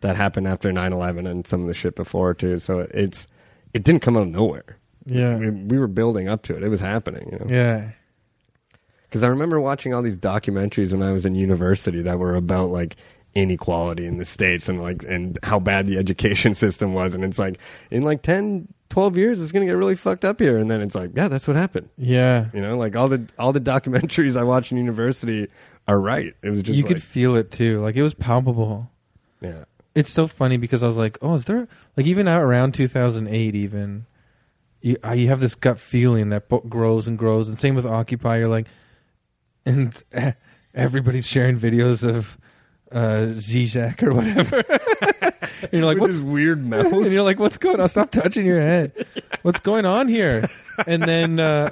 B: that happened after 9-11 and some of the shit before too so it's it didn't come out of nowhere
A: yeah
B: we, we were building up to it it was happening you know
A: yeah
B: because i remember watching all these documentaries when i was in university that were about like inequality in the states and like and how bad the education [laughs] system was and it's like in like 10 12 years it's gonna get really fucked up here and then it's like yeah that's what happened
A: yeah
B: you know like all the all the documentaries i watched in university are right it was just
A: you
B: like,
A: could feel it too like it was palpable
B: yeah
A: it's so funny because I was like, oh, is there like even out around 2008 even you I, you have this gut feeling that bo- grows and grows and same with Occupy you're like and [laughs] eh, everybody's sharing videos of uh Zizek or whatever. [laughs] and you're like
B: With
A: what's
B: his
A: [laughs]
B: weird
A: and
B: [laughs] mouth
A: you're like what's going on? Stop touching your
B: [laughs]
A: head. What's going on here? And then uh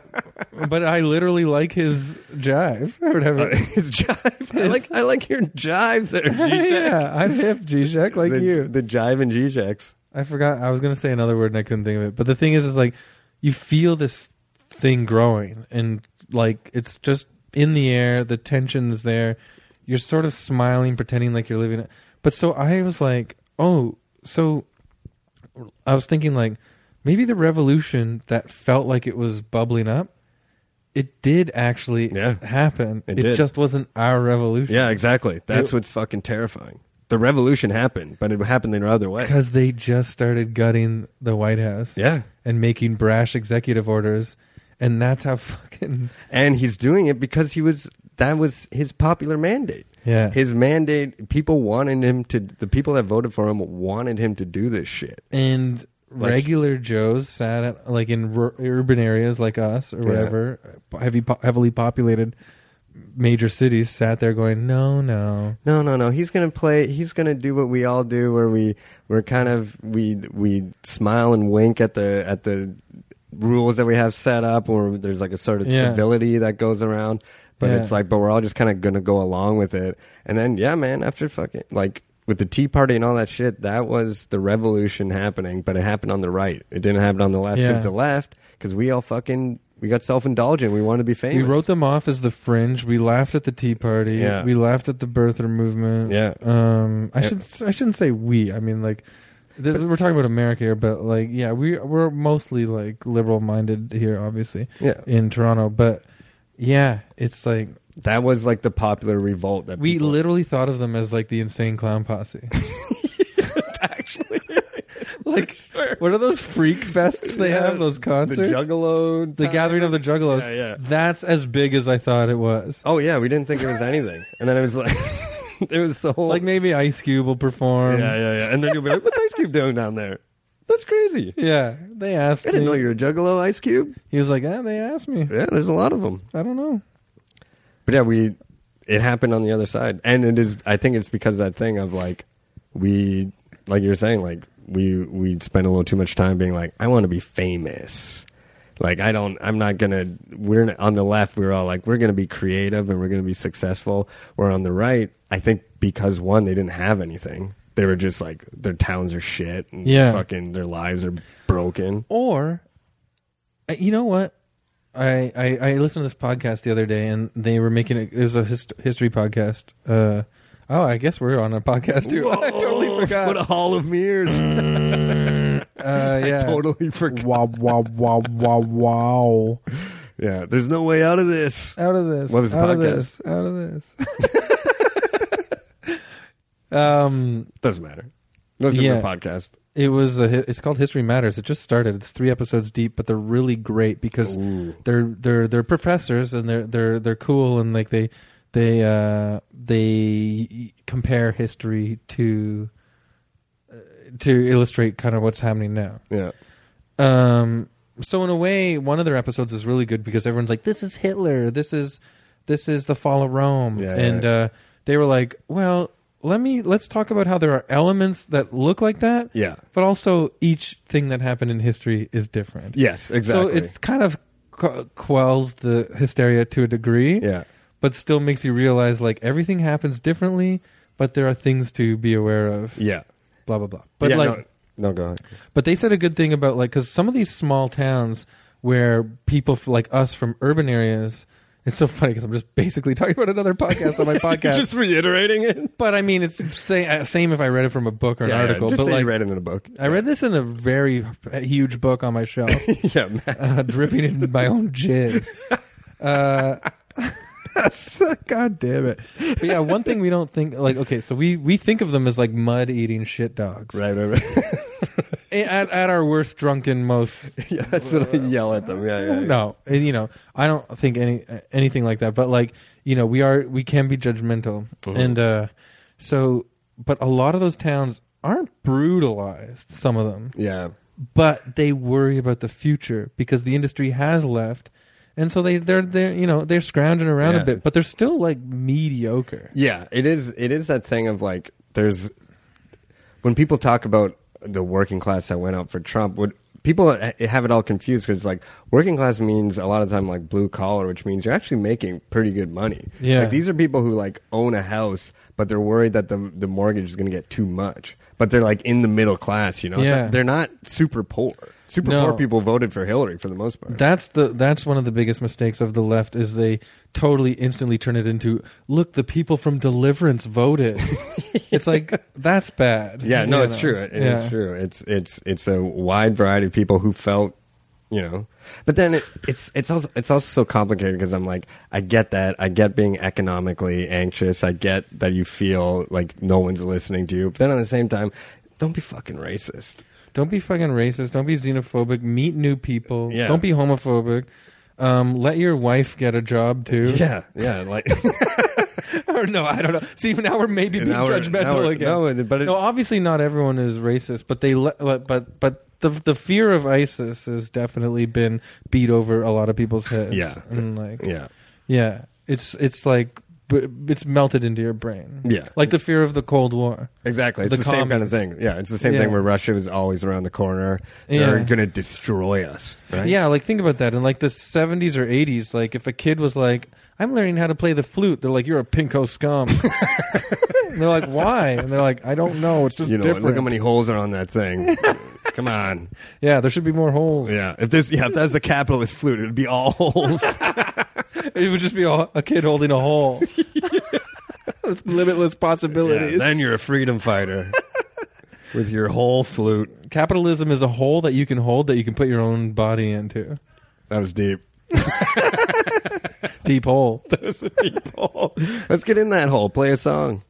A: but I literally like his jive or whatever.
B: Uh, [laughs] his jive. I like I like hearing jive there.
A: [laughs]
B: G-Jack.
A: yeah, I'm hip Zizek like
B: the,
A: you.
B: The jive and G-Jacks.
A: I forgot. I was gonna say another word and I couldn't think of it. But the thing is, is like you feel this thing growing, and like it's just in the air. The tension's there. You're sort of smiling, pretending like you're living it. But so I was like, oh, so I was thinking like maybe the revolution that felt like it was bubbling up, it did actually
B: Yeah.
A: happen.
B: It did.
A: just wasn't our revolution.
B: Yeah, exactly. That's
A: It-
B: what's fucking terrifying. The revolution happened, but it happened the other way.
A: Because they just started gutting the White House.
B: [laughs] Yeah.
A: and making brash executive orders, and that's how [laughs] fucking
B: And he's doing it because he was that was his popular mandate.
A: yeah.
B: His mandate people wanted him to the people that voted for him wanted him to do this shit.
A: and
B: Like-
A: regular Joes sat at, like in r- urban areas like us or
B: Yeah.
A: whatever, heavy po- heavily populated major cities, sat there going, no, no,
B: No, no, no. He's gonna play. He's gonna do what we all do, where we we're kind of we we smile and wink at the at the rules that we have set up, or there's like a sort of
A: Yeah.
B: civility that goes around. But
A: Yeah.
B: it's like, but we're all just kind of gonna go along with it. And then, yeah, man, after fucking like with the Tea Party and all that shit, that was the revolution happening. But it happened on the right. It didn't happen on the left because
A: Yeah.
B: the left, because we all fucking we got self indulgent. We want to be famous.
A: We wrote them off as the fringe. We laughed at the Tea Party.
B: Yeah.
A: We laughed at the birther movement.
B: Yeah.
A: Um, I
B: Yeah.
A: should I shouldn't say we. I mean like th- we're talking about America here, but like yeah, we we're mostly like liberal minded here, obviously
B: Yeah,
A: in Toronto. But yeah, it's like
B: that was like the popular revolt that
A: we
B: people-
A: literally thought of them as like the insane clown
B: [laughs]
A: posse.
C: [laughs]
B: actually
A: like what are those freak fests they
B: Yeah,
A: have? Those
B: the
A: concerts, the,
B: Juggalo, time.
A: gathering of the juggalos.
B: Yeah, yeah.
A: That's as big as I thought it was.
B: Oh yeah, we didn't think it was anything, and then it was like [laughs] it was the whole
A: Like maybe Ice Cube will perform.
B: Oh. yeah, yeah, yeah. And then you'll be like, "What's Ice Cube doing down there? That's crazy."
A: Yeah, they asked
B: I didn't
A: me.
B: know you were a Juggalo, Ice Cube.
A: He was like, "Ah, they asked me.
B: Yeah, there's a lot of them.
A: I don't know."
B: But yeah, we it happened on the other side, and it is. I think it's because of that thing of like we, like you're saying, like we we spend a little too much time being like, I want to be famous. Like I don't, I'm not gonna. We're not, on the left. We're all like, we're gonna be creative and we're gonna be successful. Where on the right, I think because one, they didn't have anything. They were just like their towns are shit. And
A: Yeah.
B: fucking their lives are broken.
A: Or, uh, you know what? I, I I listened to this podcast the other day, and they were making a, it was a hist- history podcast. Uh, oh, I guess we're on a podcast
B: [laughs]
A: too. [laughs] I totally
B: Whoa,
A: forgot.
B: Oh. What a hall of mirrors!
A: uh, yeah.
B: [laughs] I totally forgot.
A: Wow! Wow! Wow! Wow! Wow!
B: Yeah, there's no way out of this.
A: Out of this.
B: What was the
A: out Of
B: podcast?
A: this, out of this. [laughs] um,
B: Doesn't matter. Listen
A: Yeah.
B: to the podcast.
A: it was a, hi- it's called History Matters. It just started. It's three episodes deep, but they're really great because
B: Ooh.
A: they're they're they're professors and they're they're they're cool and like they they uh they compare history to uh, to illustrate kind of what's happening now.
B: Yeah.
A: Um, so in a way, one of their episodes is really good because everyone's like, "This is Hitler. This is this is the fall of Rome."
B: Yeah,
A: and
B: yeah.
A: Uh, they were like, "Well, let me let's talk about how there are elements that look like that,
B: Yeah.
A: but also each thing that happened in history is different."
B: Yes, exactly.
A: So it's kind of qu- quells the hysteria to a degree,
B: yeah.
A: but still makes you realize like everything happens differently, but there are things to be aware of.
B: Yeah.
A: Blah blah blah. But
B: Yeah,
A: like.
B: no, no, go ahead.
A: But they said a good thing about like because some of these small towns where people f- like us from urban areas, it's so funny because I'm just basically [laughs] talking about another podcast [laughs] on my podcast.
B: Just reiterating it.
A: but I mean, it's say, uh, same if I read it from a book or an article.
B: just
A: but
B: say
A: like,
B: you read it in a book.
A: I read this in a very h- huge book on my shelf,
B: [laughs] yeah, man.
A: uh, dripping in my own jizz. Uh, [laughs] God damn it! But yeah, one thing we don't think like okay, so we we think of them as like mud eating shit dogs
B: Right, right, right.
A: at at our worst, drunken, most
B: [laughs] yeah, that's what I yell at them. Yeah, yeah.
A: [laughs]
B: yeah.
A: no and, you know i don't think any uh, anything like that but like you know we are we can be judgmental
B: Mhm.
A: and uh so but a lot of those towns aren't brutalized some of them
B: Yeah.
A: but they worry about the future because the industry has left and so they they're they're you know they're scrounging around
B: Yeah.
A: a bit but they're still like mediocre
B: Yeah, it is. It is that thing of like, there's when people talk about the working class that went out for Trump. Would people ha- have it all confused because like working class means a lot of time like blue collar, which means you're actually making pretty good money.
A: Yeah.
B: like, these are people who like own a house, but they're worried that the the mortgage is going to get too much. But they're like in the middle class, you know. So
A: Yeah.
B: they're not super poor. Super
A: No.
B: poor people voted for Hillary for the most part.
A: That's the that's one of the biggest mistakes of the left is they totally instantly turn it into look the people from Deliverance
B: [laughs]
A: voted. it's like that's bad.
B: Yeah, no,
A: you
B: it's
A: know?
B: true. It- it is
A: Yeah.
B: true. It's it's it's a wide variety of people who felt, you know. But then it, it's it's also it's also so complicated because I'm like I get that I get being economically anxious. I get that you feel like no one's listening to you. But then at the same time, don't be fucking racist.
A: Don't be fucking racist. Don't be xenophobic. Meet new people.
B: Yeah.
A: Don't be homophobic. Um, let your wife get a job too.
B: [laughs] Yeah, yeah, like
A: [laughs] or no, I don't know. See, now we're maybe being
B: Now we're- now
A: judgmental
B: we're-
A: again.
B: no, it- but it-
A: no, obviously not everyone is racist, but they le- le- but but the the fear of ISIS has definitely been beat over a lot of people's heads.
B: Yeah.
A: and like
B: yeah.
A: Yeah, it's it's like but it's melted into your brain.
B: Yeah.
A: like the fear of the Cold War.
B: Exactly. It's
A: The
B: the, same kind
A: commies.
B: of thing. Yeah, it's the same
A: Yeah.
B: thing where Russia is always around the corner. They're
A: Yeah.
B: going to destroy us. Right?
A: Yeah, like think about that. In like the 70s or 80s, like if a kid was like, "I'm learning how to play the flute," they're like, "You're a pinko
B: [laughs]
A: scum." [laughs] And they're like, "Why?" And they're like, "I don't know. It's just
B: You know,
A: different."
B: look how many holes are on
A: [laughs]
B: that thing. Come on.
A: yeah, there should be more holes.
B: Yeah. If this yeah, if that was a capitalist flute, it would be
A: [laughs]
B: all holes.
A: It would just be a, a kid holding a hole. With limitless possibilities.
B: Yeah, then you're a
A: [laughs]
B: freedom fighter with your whole flute.
A: Capitalism is a hole that you can hold that you can put your own body into.
B: That
A: [laughs]
B: was deep.
A: Deep hole.
B: Let's get in that hole. Play a song.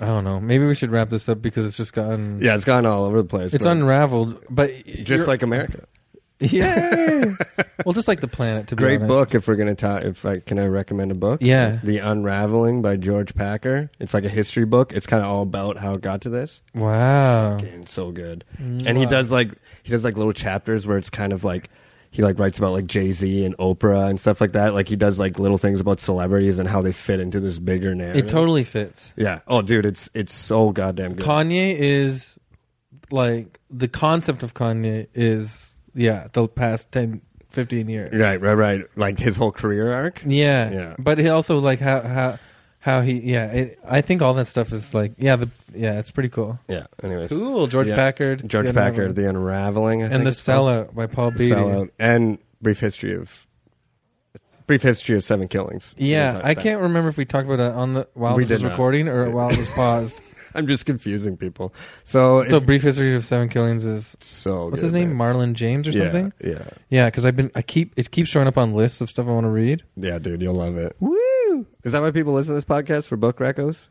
A: I don't know. Maybe we should wrap this up because it's just gotten
B: Yeah, it's gone all over the place.
A: it's
B: but
A: unraveled. But
B: just like America.
A: [laughs] yeah,
B: [laughs]
A: well, just like the planet. To be
B: Great
A: honest.
B: book. If we're gonna talk, if I can, I recommend a book.
A: Yeah.
B: The Unraveling by George Packer. It's like a history book. It's kind of all about how it got to this.
A: Wow.
B: and so good.
A: Mm.
B: And he does like he does like little chapters where it's kind of like he like writes about like Jay Z and Oprah and stuff like that. Like he does like little things about celebrities and how they fit into this bigger narrative.
A: It totally fits.
B: yeah. Oh, dude, it's it's so goddamn good.
A: Kanye is like the concept of Kanye is yeah, the past 10 15 years.
B: right, right, right. Like his whole career arc.
A: Yeah.
B: Yeah.
A: But he also like how how how he yeah, it, I think all that stuff is like yeah, the yeah, it's pretty cool.
B: Yeah. Anyways,
A: Cool, George
B: Yeah.
A: Packard.
B: George
A: The
B: Packard,
A: Unraveling.
B: The Unraveling, I
A: and
B: think
A: The
B: it's called.
A: Sellout by Paul Beatty.
B: Sellout, and Brief History of Brief History of Seven Killings.
A: Yeah,
B: We'll talk
A: I
B: about
A: can't remember if we talked about it on the while
B: We
A: this was
B: did not.
A: recording or while
B: [laughs]
A: it was paused.
B: that. I'm just confusing people. So,
A: so,
B: it's
A: brief history of seven killings is
B: so
A: what's
B: good,
A: his name,
B: man.
A: Marlon James or
B: Yeah,
A: something?
B: Yeah.
A: Yeah, because I've been I keep it keeps showing up on lists of stuff I want to read.
B: Yeah, dude, you'll love it.
A: Woo!
B: Is that why people listen to this podcast for book recos?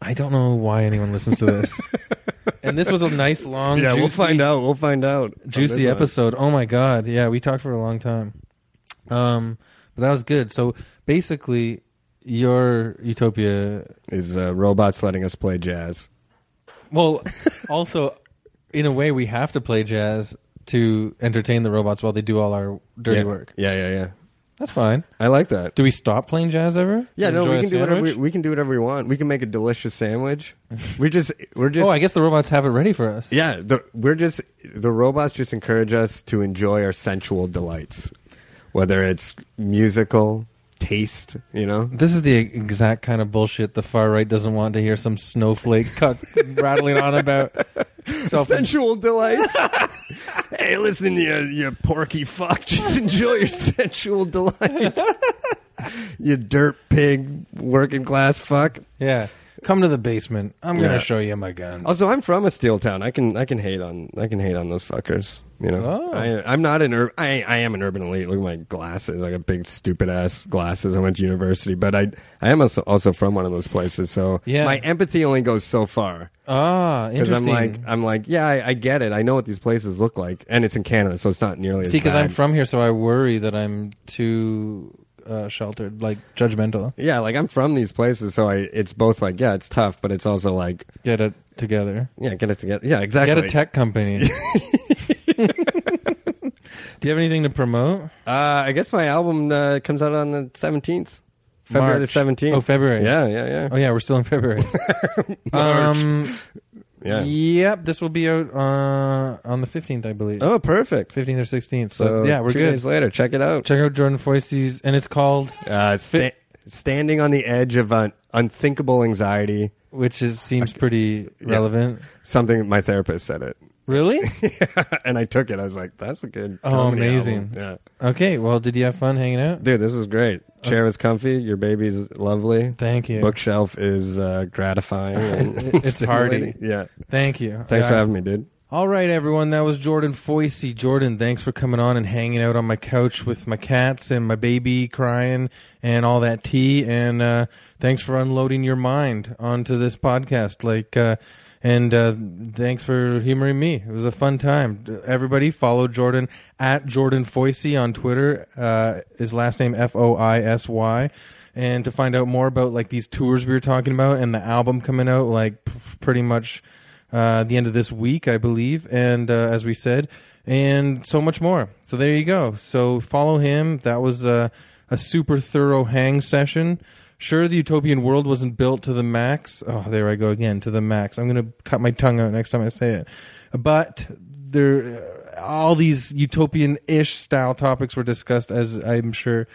A: I don't know why anyone listens to
B: [laughs]
A: this. and this was a nice long,
B: yeah,
A: juicy,
B: we'll find out. We'll find out. on
A: juicy
B: this one.
A: episode. Oh my god! Yeah, we talked for a long time. Um, but that was good. So basically, your utopia.
B: is uh, robots letting us play jazz. [laughs]
A: Well, also, in a way, we have to play jazz to entertain the robots while they do all our dirty
B: yeah.
A: work.
B: Yeah, yeah, yeah.
A: That's fine.
B: I like that.
A: Do we stop playing jazz ever?
B: Yeah, no,
A: Enjoy
B: we
A: a
B: can do whatever we,
A: sandwich?
B: we can do whatever we want. We can make a delicious sandwich. we're just we're just
A: oh, I guess the robots have it ready for us.
B: yeah. The, we're just the robots just encourage us to enjoy our sensual delights, whether it's musical taste, you know.
A: This is the exact kind of bullshit the far right doesn't want to hear some snowflake [laughs] cuck rattling on about.
B: [laughs]
A: Self-
B: sensual delights. [laughs] hey, listen, you, you porky fuck. [laughs] Just enjoy your sensual delights. you dirt pig, working class fuck.
A: yeah. Come to the basement. I'm going
B: Yeah.
A: to show you my guns.
B: Also, I'm from a steel town. I can I can hate on I can hate on those fuckers. You know,
A: Oh.
B: I, I'm not an ur- I I am an urban elite. Look at my glasses. I got big stupid ass glasses. I went to university, but I I am also, also from one of those places. So
A: Yeah.
B: my empathy only goes so far.
A: ah,
B: Because I'm
A: interesting.
B: like, I'm like, yeah, I, I get it. I know what these places look like, and it's in Canada, so it's not nearly as
A: See, because I'm
B: bad.
A: from here, so I worry that I'm too uh, sheltered, like judgmental.
B: Yeah, like I'm from these places, so I it's both like, yeah, it's tough, but it's also like,
A: Get it together.
B: yeah, get it together. Yeah, exactly.
A: Get a tech
B: [laughs]
A: company. [laughs] do you have anything to promote?
B: Uh, I guess my album uh, comes out on the 17th, February
A: March.
B: the 17th.
A: Oh, February.
B: Yeah, yeah, yeah.
A: Oh yeah, we're still in
B: [laughs]
A: February. Um,
B: yeah.
A: Yep, this will be out uh, on the 15th, I believe.
B: Oh, perfect.
A: 15th or 16th. So,
B: So
A: yeah, we're
B: two
A: good.
B: days later, check it out.
A: Check out Jordan Foise's, and it's called,
B: Uh, sta- standing on the edge of an unthinkable anxiety.
A: which is seems pretty
B: yeah.
A: relevant.
B: Something that my therapist said it, [laughs]
A: Really?
B: and I took it. I was like, "That's a good."
A: Oh,
B: comedy
A: amazing.
B: album. Yeah.
A: okay, well, did you have fun hanging out?
B: Dude, this is great.
A: Uh,
B: Chair is comfy. Your baby's lovely.
A: Thank you.
B: Bookshelf is uh, gratifying.
A: [laughs]
B: And
A: It's
B: stimulating.
A: hearty.
B: Yeah.
A: Thank you.
B: Thanks for
A: Yeah.
B: having me, dude.
A: All right, everyone. That was Jordan Foisey. Jordan, thanks for coming on and hanging out on my couch with my cats and my baby crying and all that tea. And uh, thanks for unloading your mind onto this podcast. Like, uh, and uh, thanks for humoring me. It was a fun time. Everybody, follow Jordan at Jordan Foisey on Twitter. Uh, his last name F O I S Y. And to find out more about like these tours we were talking about and the album coming out, like p- pretty much uh, the end of this week, I believe, and uh, as we said, and so much more. So there you go. So follow him. That was uh, a super thorough hang session. Sure, the utopian world wasn't built to the max. Oh, there I go again to the max. I'm going to cut my tongue out next time I say it. But there, uh, all these utopian-ish style topics were discussed, as I'm sure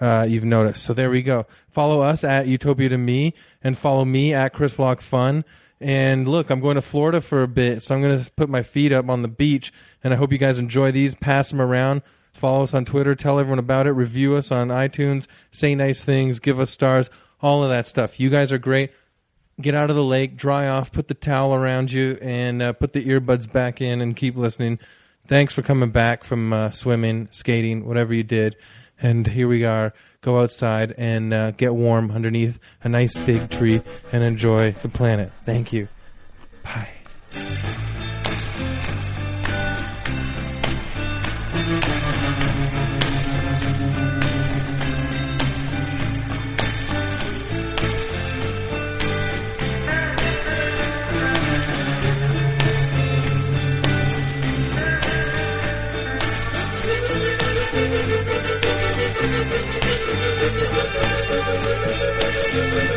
A: uh, you've noticed. So there we go. Follow us at Utopia to Me, and follow me at Chris Lock Fun. And look, I'm going to Florida for a bit, so I'm going to put my feet up on the beach. And I hope you guys enjoy these. Pass them around. Follow us on Twitter. Tell everyone about it. Review us on iTunes. Say nice things. Give us stars. All of that stuff. You guys are great. Get out of the lake, dry off, put the towel around you, and uh, put the earbuds back in and keep listening. Thanks for coming back from uh, swimming, skating, whatever you did. And here we are. Go outside and uh, get warm underneath a nice big tree and enjoy the planet. Thank you. Bye.
D: Thank you.